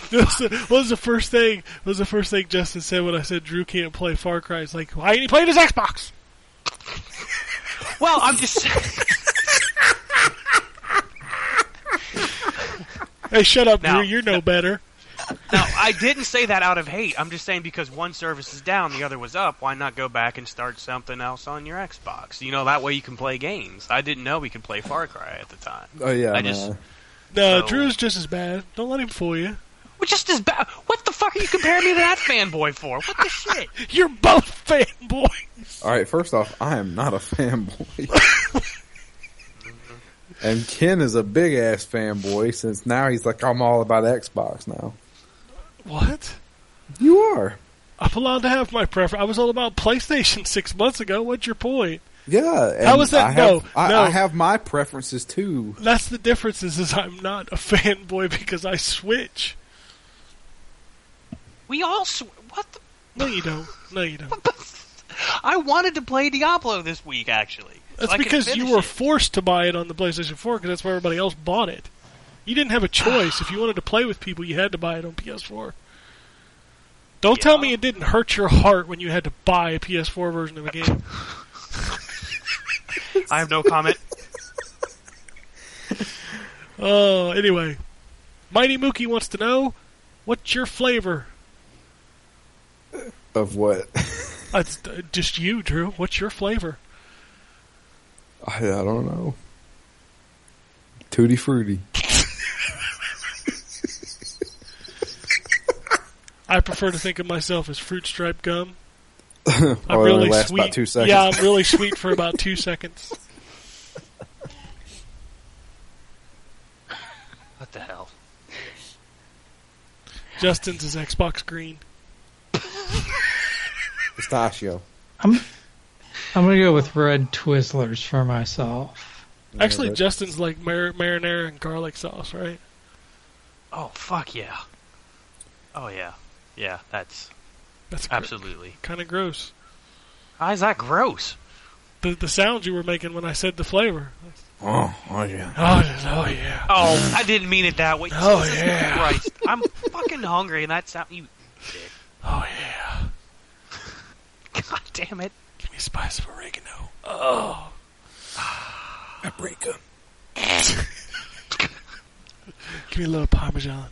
This was the first thing. Was the first thing Justin said when I said Drew can't play Far Cry? It's like why ain't he playing his Xbox? well, I'm just. Hey, shut up, No. Drew. You're no better. Now, I didn't say that out of hate. I'm just saying because one service is down, the other was up. Why not go back and start something else on your Xbox? You know, that way you can play games. I didn't know we could play Far Cry at the time. Oh yeah, I no. just- No, So- Drew's just as bad. Don't let him fool you. Which just as bad. What the fuck are you comparing me to that fanboy for? What the shit? You're both fanboys. All right, first off, I am not a fanboy. and Ken is a big ass fanboy since now he's like, I'm all about Xbox now. What? You are. I'm allowed to have my preference. I was all about PlayStation six months ago. What's your point? Yeah. And How is that? I No, have, I, no. I have my preferences too. That's the difference. Is, is I'm not a fanboy because I switch. We all. Sw- what the. No, you don't. No, you don't. I wanted to play Diablo this week, actually. So That's I could because you finish were it. forced to buy it on the PlayStation 4 because that's where everybody else bought it. You didn't have a choice. if you wanted to play with people, you had to buy it on PS4. Don't tell me Yeah. it didn't hurt your heart when you had to buy a PS4 version of a game. I have no comment. Oh, anyway. Mighty Mookie wants to know what's your flavor? Of what? Uh, It's uh, just you, Drew. What's your flavor? I, I don't know. Tutti Frutti. I prefer to think of myself as fruit stripe gum. I'm Oh, it only really lasts sweet. about two seconds. Yeah, I'm really sweet for about two seconds. What the hell? Justin's is Xbox Green. Pistachio. I'm gonna go with red Twizzlers for myself. Actually, Yeah, but- Justin's like mar- marinara and garlic sauce, right? Oh fuck yeah. Oh yeah. Yeah, that's That's absolutely. kind of gross. How is that gross? The the sound you were making when I said the flavor. Oh, oh yeah. Oh, yeah, oh yeah. Oh, I didn't mean it that way. Oh, Jesus yeah. Christ. I'm fucking hungry and that's not you dick. Oh yeah. God damn it. Give me a spice of oregano. Oh. Paprika. Give me a little parmesan.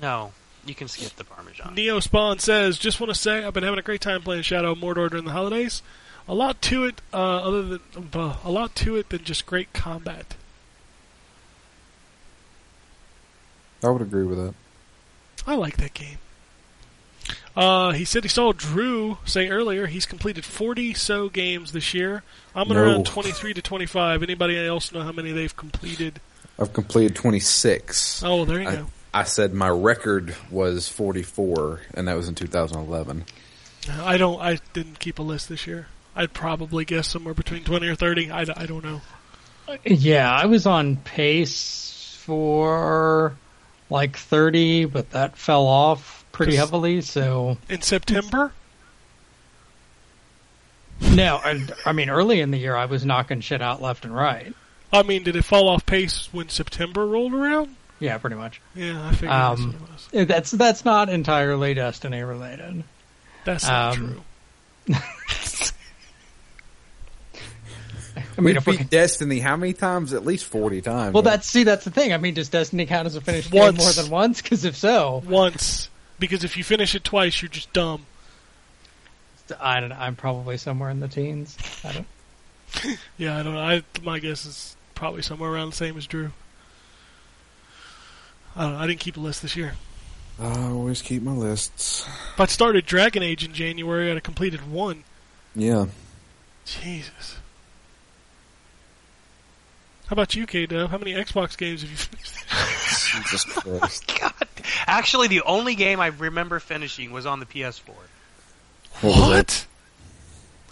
No. You can skip the parmesan. Neo Spawn says, "Just want to say I've been having a great time playing Shadow of Mordor during the holidays. A lot to it, uh, other than uh, a lot to it than just great combat. I would agree with that. I like that game." Uh, he said he saw Drew say earlier he's completed 40 so games this year. I'm at No. around 23 to 25. Anybody else know how many they've completed? I've completed 26. Oh, there you I, go. I said my record was 44, and that was in 2011. I don't. I didn't keep a list this year. I'd probably guess somewhere between 20 or 30. I, I don't know. Yeah, I was on pace for like 30, but that fell off pretty 'Cause- heavily. So In September, no, I, I mean early in the year I was knocking shit out left and right. I mean, did it fall off pace when September rolled around? Yeah, pretty much. Yeah, I figured that's Um, what it was. That's that's not entirely Destiny related. That's not um, true. I mean, we if beat we can- Destiny how many times? At least 40 times. Well, that's see, that's the thing. I mean, does Destiny count as a finished Once. game more than once? Because if so, Once, because if you finish it twice, you're just dumb. I don't. know, I'm probably somewhere in the teens. I don't. Yeah, I don't. know. I my guess is probably somewhere around the same as Drew. I don't. know. I didn't keep a list this year. I always keep my lists. If I started Dragon Age in January, I'd have completed one. Yeah. Jesus. How about you, K Dub? How many Xbox games have you finished? Jesus Christ. God. Actually, the only game I remember finishing was on the PS4. What? Was it?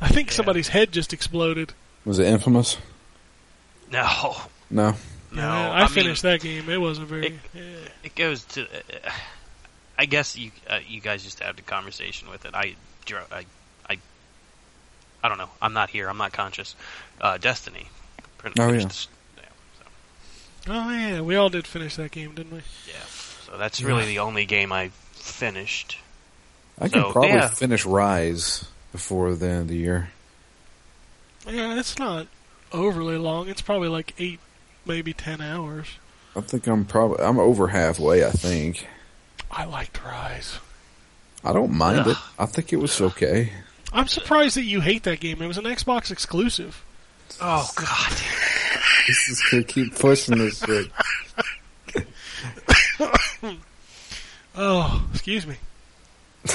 I think Yeah. somebody's head just exploded. Was it infamous? No. No. No. Yeah, I, mean, finished that game. It wasn't very. yeah. It goes to. Uh, I guess you uh, you guys just had the conversation with it. I, dro- I, I, I don't know. I'm not here. I'm not conscious. Uh, Destiny. Pretty Oh, much yeah. this- yeah. Oh yeah, we all did finish that game, didn't we? So that's really the only game I finished. I can So, probably yeah. finish Rise before the end of the year. Yeah, it's not overly long. It's probably like eight, maybe ten hours. I think I'm probably I'm over halfway. I think I liked Rise. I don't mind it. I think it was okay. I'm surprised that you hate that game. It was an Xbox exclusive. Oh God. This is gonna keep pushing this shit. Oh, excuse me.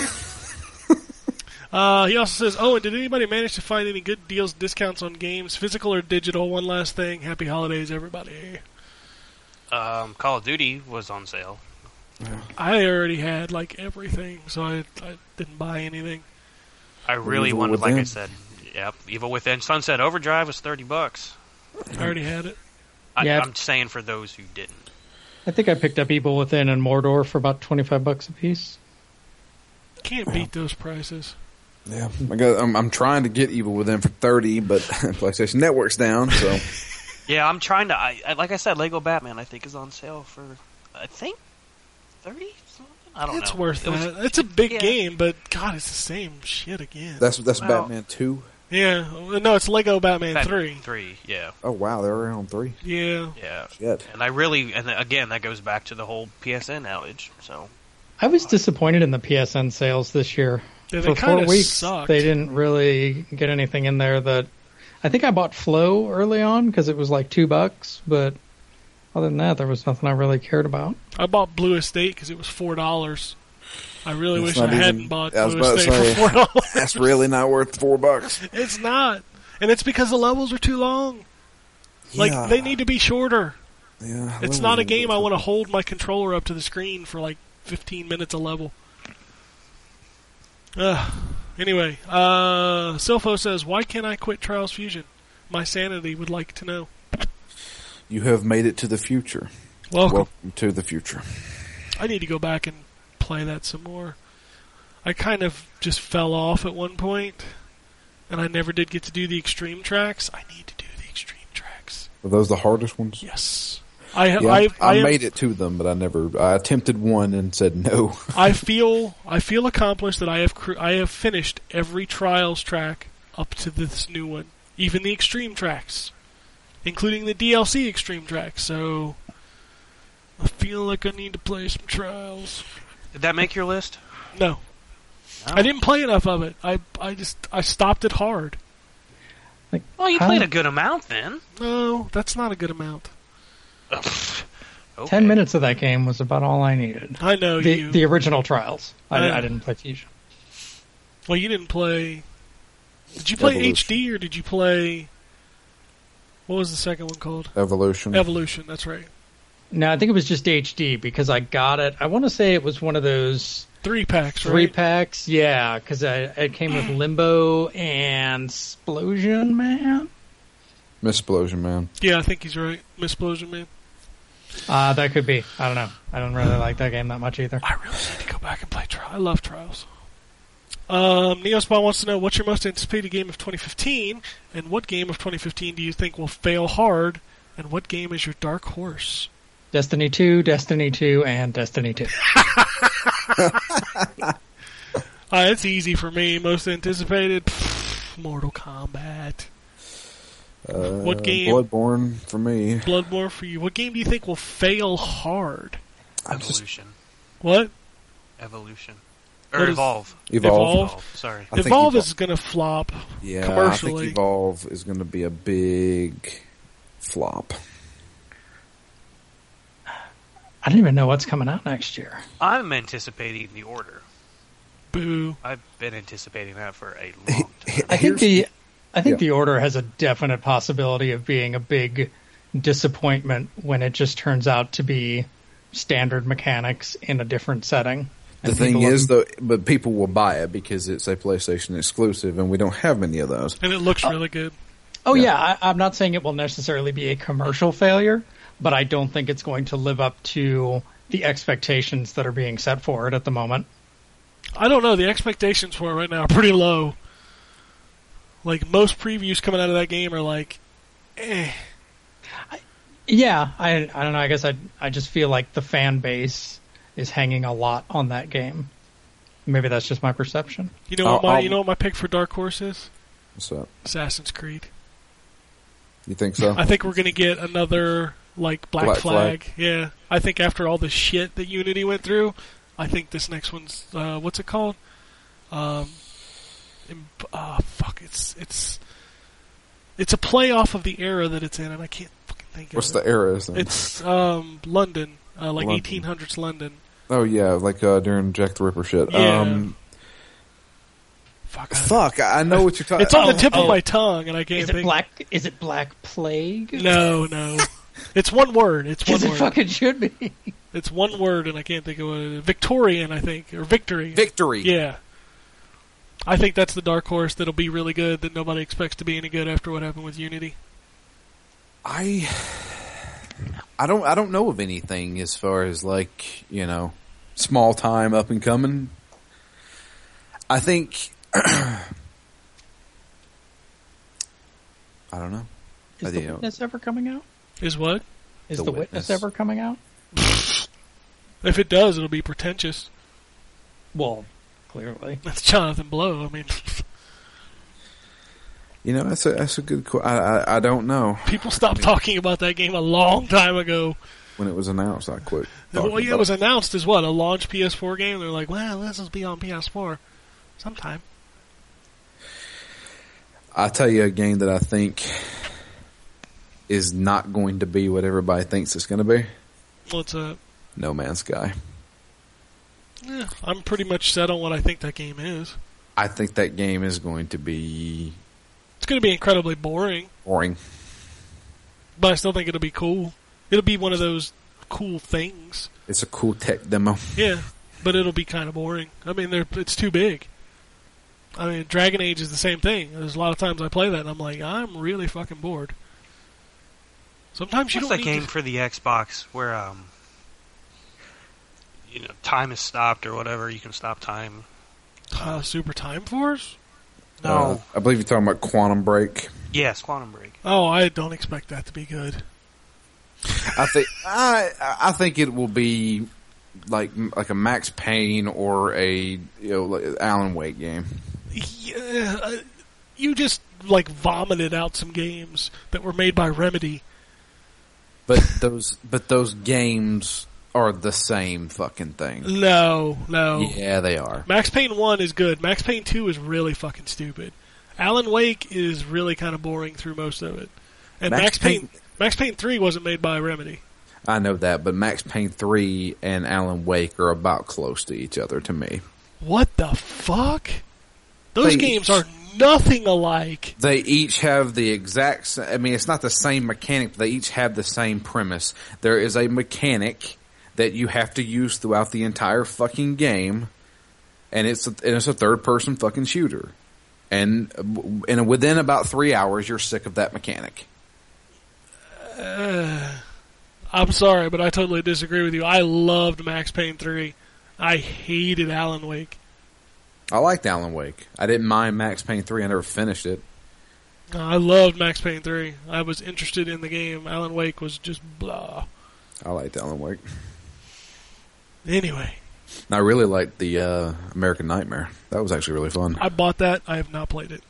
uh, he also says, "Oh, and did anybody manage to find any good deals, discounts on games, physical or digital? One last thing. Happy holidays, everybody. Um, Call of Duty was on sale. I already had like everything, so I, I didn't buy anything. I really Evil wanted, like I Within. said, yep. Evil Within Sunset Overdrive was thirty bucks. I already had it. I, Yeah. I'm saying for those who didn't. I think I picked up Evil Within and Mordor for about twenty five bucks a piece. Can't beat those prices. Yeah, I got, I'm, I'm trying to get Evil Within for thirty, but PlayStation Network's down. So Yeah, I'm trying to. I, I like I said, Lego Batman. I think is on sale for I think thirty something. I don't know. It's worth it. was- that. It's a big yeah. game, but God, it's the same shit again. that's that's Wow. Batman Two. yeah, Well, no, it's Lego Batman, Batman Three. Three. Yeah. Oh wow, they're already on three. Yeah, Yeah. Shit. And I really, and again, that goes back to the whole PSN outage. So I was disappointed in the PSN sales this year. Yeah, they for four kind of weeks, sucked. they didn't really get anything in there that. I think I bought Flow early on because it was like two bucks, but other than that, there was nothing I really cared about. I bought Blue Estate because it was four dollars. I really It's wish I not even- hadn't bought I was Blue about to Estate say. for four dollars. That's really not worth four bucks. it's not, and it's because the levels are too long. Like Yeah. they need to be shorter. Yeah, It's not a game I want to hold my controller up to the screen for like fifteen minutes a level. Ugh. Anyway, uh, Silpho says, "Why can't I quit Trials Fusion? My sanity would like to know." You have made it to the future. Welcome. Welcome to the future. I need to go back and play that some more. I kind of just fell off at one point, and I never did get to do the extreme tracks. I need to do the extreme tracks. Are those the hardest ones? Yes, I have. Yeah, I, I, I, am- made it to them, but I never. I attempted one and said no. I feel I feel accomplished that I have cr- I have finished every trials track up to this new one, even the extreme tracks, including the DLC extreme tracks. So I feel like I need to play some trials. Did that make your list? No. I didn't play enough of it. I I just I stopped it hard. Well, you Huh? played a good amount then. No, that's not a good amount. Okay. Ten minutes of that game was about all I needed. I know The, you. the original Trials. I, Uh, I didn't play Fusion. well, you didn't play. Did you play Evolution. HD or did you play? What was the second one called? Evolution. Evolution. That's right. No, I think it was just HD because I got it. I want to say it was one of those Three packs. three right? packs. Yeah, because it came with Limbo and Explosion Man. Miss Explosion Man. Yeah, I think he's right. Miss Explosion Man. Uh, that could be. I don't know. I don't really like that game that much either. I really need to go back and play trial. I love trials. Um, Neospawn wants to know what's your most anticipated game of 2015, and what game of 2015 do you think will fail hard, and what game is your dark horse? Destiny 2, Destiny 2, and Destiny 2. Uh, it's easy for me. Most anticipated, pfft, Mortal Kombat. Uh, What game? Bloodborne for me. Bloodborne for you. What game do you think will fail hard? I just Evolution. What? Evolution. Or What is- evolve. evolve. Evolve? Evolve. Sorry. I think Evolve Evol- is gonna flop. Yeah, I Commercially. think Evolve is going to be a big flop. I don't even know what's coming out next year. I'm anticipating the order. Boo. I've been anticipating that for a long time. I think the I think Yeah. the order has a definite possibility of being a big disappointment when it just turns out to be standard mechanics in a different setting. The And thing people- is, though, but people will buy it because it's a PlayStation exclusive, and we don't have many of those. And it looks really good. Oh Yeah. yeah, I, I'm not saying it will necessarily be a commercial failure, but I don't think it's going to live up to the expectations that are being set for it at the moment. I don't know. The expectations for it right now are pretty low. Like most previews coming out of that game are like, eh. Yeah, I I don't know. I guess I I just feel like the fan base is hanging a lot on that game. Maybe that's just my perception. You know what Uh, I'll- my I'll- you know what my pick for Dark Horse is? So Assassin's Creed. you think so? I think we're gonna get another like Black, Black Flag. Flag. Yeah, I think after all the shit that Unity went through, I think this next one's uh, what's it called? Um, im- uh, fuck, it's it's it's a play off of the era that it's in, and I can't fucking think What's of it. the era? Is it? It's um London, uh, like London. 1800s London. Oh yeah, like uh, during Jack the Ripper shit. Yeah. Um, Fuck. I- fuck, I I know what you're talking. It's on the Oh, tip of oh. my tongue, and I can't Is it think. black? Is it Black Plague? No, no. It's one word. It's one Because it word. fucking should be. It's one word, and I can't think of what it is. Victorian, I think, or victory. Victory. Yeah. I think that's the dark horse that'll be really good that nobody expects to be any good after what happened with Unity. I I don't I don't know of anything as far as like, you know, small time up and coming. I think I don't know. I Is think- the witness ever coming out? Is what? Is The the, witness. Witness. ever coming out? If it does, it'll be pretentious. Well, clearly. That's Jonathan Blow. I mean, You know, that's a that's a good que- I, I I don't know people stopped talking about that game a long time ago. when it was announced I quit. Well, talking yeah, about it was announced as what a launch PS4 game. They're like, well, this will be on PS4 sometime. I'll tell you a game that I think is not going to be what everybody thinks it's going to be. What's up? No Man's Sky. Yeah, I'm pretty much set on what I think that game is. I think that game is going to be It's going to be incredibly boring, boring. but I still think it'll be cool. It'll be one of those cool things. It's a cool tech demo. Yeah, but it'll be kind of boring. I mean, they're, it's too big. I mean, Dragon Age is the same thing. There's a lot of times I play that and I'm like, I'm really fucking bored. Sometimes you What's don't that need game to- for the Xbox where um, you know, time is stopped or whatever? You can stop time. uh, Super Time Force. Uh, I believe you're talking about Quantum Break. Yes, Quantum Break. Oh, I don't expect that to be good. I think I I think it will be like like a Max Payne or a you know like Alan Wake game. Yeah, uh, you just like vomited out some games that were made by Remedy. But those but those games are the same fucking thing. No, no. Yeah, they are. Max Payne 1 is good. Max Payne 2 is really fucking stupid. Alan Wake is really kind of boring through most of it. And Max, Max Payne, Payne- Max Payne 3 wasn't made by Remedy. I know that, but Max Payne three and Alan Wake are about close to each other to me. What the fuck? Those They- games are nothing alike. They each have the exact. s- I mean, it's not the same mechanic, but they each have the same premise. There is a mechanic that you have to use throughout the entire fucking game, and it's a, and it's a third person fucking shooter. And uh, w- and within about three hours, you're sick of that mechanic. I'm sorry, but I totally disagree with you. I loved Max Payne 3. I hated Alan Wake. I liked Alan Wake. I didn't mind Max Payne three. I never finished it. Uh, I loved Max Payne 3. I was interested in the game. Alan Wake was just blah. I liked Alan Wake. Anyway, And I really liked the uh, American Nightmare. That was actually really fun. I bought that. I have not played it.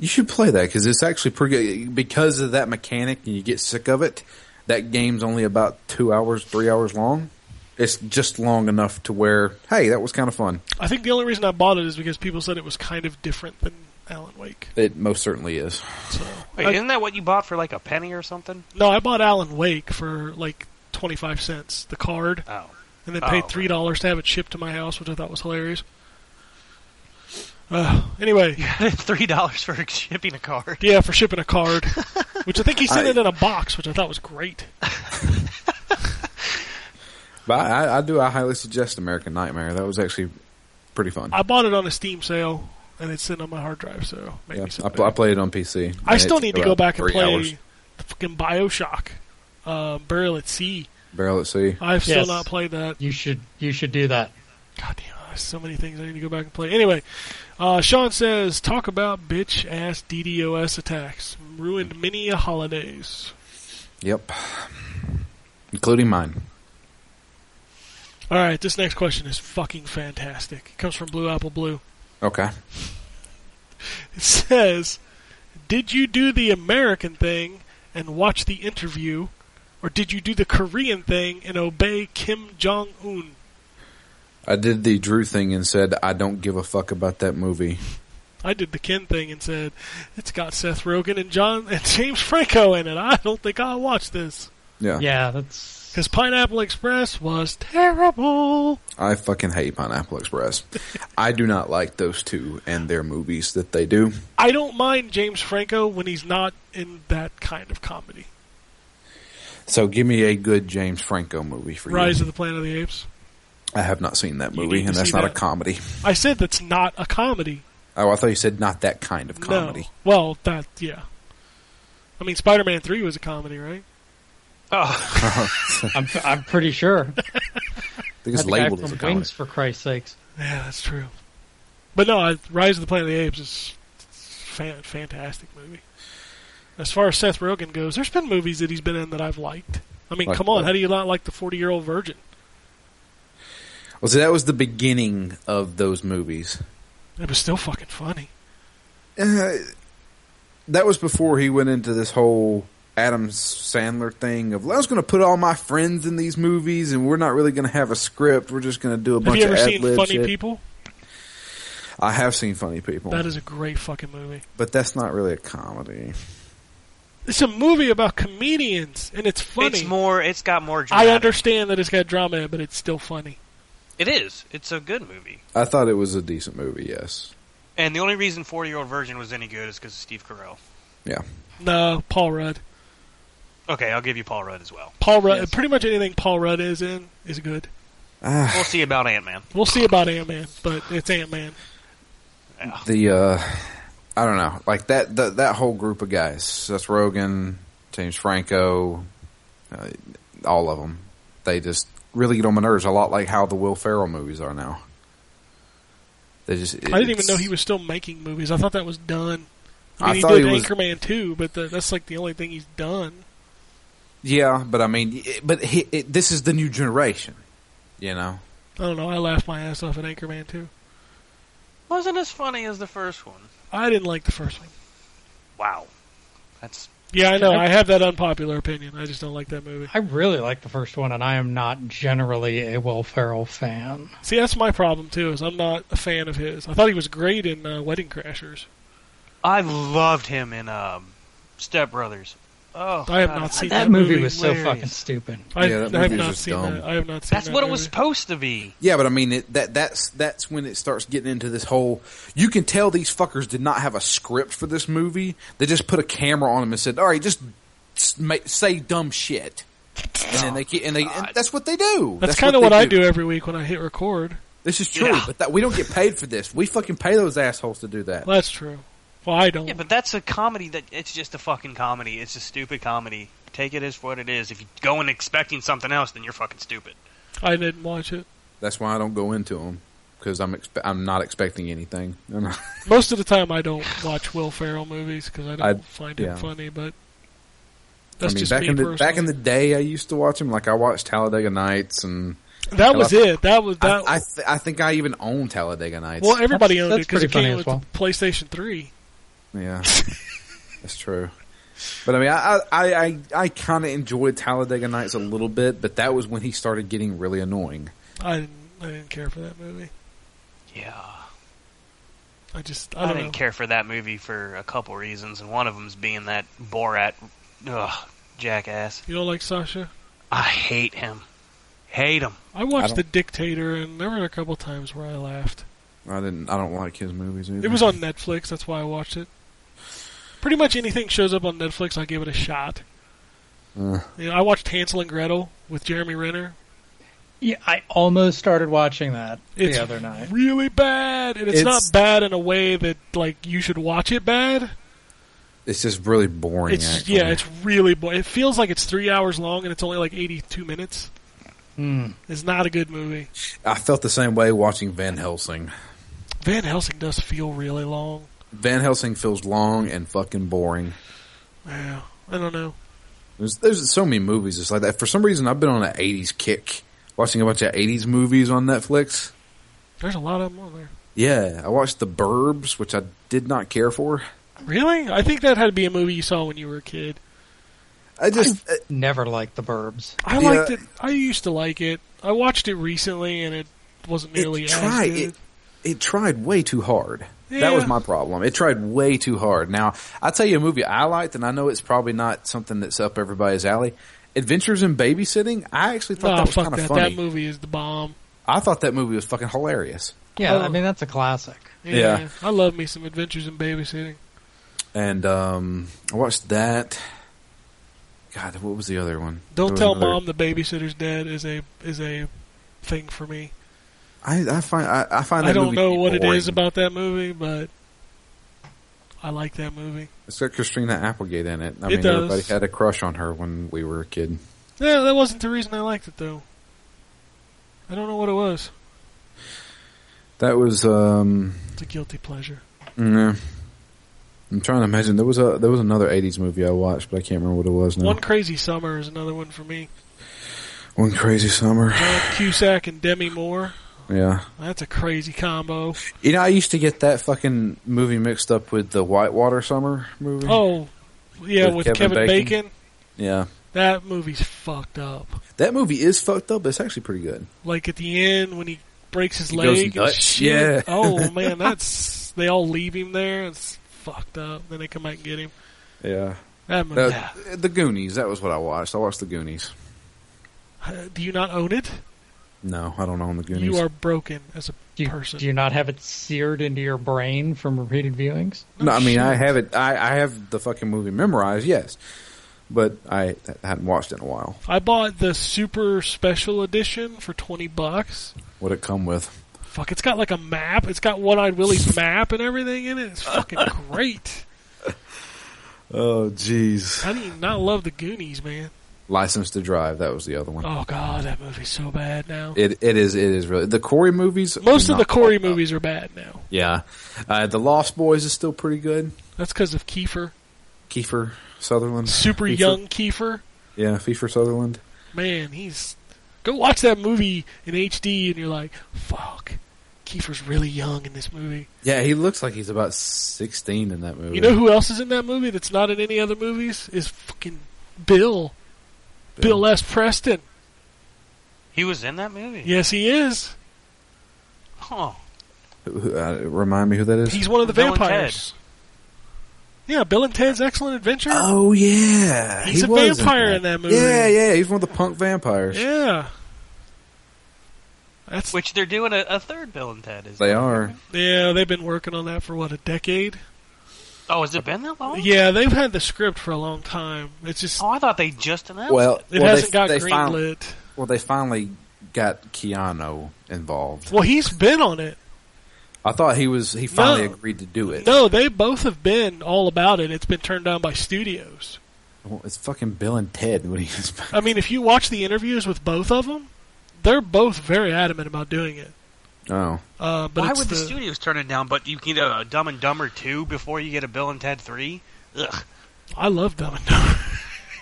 You should play that because it's actually pretty good. Because of that mechanic and you get sick of it, that game's only about two hours, three hours long. It's just long enough to where, hey, that was kind of fun. I think the only reason I bought it is because people said it was kind of different than Alan Wake. It most certainly is. So Wait, I- isn't that what you bought for like a penny or something? no, I bought Alan Wake for like twenty five cents, the card, Oh, and then Oh, paid right. three dollars to have it shipped to my house, which I thought was hilarious. Uh, anyway, three dollars for shipping a card. yeah, for shipping a card, which I think he sent I- it in a box, which I thought was great. But I, I do, I highly suggest American Nightmare. That was actually pretty fun. I bought it on a Steam sale, and it's sitting on my hard drive, so maybe Yeah, I, someday. pl- I played it on PC. I and still it need took to go about back and three play hours. the fucking Bioshock, uh, Burial at Sea. Barrel at Sea. I've still Yes. not played that. You should you should do that. God damn, there's so many things I need to go back and play. Anyway, uh, Sean says, talk about bitch ass DDoS attacks. Ruined many a holidays. Yep. Including mine. Alright, this next question is fucking fantastic. It comes from Blue Apple Blue. Okay. It says, Did you do the American thing and watch the interview, or did you do the Korean thing and obey Kim Jong un? I did the Drew thing and said, I don't give a fuck about that movie. I did the Ken thing and said, It's got Seth Rogen and John and James Franco in it. I don't think I'll watch this. Yeah. Yeah, that's Because Pineapple Express was terrible. I fucking hate Pineapple Express. I do not like those two and their movies that they do. I don't mind James Franco when he's not in that kind of comedy. So give me a good James Franco movie for Rise you. of the Planet of the Apes. I have not seen that You movie, need to and that's see not that. a comedy. I said that's not a comedy. Oh, I thought you said not that kind of No. comedy. Well, that, yeah. I mean, Spider Man 3 was a comedy, right? Oh, I'm I'm pretty sure. I think it's That guy labeled from as a Wings comedy. for Christ's sakes. Yeah, that's true. But no, I, Rise of the Planet of the Apes is fan, fantastic movie. As far as Seth Rogen goes, there's been movies that he's been in that I've liked. I mean, Like come on, what? how do you not like the 40 year old virgin? Well, see, that was the beginning of those movies. It was still fucking funny. Uh, that was before he went into this whole Adam Sandler thing of I was going to put all my friends in these movies, and we're not really going to have a script. We're just going to do a Have bunch you ever of seen ad-lib Funny shit. People? I have seen Funny People. That is a great fucking movie. but that's not really a comedy. It's a movie about comedians, and it's funny. it's more. It's got more. Dramatic. I understand that it's got drama in it, but it's still funny. It is. It's a good movie. I thought it was a decent movie. Yes, And the only reason Four Year Old Virgin was any good is because of Steve Carell. No, Paul Rudd. Okay, I'll give you Paul Rudd as well. Paul Rudd. Yes. Pretty much anything Paul Rudd is in is good. ah, We'll see about Ant Man. We'll see about Ant Man, but it's Ant Man. the uh, I don't know, like that that that whole group of guys, Seth Rogen, James Franco, uh, all of them, they just really get on my nerves a lot, like how the Will Ferrell movies are now. They just I didn't even know he was still making movies. I thought that was done. I I mean, he thought did he was- Anchorman 2, but the, that's like the only thing he's done. yeah, but I mean, it- but he, it, this is the new generation, you know. I don't know. I laughed my ass off at Anchorman 2. Wasn't as funny as the first one. I didn't like the first one. Wow. That's Yeah, I know. I have that unpopular opinion. I just don't like that movie. I really like the first one, and I am not generally a Will Ferrell fan. See, that's my problem too. Is I'm not a fan of his. I thought he was great in uh, Wedding Crashers. I loved him in um, Step Brothers. Oh, I have God, not it's seen That that movie movie was so hilarious. fucking stupid. I, Yeah, that I have movie's not just seen dumb. that. I have not seen That's that what it was movie. supposed to be. Yeah, but I mean it, that that's that's when it starts getting into this whole. You can tell these fuckers did not have a script for this movie. They just put a camera on them and said, "All right, just s- ma- say dumb shit," and then they ke- and they and that's what they do. That's, kind of what, I do every week when I hit record. This is true, Yeah. but that, we don't get paid for this. We fucking pay those assholes to do that. Well, that's true. Well, I don't. Yeah, but that's a comedy that it's just a fucking comedy. It's a stupid comedy. Take it as what it is. If you go in expecting something else, then you're fucking stupid. I didn't watch it. That's why I don't go into them because I'm expe- I'm not expecting anything. Most of the time, I don't watch Will Ferrell movies because I don't I- find him yeah. funny. But I that's mean, just back me in the personally. back in the day, I used to watch them. Like I watched Talladega Nights, and that was it. That was that. I I, th- I think I even own Talladega Nights. well, everybody owned it that's because it pretty funny came as with well. the PlayStation Three. Yeah, that's true. But I mean, I I I, I kind of enjoyed Talladega Nights a little bit, but that was when he started getting really annoying. I didn't. I didn't care for that movie. Yeah. I just. I I, don't didn't know. care for that movie for a couple reasons, and one of them's being that Borat ugh, jackass. You don't like Sasha? I hate him. Hate him. I I watched don't- The Dictator, and there were a couple times where I laughed. I didn't. I don't like his movies either. It was on Netflix. That's why I watched it. Pretty much anything shows up on Netflix, I give it a shot. Uh. You know, I watched Hansel and Gretel with Jeremy Renner. Yeah, I almost started watching that It's the other night. really bad, and it's, not It's- bad in a way that like you should watch it bad. It's just really boring. It's actually. yeah, it's really bo- it feels like it's three hours long and it's only like eighty two minutes. Hmm. It's not a good movie. I felt the same way watching Van Helsing. Van Helsing does feel really long. Van Helsing feels long and fucking boring. Yeah, I don't know. There's, there's so many movies just like that. For some reason, I've been on an '80s kick, watching a bunch of '80s movies on Netflix. There's a lot of them on there. Yeah, I watched The Burbs, which I did not care for. Really? I think that had to be a movie you saw when you were a kid. I just Never liked the Burbs. I Yeah. liked it. I used to like it. I watched it recently, and it wasn't nearly it as tried good. it, it tried way too hard. Yeah. That was my problem. It tried way too hard. Now I tell you a movie I liked, and I know it's probably not something that's up everybody's alley. Adventures in Babysitting. I actually thought Nah, that was fuck kind of that. funny. That movie is the bomb. I thought that movie was fucking hilarious. Yeah, Oh. I mean that's a classic. Yeah, Yeah. I love me some Adventures in Babysitting. And um, I watched that. God, what was the other one? There Don't was tell another- mom the babysitter's dead is a is a thing for me. I, I find I, I find that I don't movie know what it boring. is about that movie, but I like that movie. It's got Christina Applegate in it. I It mean, does. everybody had a crush on her when we were a kid. Yeah, that wasn't the reason I liked it though. I don't know what it was. That was um, It's a guilty pleasure. No. I'm trying to imagine. There was a there was another '80s movie I watched, but I can't remember what it was now. One One, Crazy Summer is another one for me. crazy summer. John Cusack and Demi Moore. Yeah. That's a crazy combo. You know, I used to get that fucking movie mixed up with the Whitewater Summer movie. Oh, yeah, with, With Kevin, Kevin Bacon. Bacon. Yeah. That movie's fucked up. That movie is fucked up, but it's actually pretty good. Like at the end when he breaks his He leg goes and nuts, shit. yeah. oh man, that's they all leave him there. It's fucked up. Then they come back and get him. Yeah. That movie. Uh, the Goonies. That was what I watched. I watched The Goonies. Uh, Do you not own it? No, I don't own The Goonies. You are broken as a Do you, person. do you not have it seared into your brain from repeated viewings? no, I mean, I shit. have it. I, I have the fucking movie memorized. Yes, but I hadn't watched it in a while. I bought the super special edition for twenty bucks. What it come with? fuck. It's got like a map. It's got One Eyed Willie's map and everything in it. It's fucking great. Oh, jeez. How do you not love the Goonies, man? License to Drive. That was the other one. Oh god, that movie's so bad now. It it is it is really the Corey movies. Most of not the Corey hold up. movies are bad now. Yeah, uh, the Lost Boys is still pretty good. That's because of Kiefer, Kiefer Sutherland, super Kiefer- young Kiefer. Yeah, Kiefer Sutherland. Man, he's go watch that movie in HD, and you're like, fuck. Kiefer's really young in this movie. Yeah, he looks like he's about sixteen in that movie. You know who else is in that movie that's not in any other movies? Is fucking Bill. Bill, S. Preston. He was in that movie. Yes, he is. Huh. Who- who- uh, remind me who that is? He's one of the Bill and vampires. Yeah, Bill and Ted's Excellent Adventure. oh yeah, He's he a was vampire in that movie. Yeah, yeah, he's one of the punk vampires. Yeah. That's Which they're doing a, a third Bill and Ted. Is They are. yeah. They've been working on that for what a decade. oh, has it been that long? Yeah, they've had the script for a long time. It's just Oh, I thought they just announced. Well, it well, hasn't they, got they finally, greenlit. Well, they finally got Keanu involved. Well, he's been on it. I thought he was. He finally No. agreed to do it. No, they both have been all about it. It's been turned down by studios. Well, it's fucking Bill and Ted. What do you expect? I mean, if you watch the interviews with both of them, they're both very adamant about doing it. Oh, Uh, but Why it's would the, the- studios turn it down? But you can get a Dumb and Dumber two before you get a Bill and Ted three. Ugh. I love Dumb and Dumber.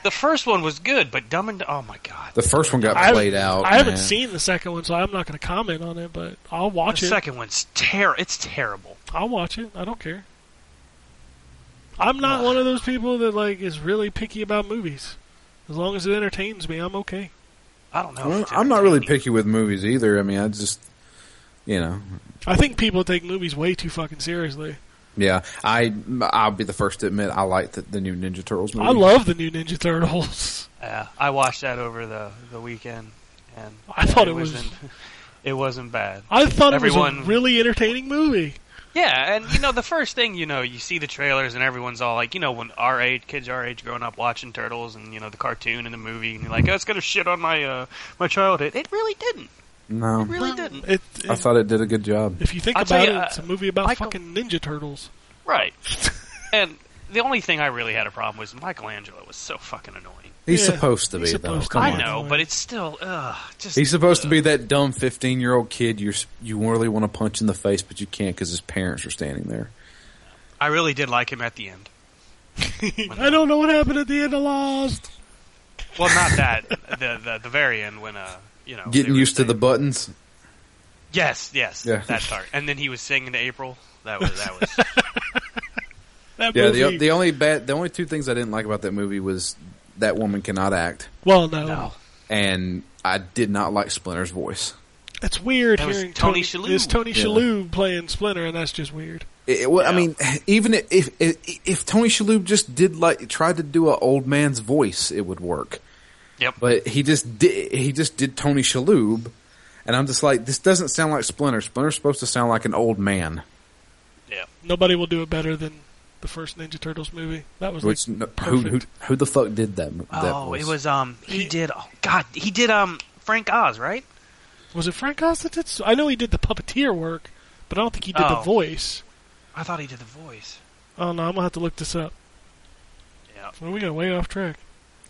The first one was good, but Dumb and oh my god, the first one got I- played out. I haven't man. seen the second one, so I'm not going to comment on it. But I'll the watch it. second one's ter- It's terrible. I'll watch it. I don't care. I'm not one of those people that like is really picky about movies. As long as it entertains me, I'm okay. I don't know. Well, if it's I'm not really entertaining. picky with movies either. I mean, I just, you know, I think people take movies way too fucking seriously. yeah. I I'll be the first to admit I like the, the new Ninja Turtles movie. I love the new Ninja Turtles. Yeah, I watched that over the the weekend, and I thought it was- wasn't- It wasn't bad. I thought it was Everyone- a really entertaining movie. Yeah, and you know the first thing you know, you see the trailers and everyone's all like, you know, when our age, kids our age, growing up watching Turtles and you know the cartoon and the movie, and you're like, oh, it's gonna shit on my uh, my childhood. It really didn't. No, It really didn't. It, I thought it did a good job. if you think I'll tell about you, it, uh, it's a movie about Michael- fucking Ninja Turtles. Right. and the only thing I really had a problem with was Michelangelo was so fucking annoying. He's Yeah, supposed to be he's though. supposed to Come be. I on. know, but it's still ugh, just He's supposed to be that dumb fifteen-year-old kid you you really want to punch in the face, but you can't because his parents are standing there. I really did like him at the end. I don't know what happened at the end of Lost. Well, not that the, the the very end when uh you know they Getting were used to the saying- buttons. yes yes Yeah. that part, and then he was singing to April. That was that was That Yeah, movie. the the only bad, the only two things I didn't like about that movie was that woman cannot act, well, no. no. and I did not like Splinter's voice. it's weird That was hearing Tony Tony Shalhoub. It's Tony Yeah. Shalhoub playing Splinter, and that's just weird. It, it, well, I Yeah. mean, even if, if if if Tony Shalhoub just did like tried to do an old man's voice, it would work. Yep. But he just did he just did Tony Shalhoub, and I'm just like, this doesn't sound like Splinter. Splinter's supposed to sound like an old man, Nobody will do it better than the first Ninja Turtles movie. That was like, which no- who, who perfect. who the fuck did that? mo- that Oh, voice? it was um he He- did oh god he did um Frank Oz right was it Frank Oz that did? s- I know he did the puppeteer work, but I don't think he did the Oh. voice. I thought he did the voice Oh no, I'm gonna have to look this up. yeah Well, we got way off track.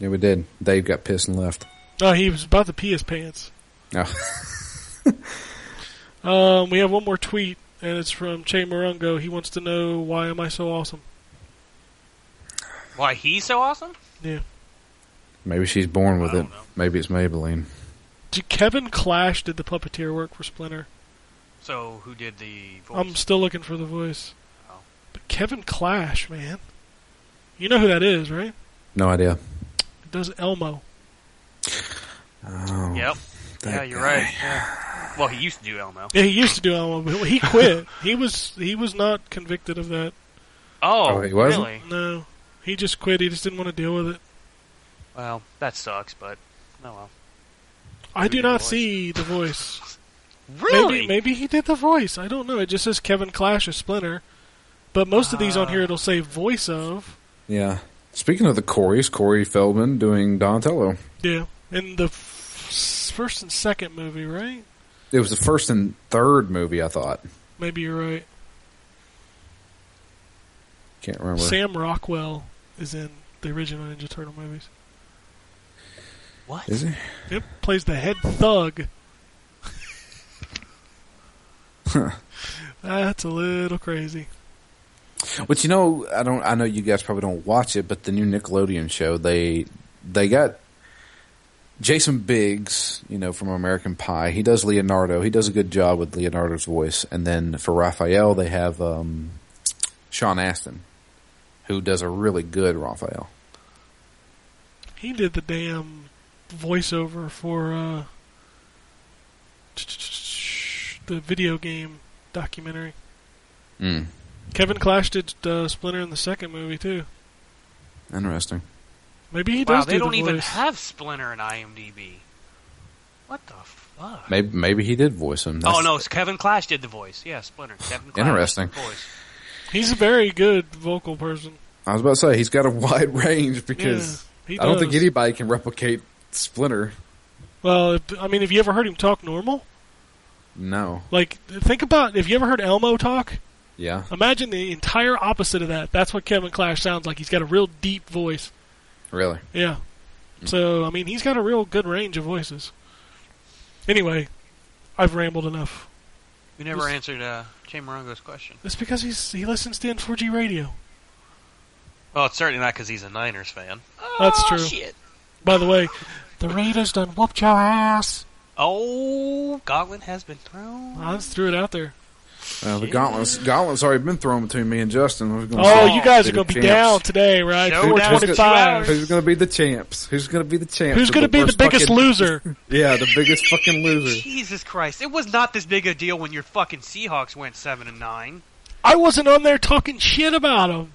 yeah, we did. Dave got pissed and left. No, he was about to pee his pants. Oh. Um, we have one more tweet, and it's from Che Morongo. He wants to know why am I so awesome? why he's so awesome Maybe she's born with I it. don't know. Maybe it's Maybelline. Did Kevin Clash did the puppeteer work for Splinter. so who did the voice I'm still looking for the voice. Oh. But Kevin Clash, man, you know who that is, right? No idea. It does Elmo. Oh, yep that yeah you're guy. right yeah. well he used to do Elmo Yeah, he used to do Elmo, but he quit. he was he was not convicted of that. oh, Oh, he wasn't? really No, he just quit. He just didn't want to deal with it. well that sucks but no well I do did the not voice? see the voice. really Maybe, maybe he did the voice. I don't know. It just says Kevin Clash or Splinter. But most of these on here it'll say voice of. Yeah. Speaking of the Corey's, Corey Feldman doing Donatello. Yeah. In the f- first and second movie, right? It was the first and third movie. I thought. Maybe you're right. Can't remember. Sam Rockwell is in the original Ninja Turtle movies. What? Is it? Yep, plays the head thug. That's a little crazy. But you know, I don't. I know you guys probably don't watch it, but the new Nickelodeon show they they got Jason Biggs, you know, from American Pie. He does Leonardo. He does a good job with Leonardo's voice. And then for Raphael, they have um, Sean Astin, who does a really good Raphael. He did the damn voiceover for uh, the video game documentary. Mm. Kevin Clash did uh, Splinter in the second movie too. Interesting. Maybe he Wow, does. they do don't the even voice. have Splinter in IMDb. What the fuck? Maybe maybe he did voice him. oh no, it's Kevin Clash did the voice. Yeah, Splinter. Kevin Clash Interesting. did the voice. He's a very good vocal person. I was about to say he's got a wide range because Yeah, he I don't think does. anybody can replicate Splinter. Well, if, I mean, have you ever heard him talk normal? No. Like, think about if you ever heard Elmo talk. Yeah. Imagine the entire opposite of that. That's what Kevin Clash sounds like. He's got a real deep voice. Really. Yeah. So I mean, he's got a real good range of voices. Anyway, I've rambled enough. We never Just- answered uh, Jay Morongo's question. It's because he's he listens to N4G Radio. Well, it's certainly not because he's a Niners fan. That's true. By the way, the Raiders done whooped your ass. Oh, gauntlet has been thrown. I just threw it out there. Uh, the gauntlets, gauntlets already been thrown between me and Justin. I was gonna Oh, say, you guys are who's gonna be the down champs? today, right? Showdown Four Who's gonna- twenty-five. Who's going to be the champs? Who's going to be the champs? Who's of gonna be the worst biggest fucking- loser? Yeah, the biggest fucking loser. Jesus Christ! It was not this big a deal when your fucking Seahawks went seven and nine. I wasn't on there talking shit about him.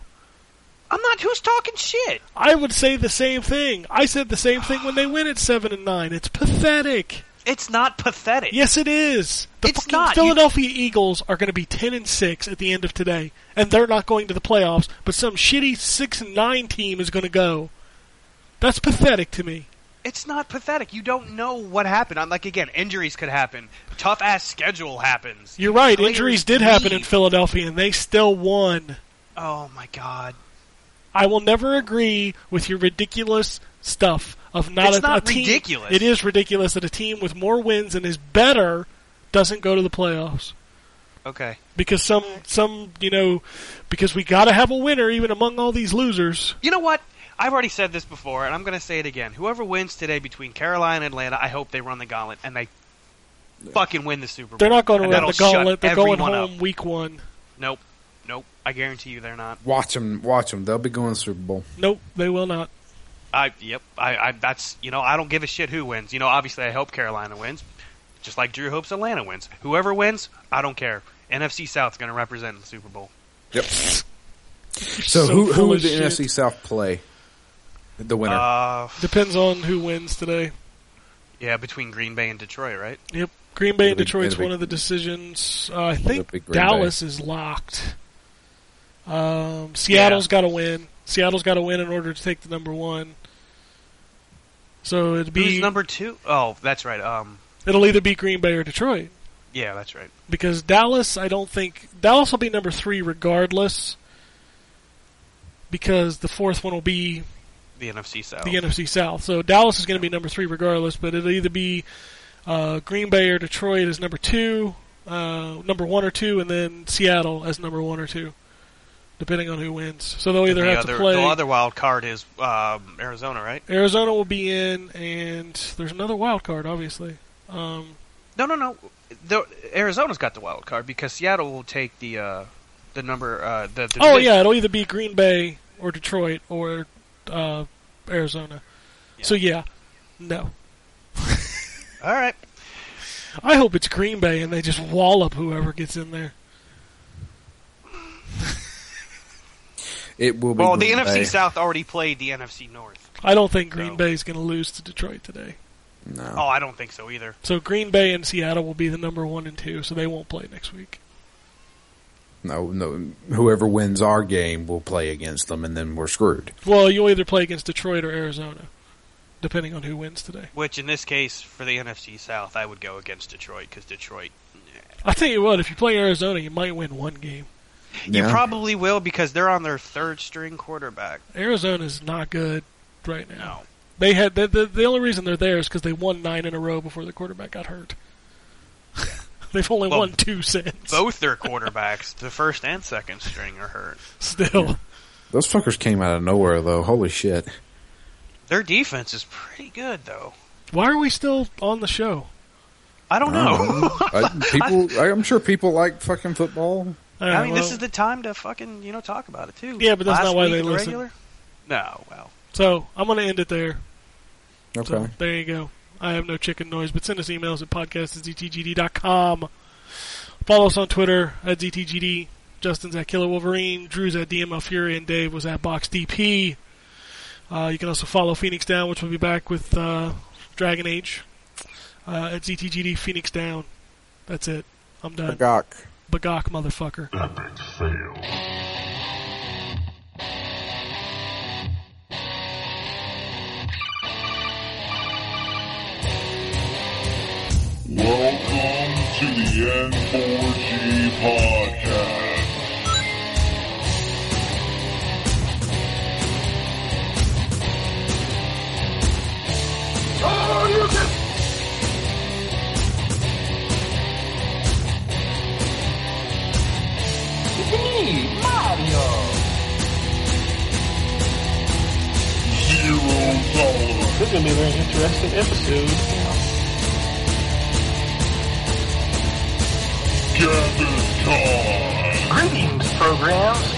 I'm not. Who's talking shit? I would say the same thing. I said the same thing when they win at seven and nine. It's pathetic. It's not pathetic. Yes, it is. The It's fucking not. You- Philadelphia Eagles are going to be ten and six at the end of today, and they're not going to the playoffs. But some shitty six and nine team is going to go. That's pathetic to me. It's not pathetic. You don't know what happened. I'm like again, injuries could happen. Tough ass schedule happens. You're right. Players Injuries did happen in leave. Philadelphia, and they still won. Oh my god. I will never agree with your ridiculous stuff of not It's a, not a team- ridiculous. It is ridiculous that a team with more wins and is better doesn't go to the playoffs. Okay. Because some, some, you know, because we gotta have a winner even among all these losers. You know what? I've already said this before, and I'm going to say it again. Whoever wins today between Carolina and Atlanta, I hope they run the gauntlet and they fucking win the Super Bowl. They're not going to And run the that'll shut gauntlet. They're going everyone home up. week one. Nope. Nope. I guarantee you they're not. Watch them, watch them. They'll be going to the Super Bowl. Nope, they will not. I yep. I, I that's you know I don't give a shit who wins. You know obviously I hope Carolina wins, just like Drew hopes Atlanta wins. Whoever wins, I don't care. NFC South's going to represent the Super Bowl. Yep. So, who full who of would the shit. NFC South play? The winner. Uh, Depends on who wins today. yeah, between Green Bay and Detroit, right? Yep. Green Bay and It'll be- Detroit's it'll be- one of the decisions. Uh, I be think Green Dallas is locked. Um, Seattle's got to win. Seattle's got to win in order to take the number one. So it'd be Who's number two? Oh, that's right. Um, it'll either be Green Bay or Detroit yeah, that's right. because Dallas. I don't think Dallas will be number three regardless because the fourth one will be The NFC South. the NFC South. So Dallas is going to be number three regardless, but it'll either be uh, Green Bay or Detroit as number two, uh, number one or two, and then Seattle as number one or two, depending on who wins. So they'll either the have other, to play. The other wild card is um, Arizona, right? Arizona will be in, and there's another wild card, obviously. Um, No, no, no. The, Arizona's got the wild card because Seattle will take the uh, the number. Uh, the, the oh division. yeah, it'll either be Green Bay or Detroit or uh, Arizona. So yeah, no. All right. I hope it's Green Bay and they just wallop whoever gets in there. it will be. Well, the Green NFC Bay. South already played the NFC North. I don't think Green No. Bay's going to lose to Detroit today. No. Oh, I don't think so either. So Green Bay and Seattle will be the number one and two, so they won't play next week. no, no. Whoever wins our game will play against them, and then we're screwed. Well, you'll either play against Detroit or Arizona. depending on who wins today. Which, in this case, for the NFC South, I would go against Detroit because Detroit. I tell you what, if you play Arizona, you might win one game. You probably will because they're on their third string quarterback. Arizona's not good right now. No. They had the, the the only reason they're there is because they won nine in a row before the quarterback got hurt. They've only Well, won two since. Both their quarterbacks, the first and second string, are hurt. Still, Those fuckers came out of nowhere though. Holy shit! Their defense is pretty good, though. why are we still on the show? I don't know. I, Uh, people, I, I'm sure people like fucking football. All I right, mean, well, this is the time to fucking you know talk about it too. Yeah, but that's Last not why week they in the listen. Regular? No, well, so I'm going to end it there. Okay. So there you go. I have no chicken noise, but send us emails at podcast@ztgd.com. Follow us on Twitter at ztgd. Justin's at Killer Wolverine. Drew's at DML Fury, and Dave was at Box DP. Uh, you can also follow Phoenix Down, which will be back with uh, Dragon Age uh, at ztgd Phoenix Down. That's it. I'm done. Gawk. Bagok, motherfucker. Welcome to the N4G Podcast. Zero tolerance. This is going to be a very interesting episode. Gather's time. Greetings, programs.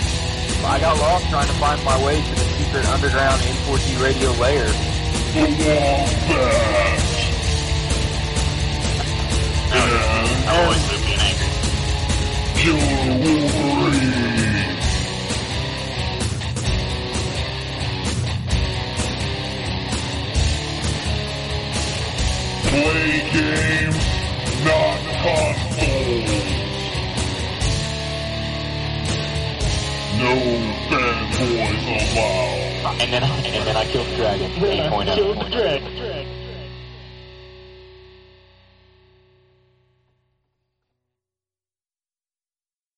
I got lost trying to find my way to the secret underground N4G radio layer. the Wombat. And I always live in anger. Killer Wolverine. Play games, not consoles. No fanboys allowed. And then, and then I killed the dragon. Kill the dragon.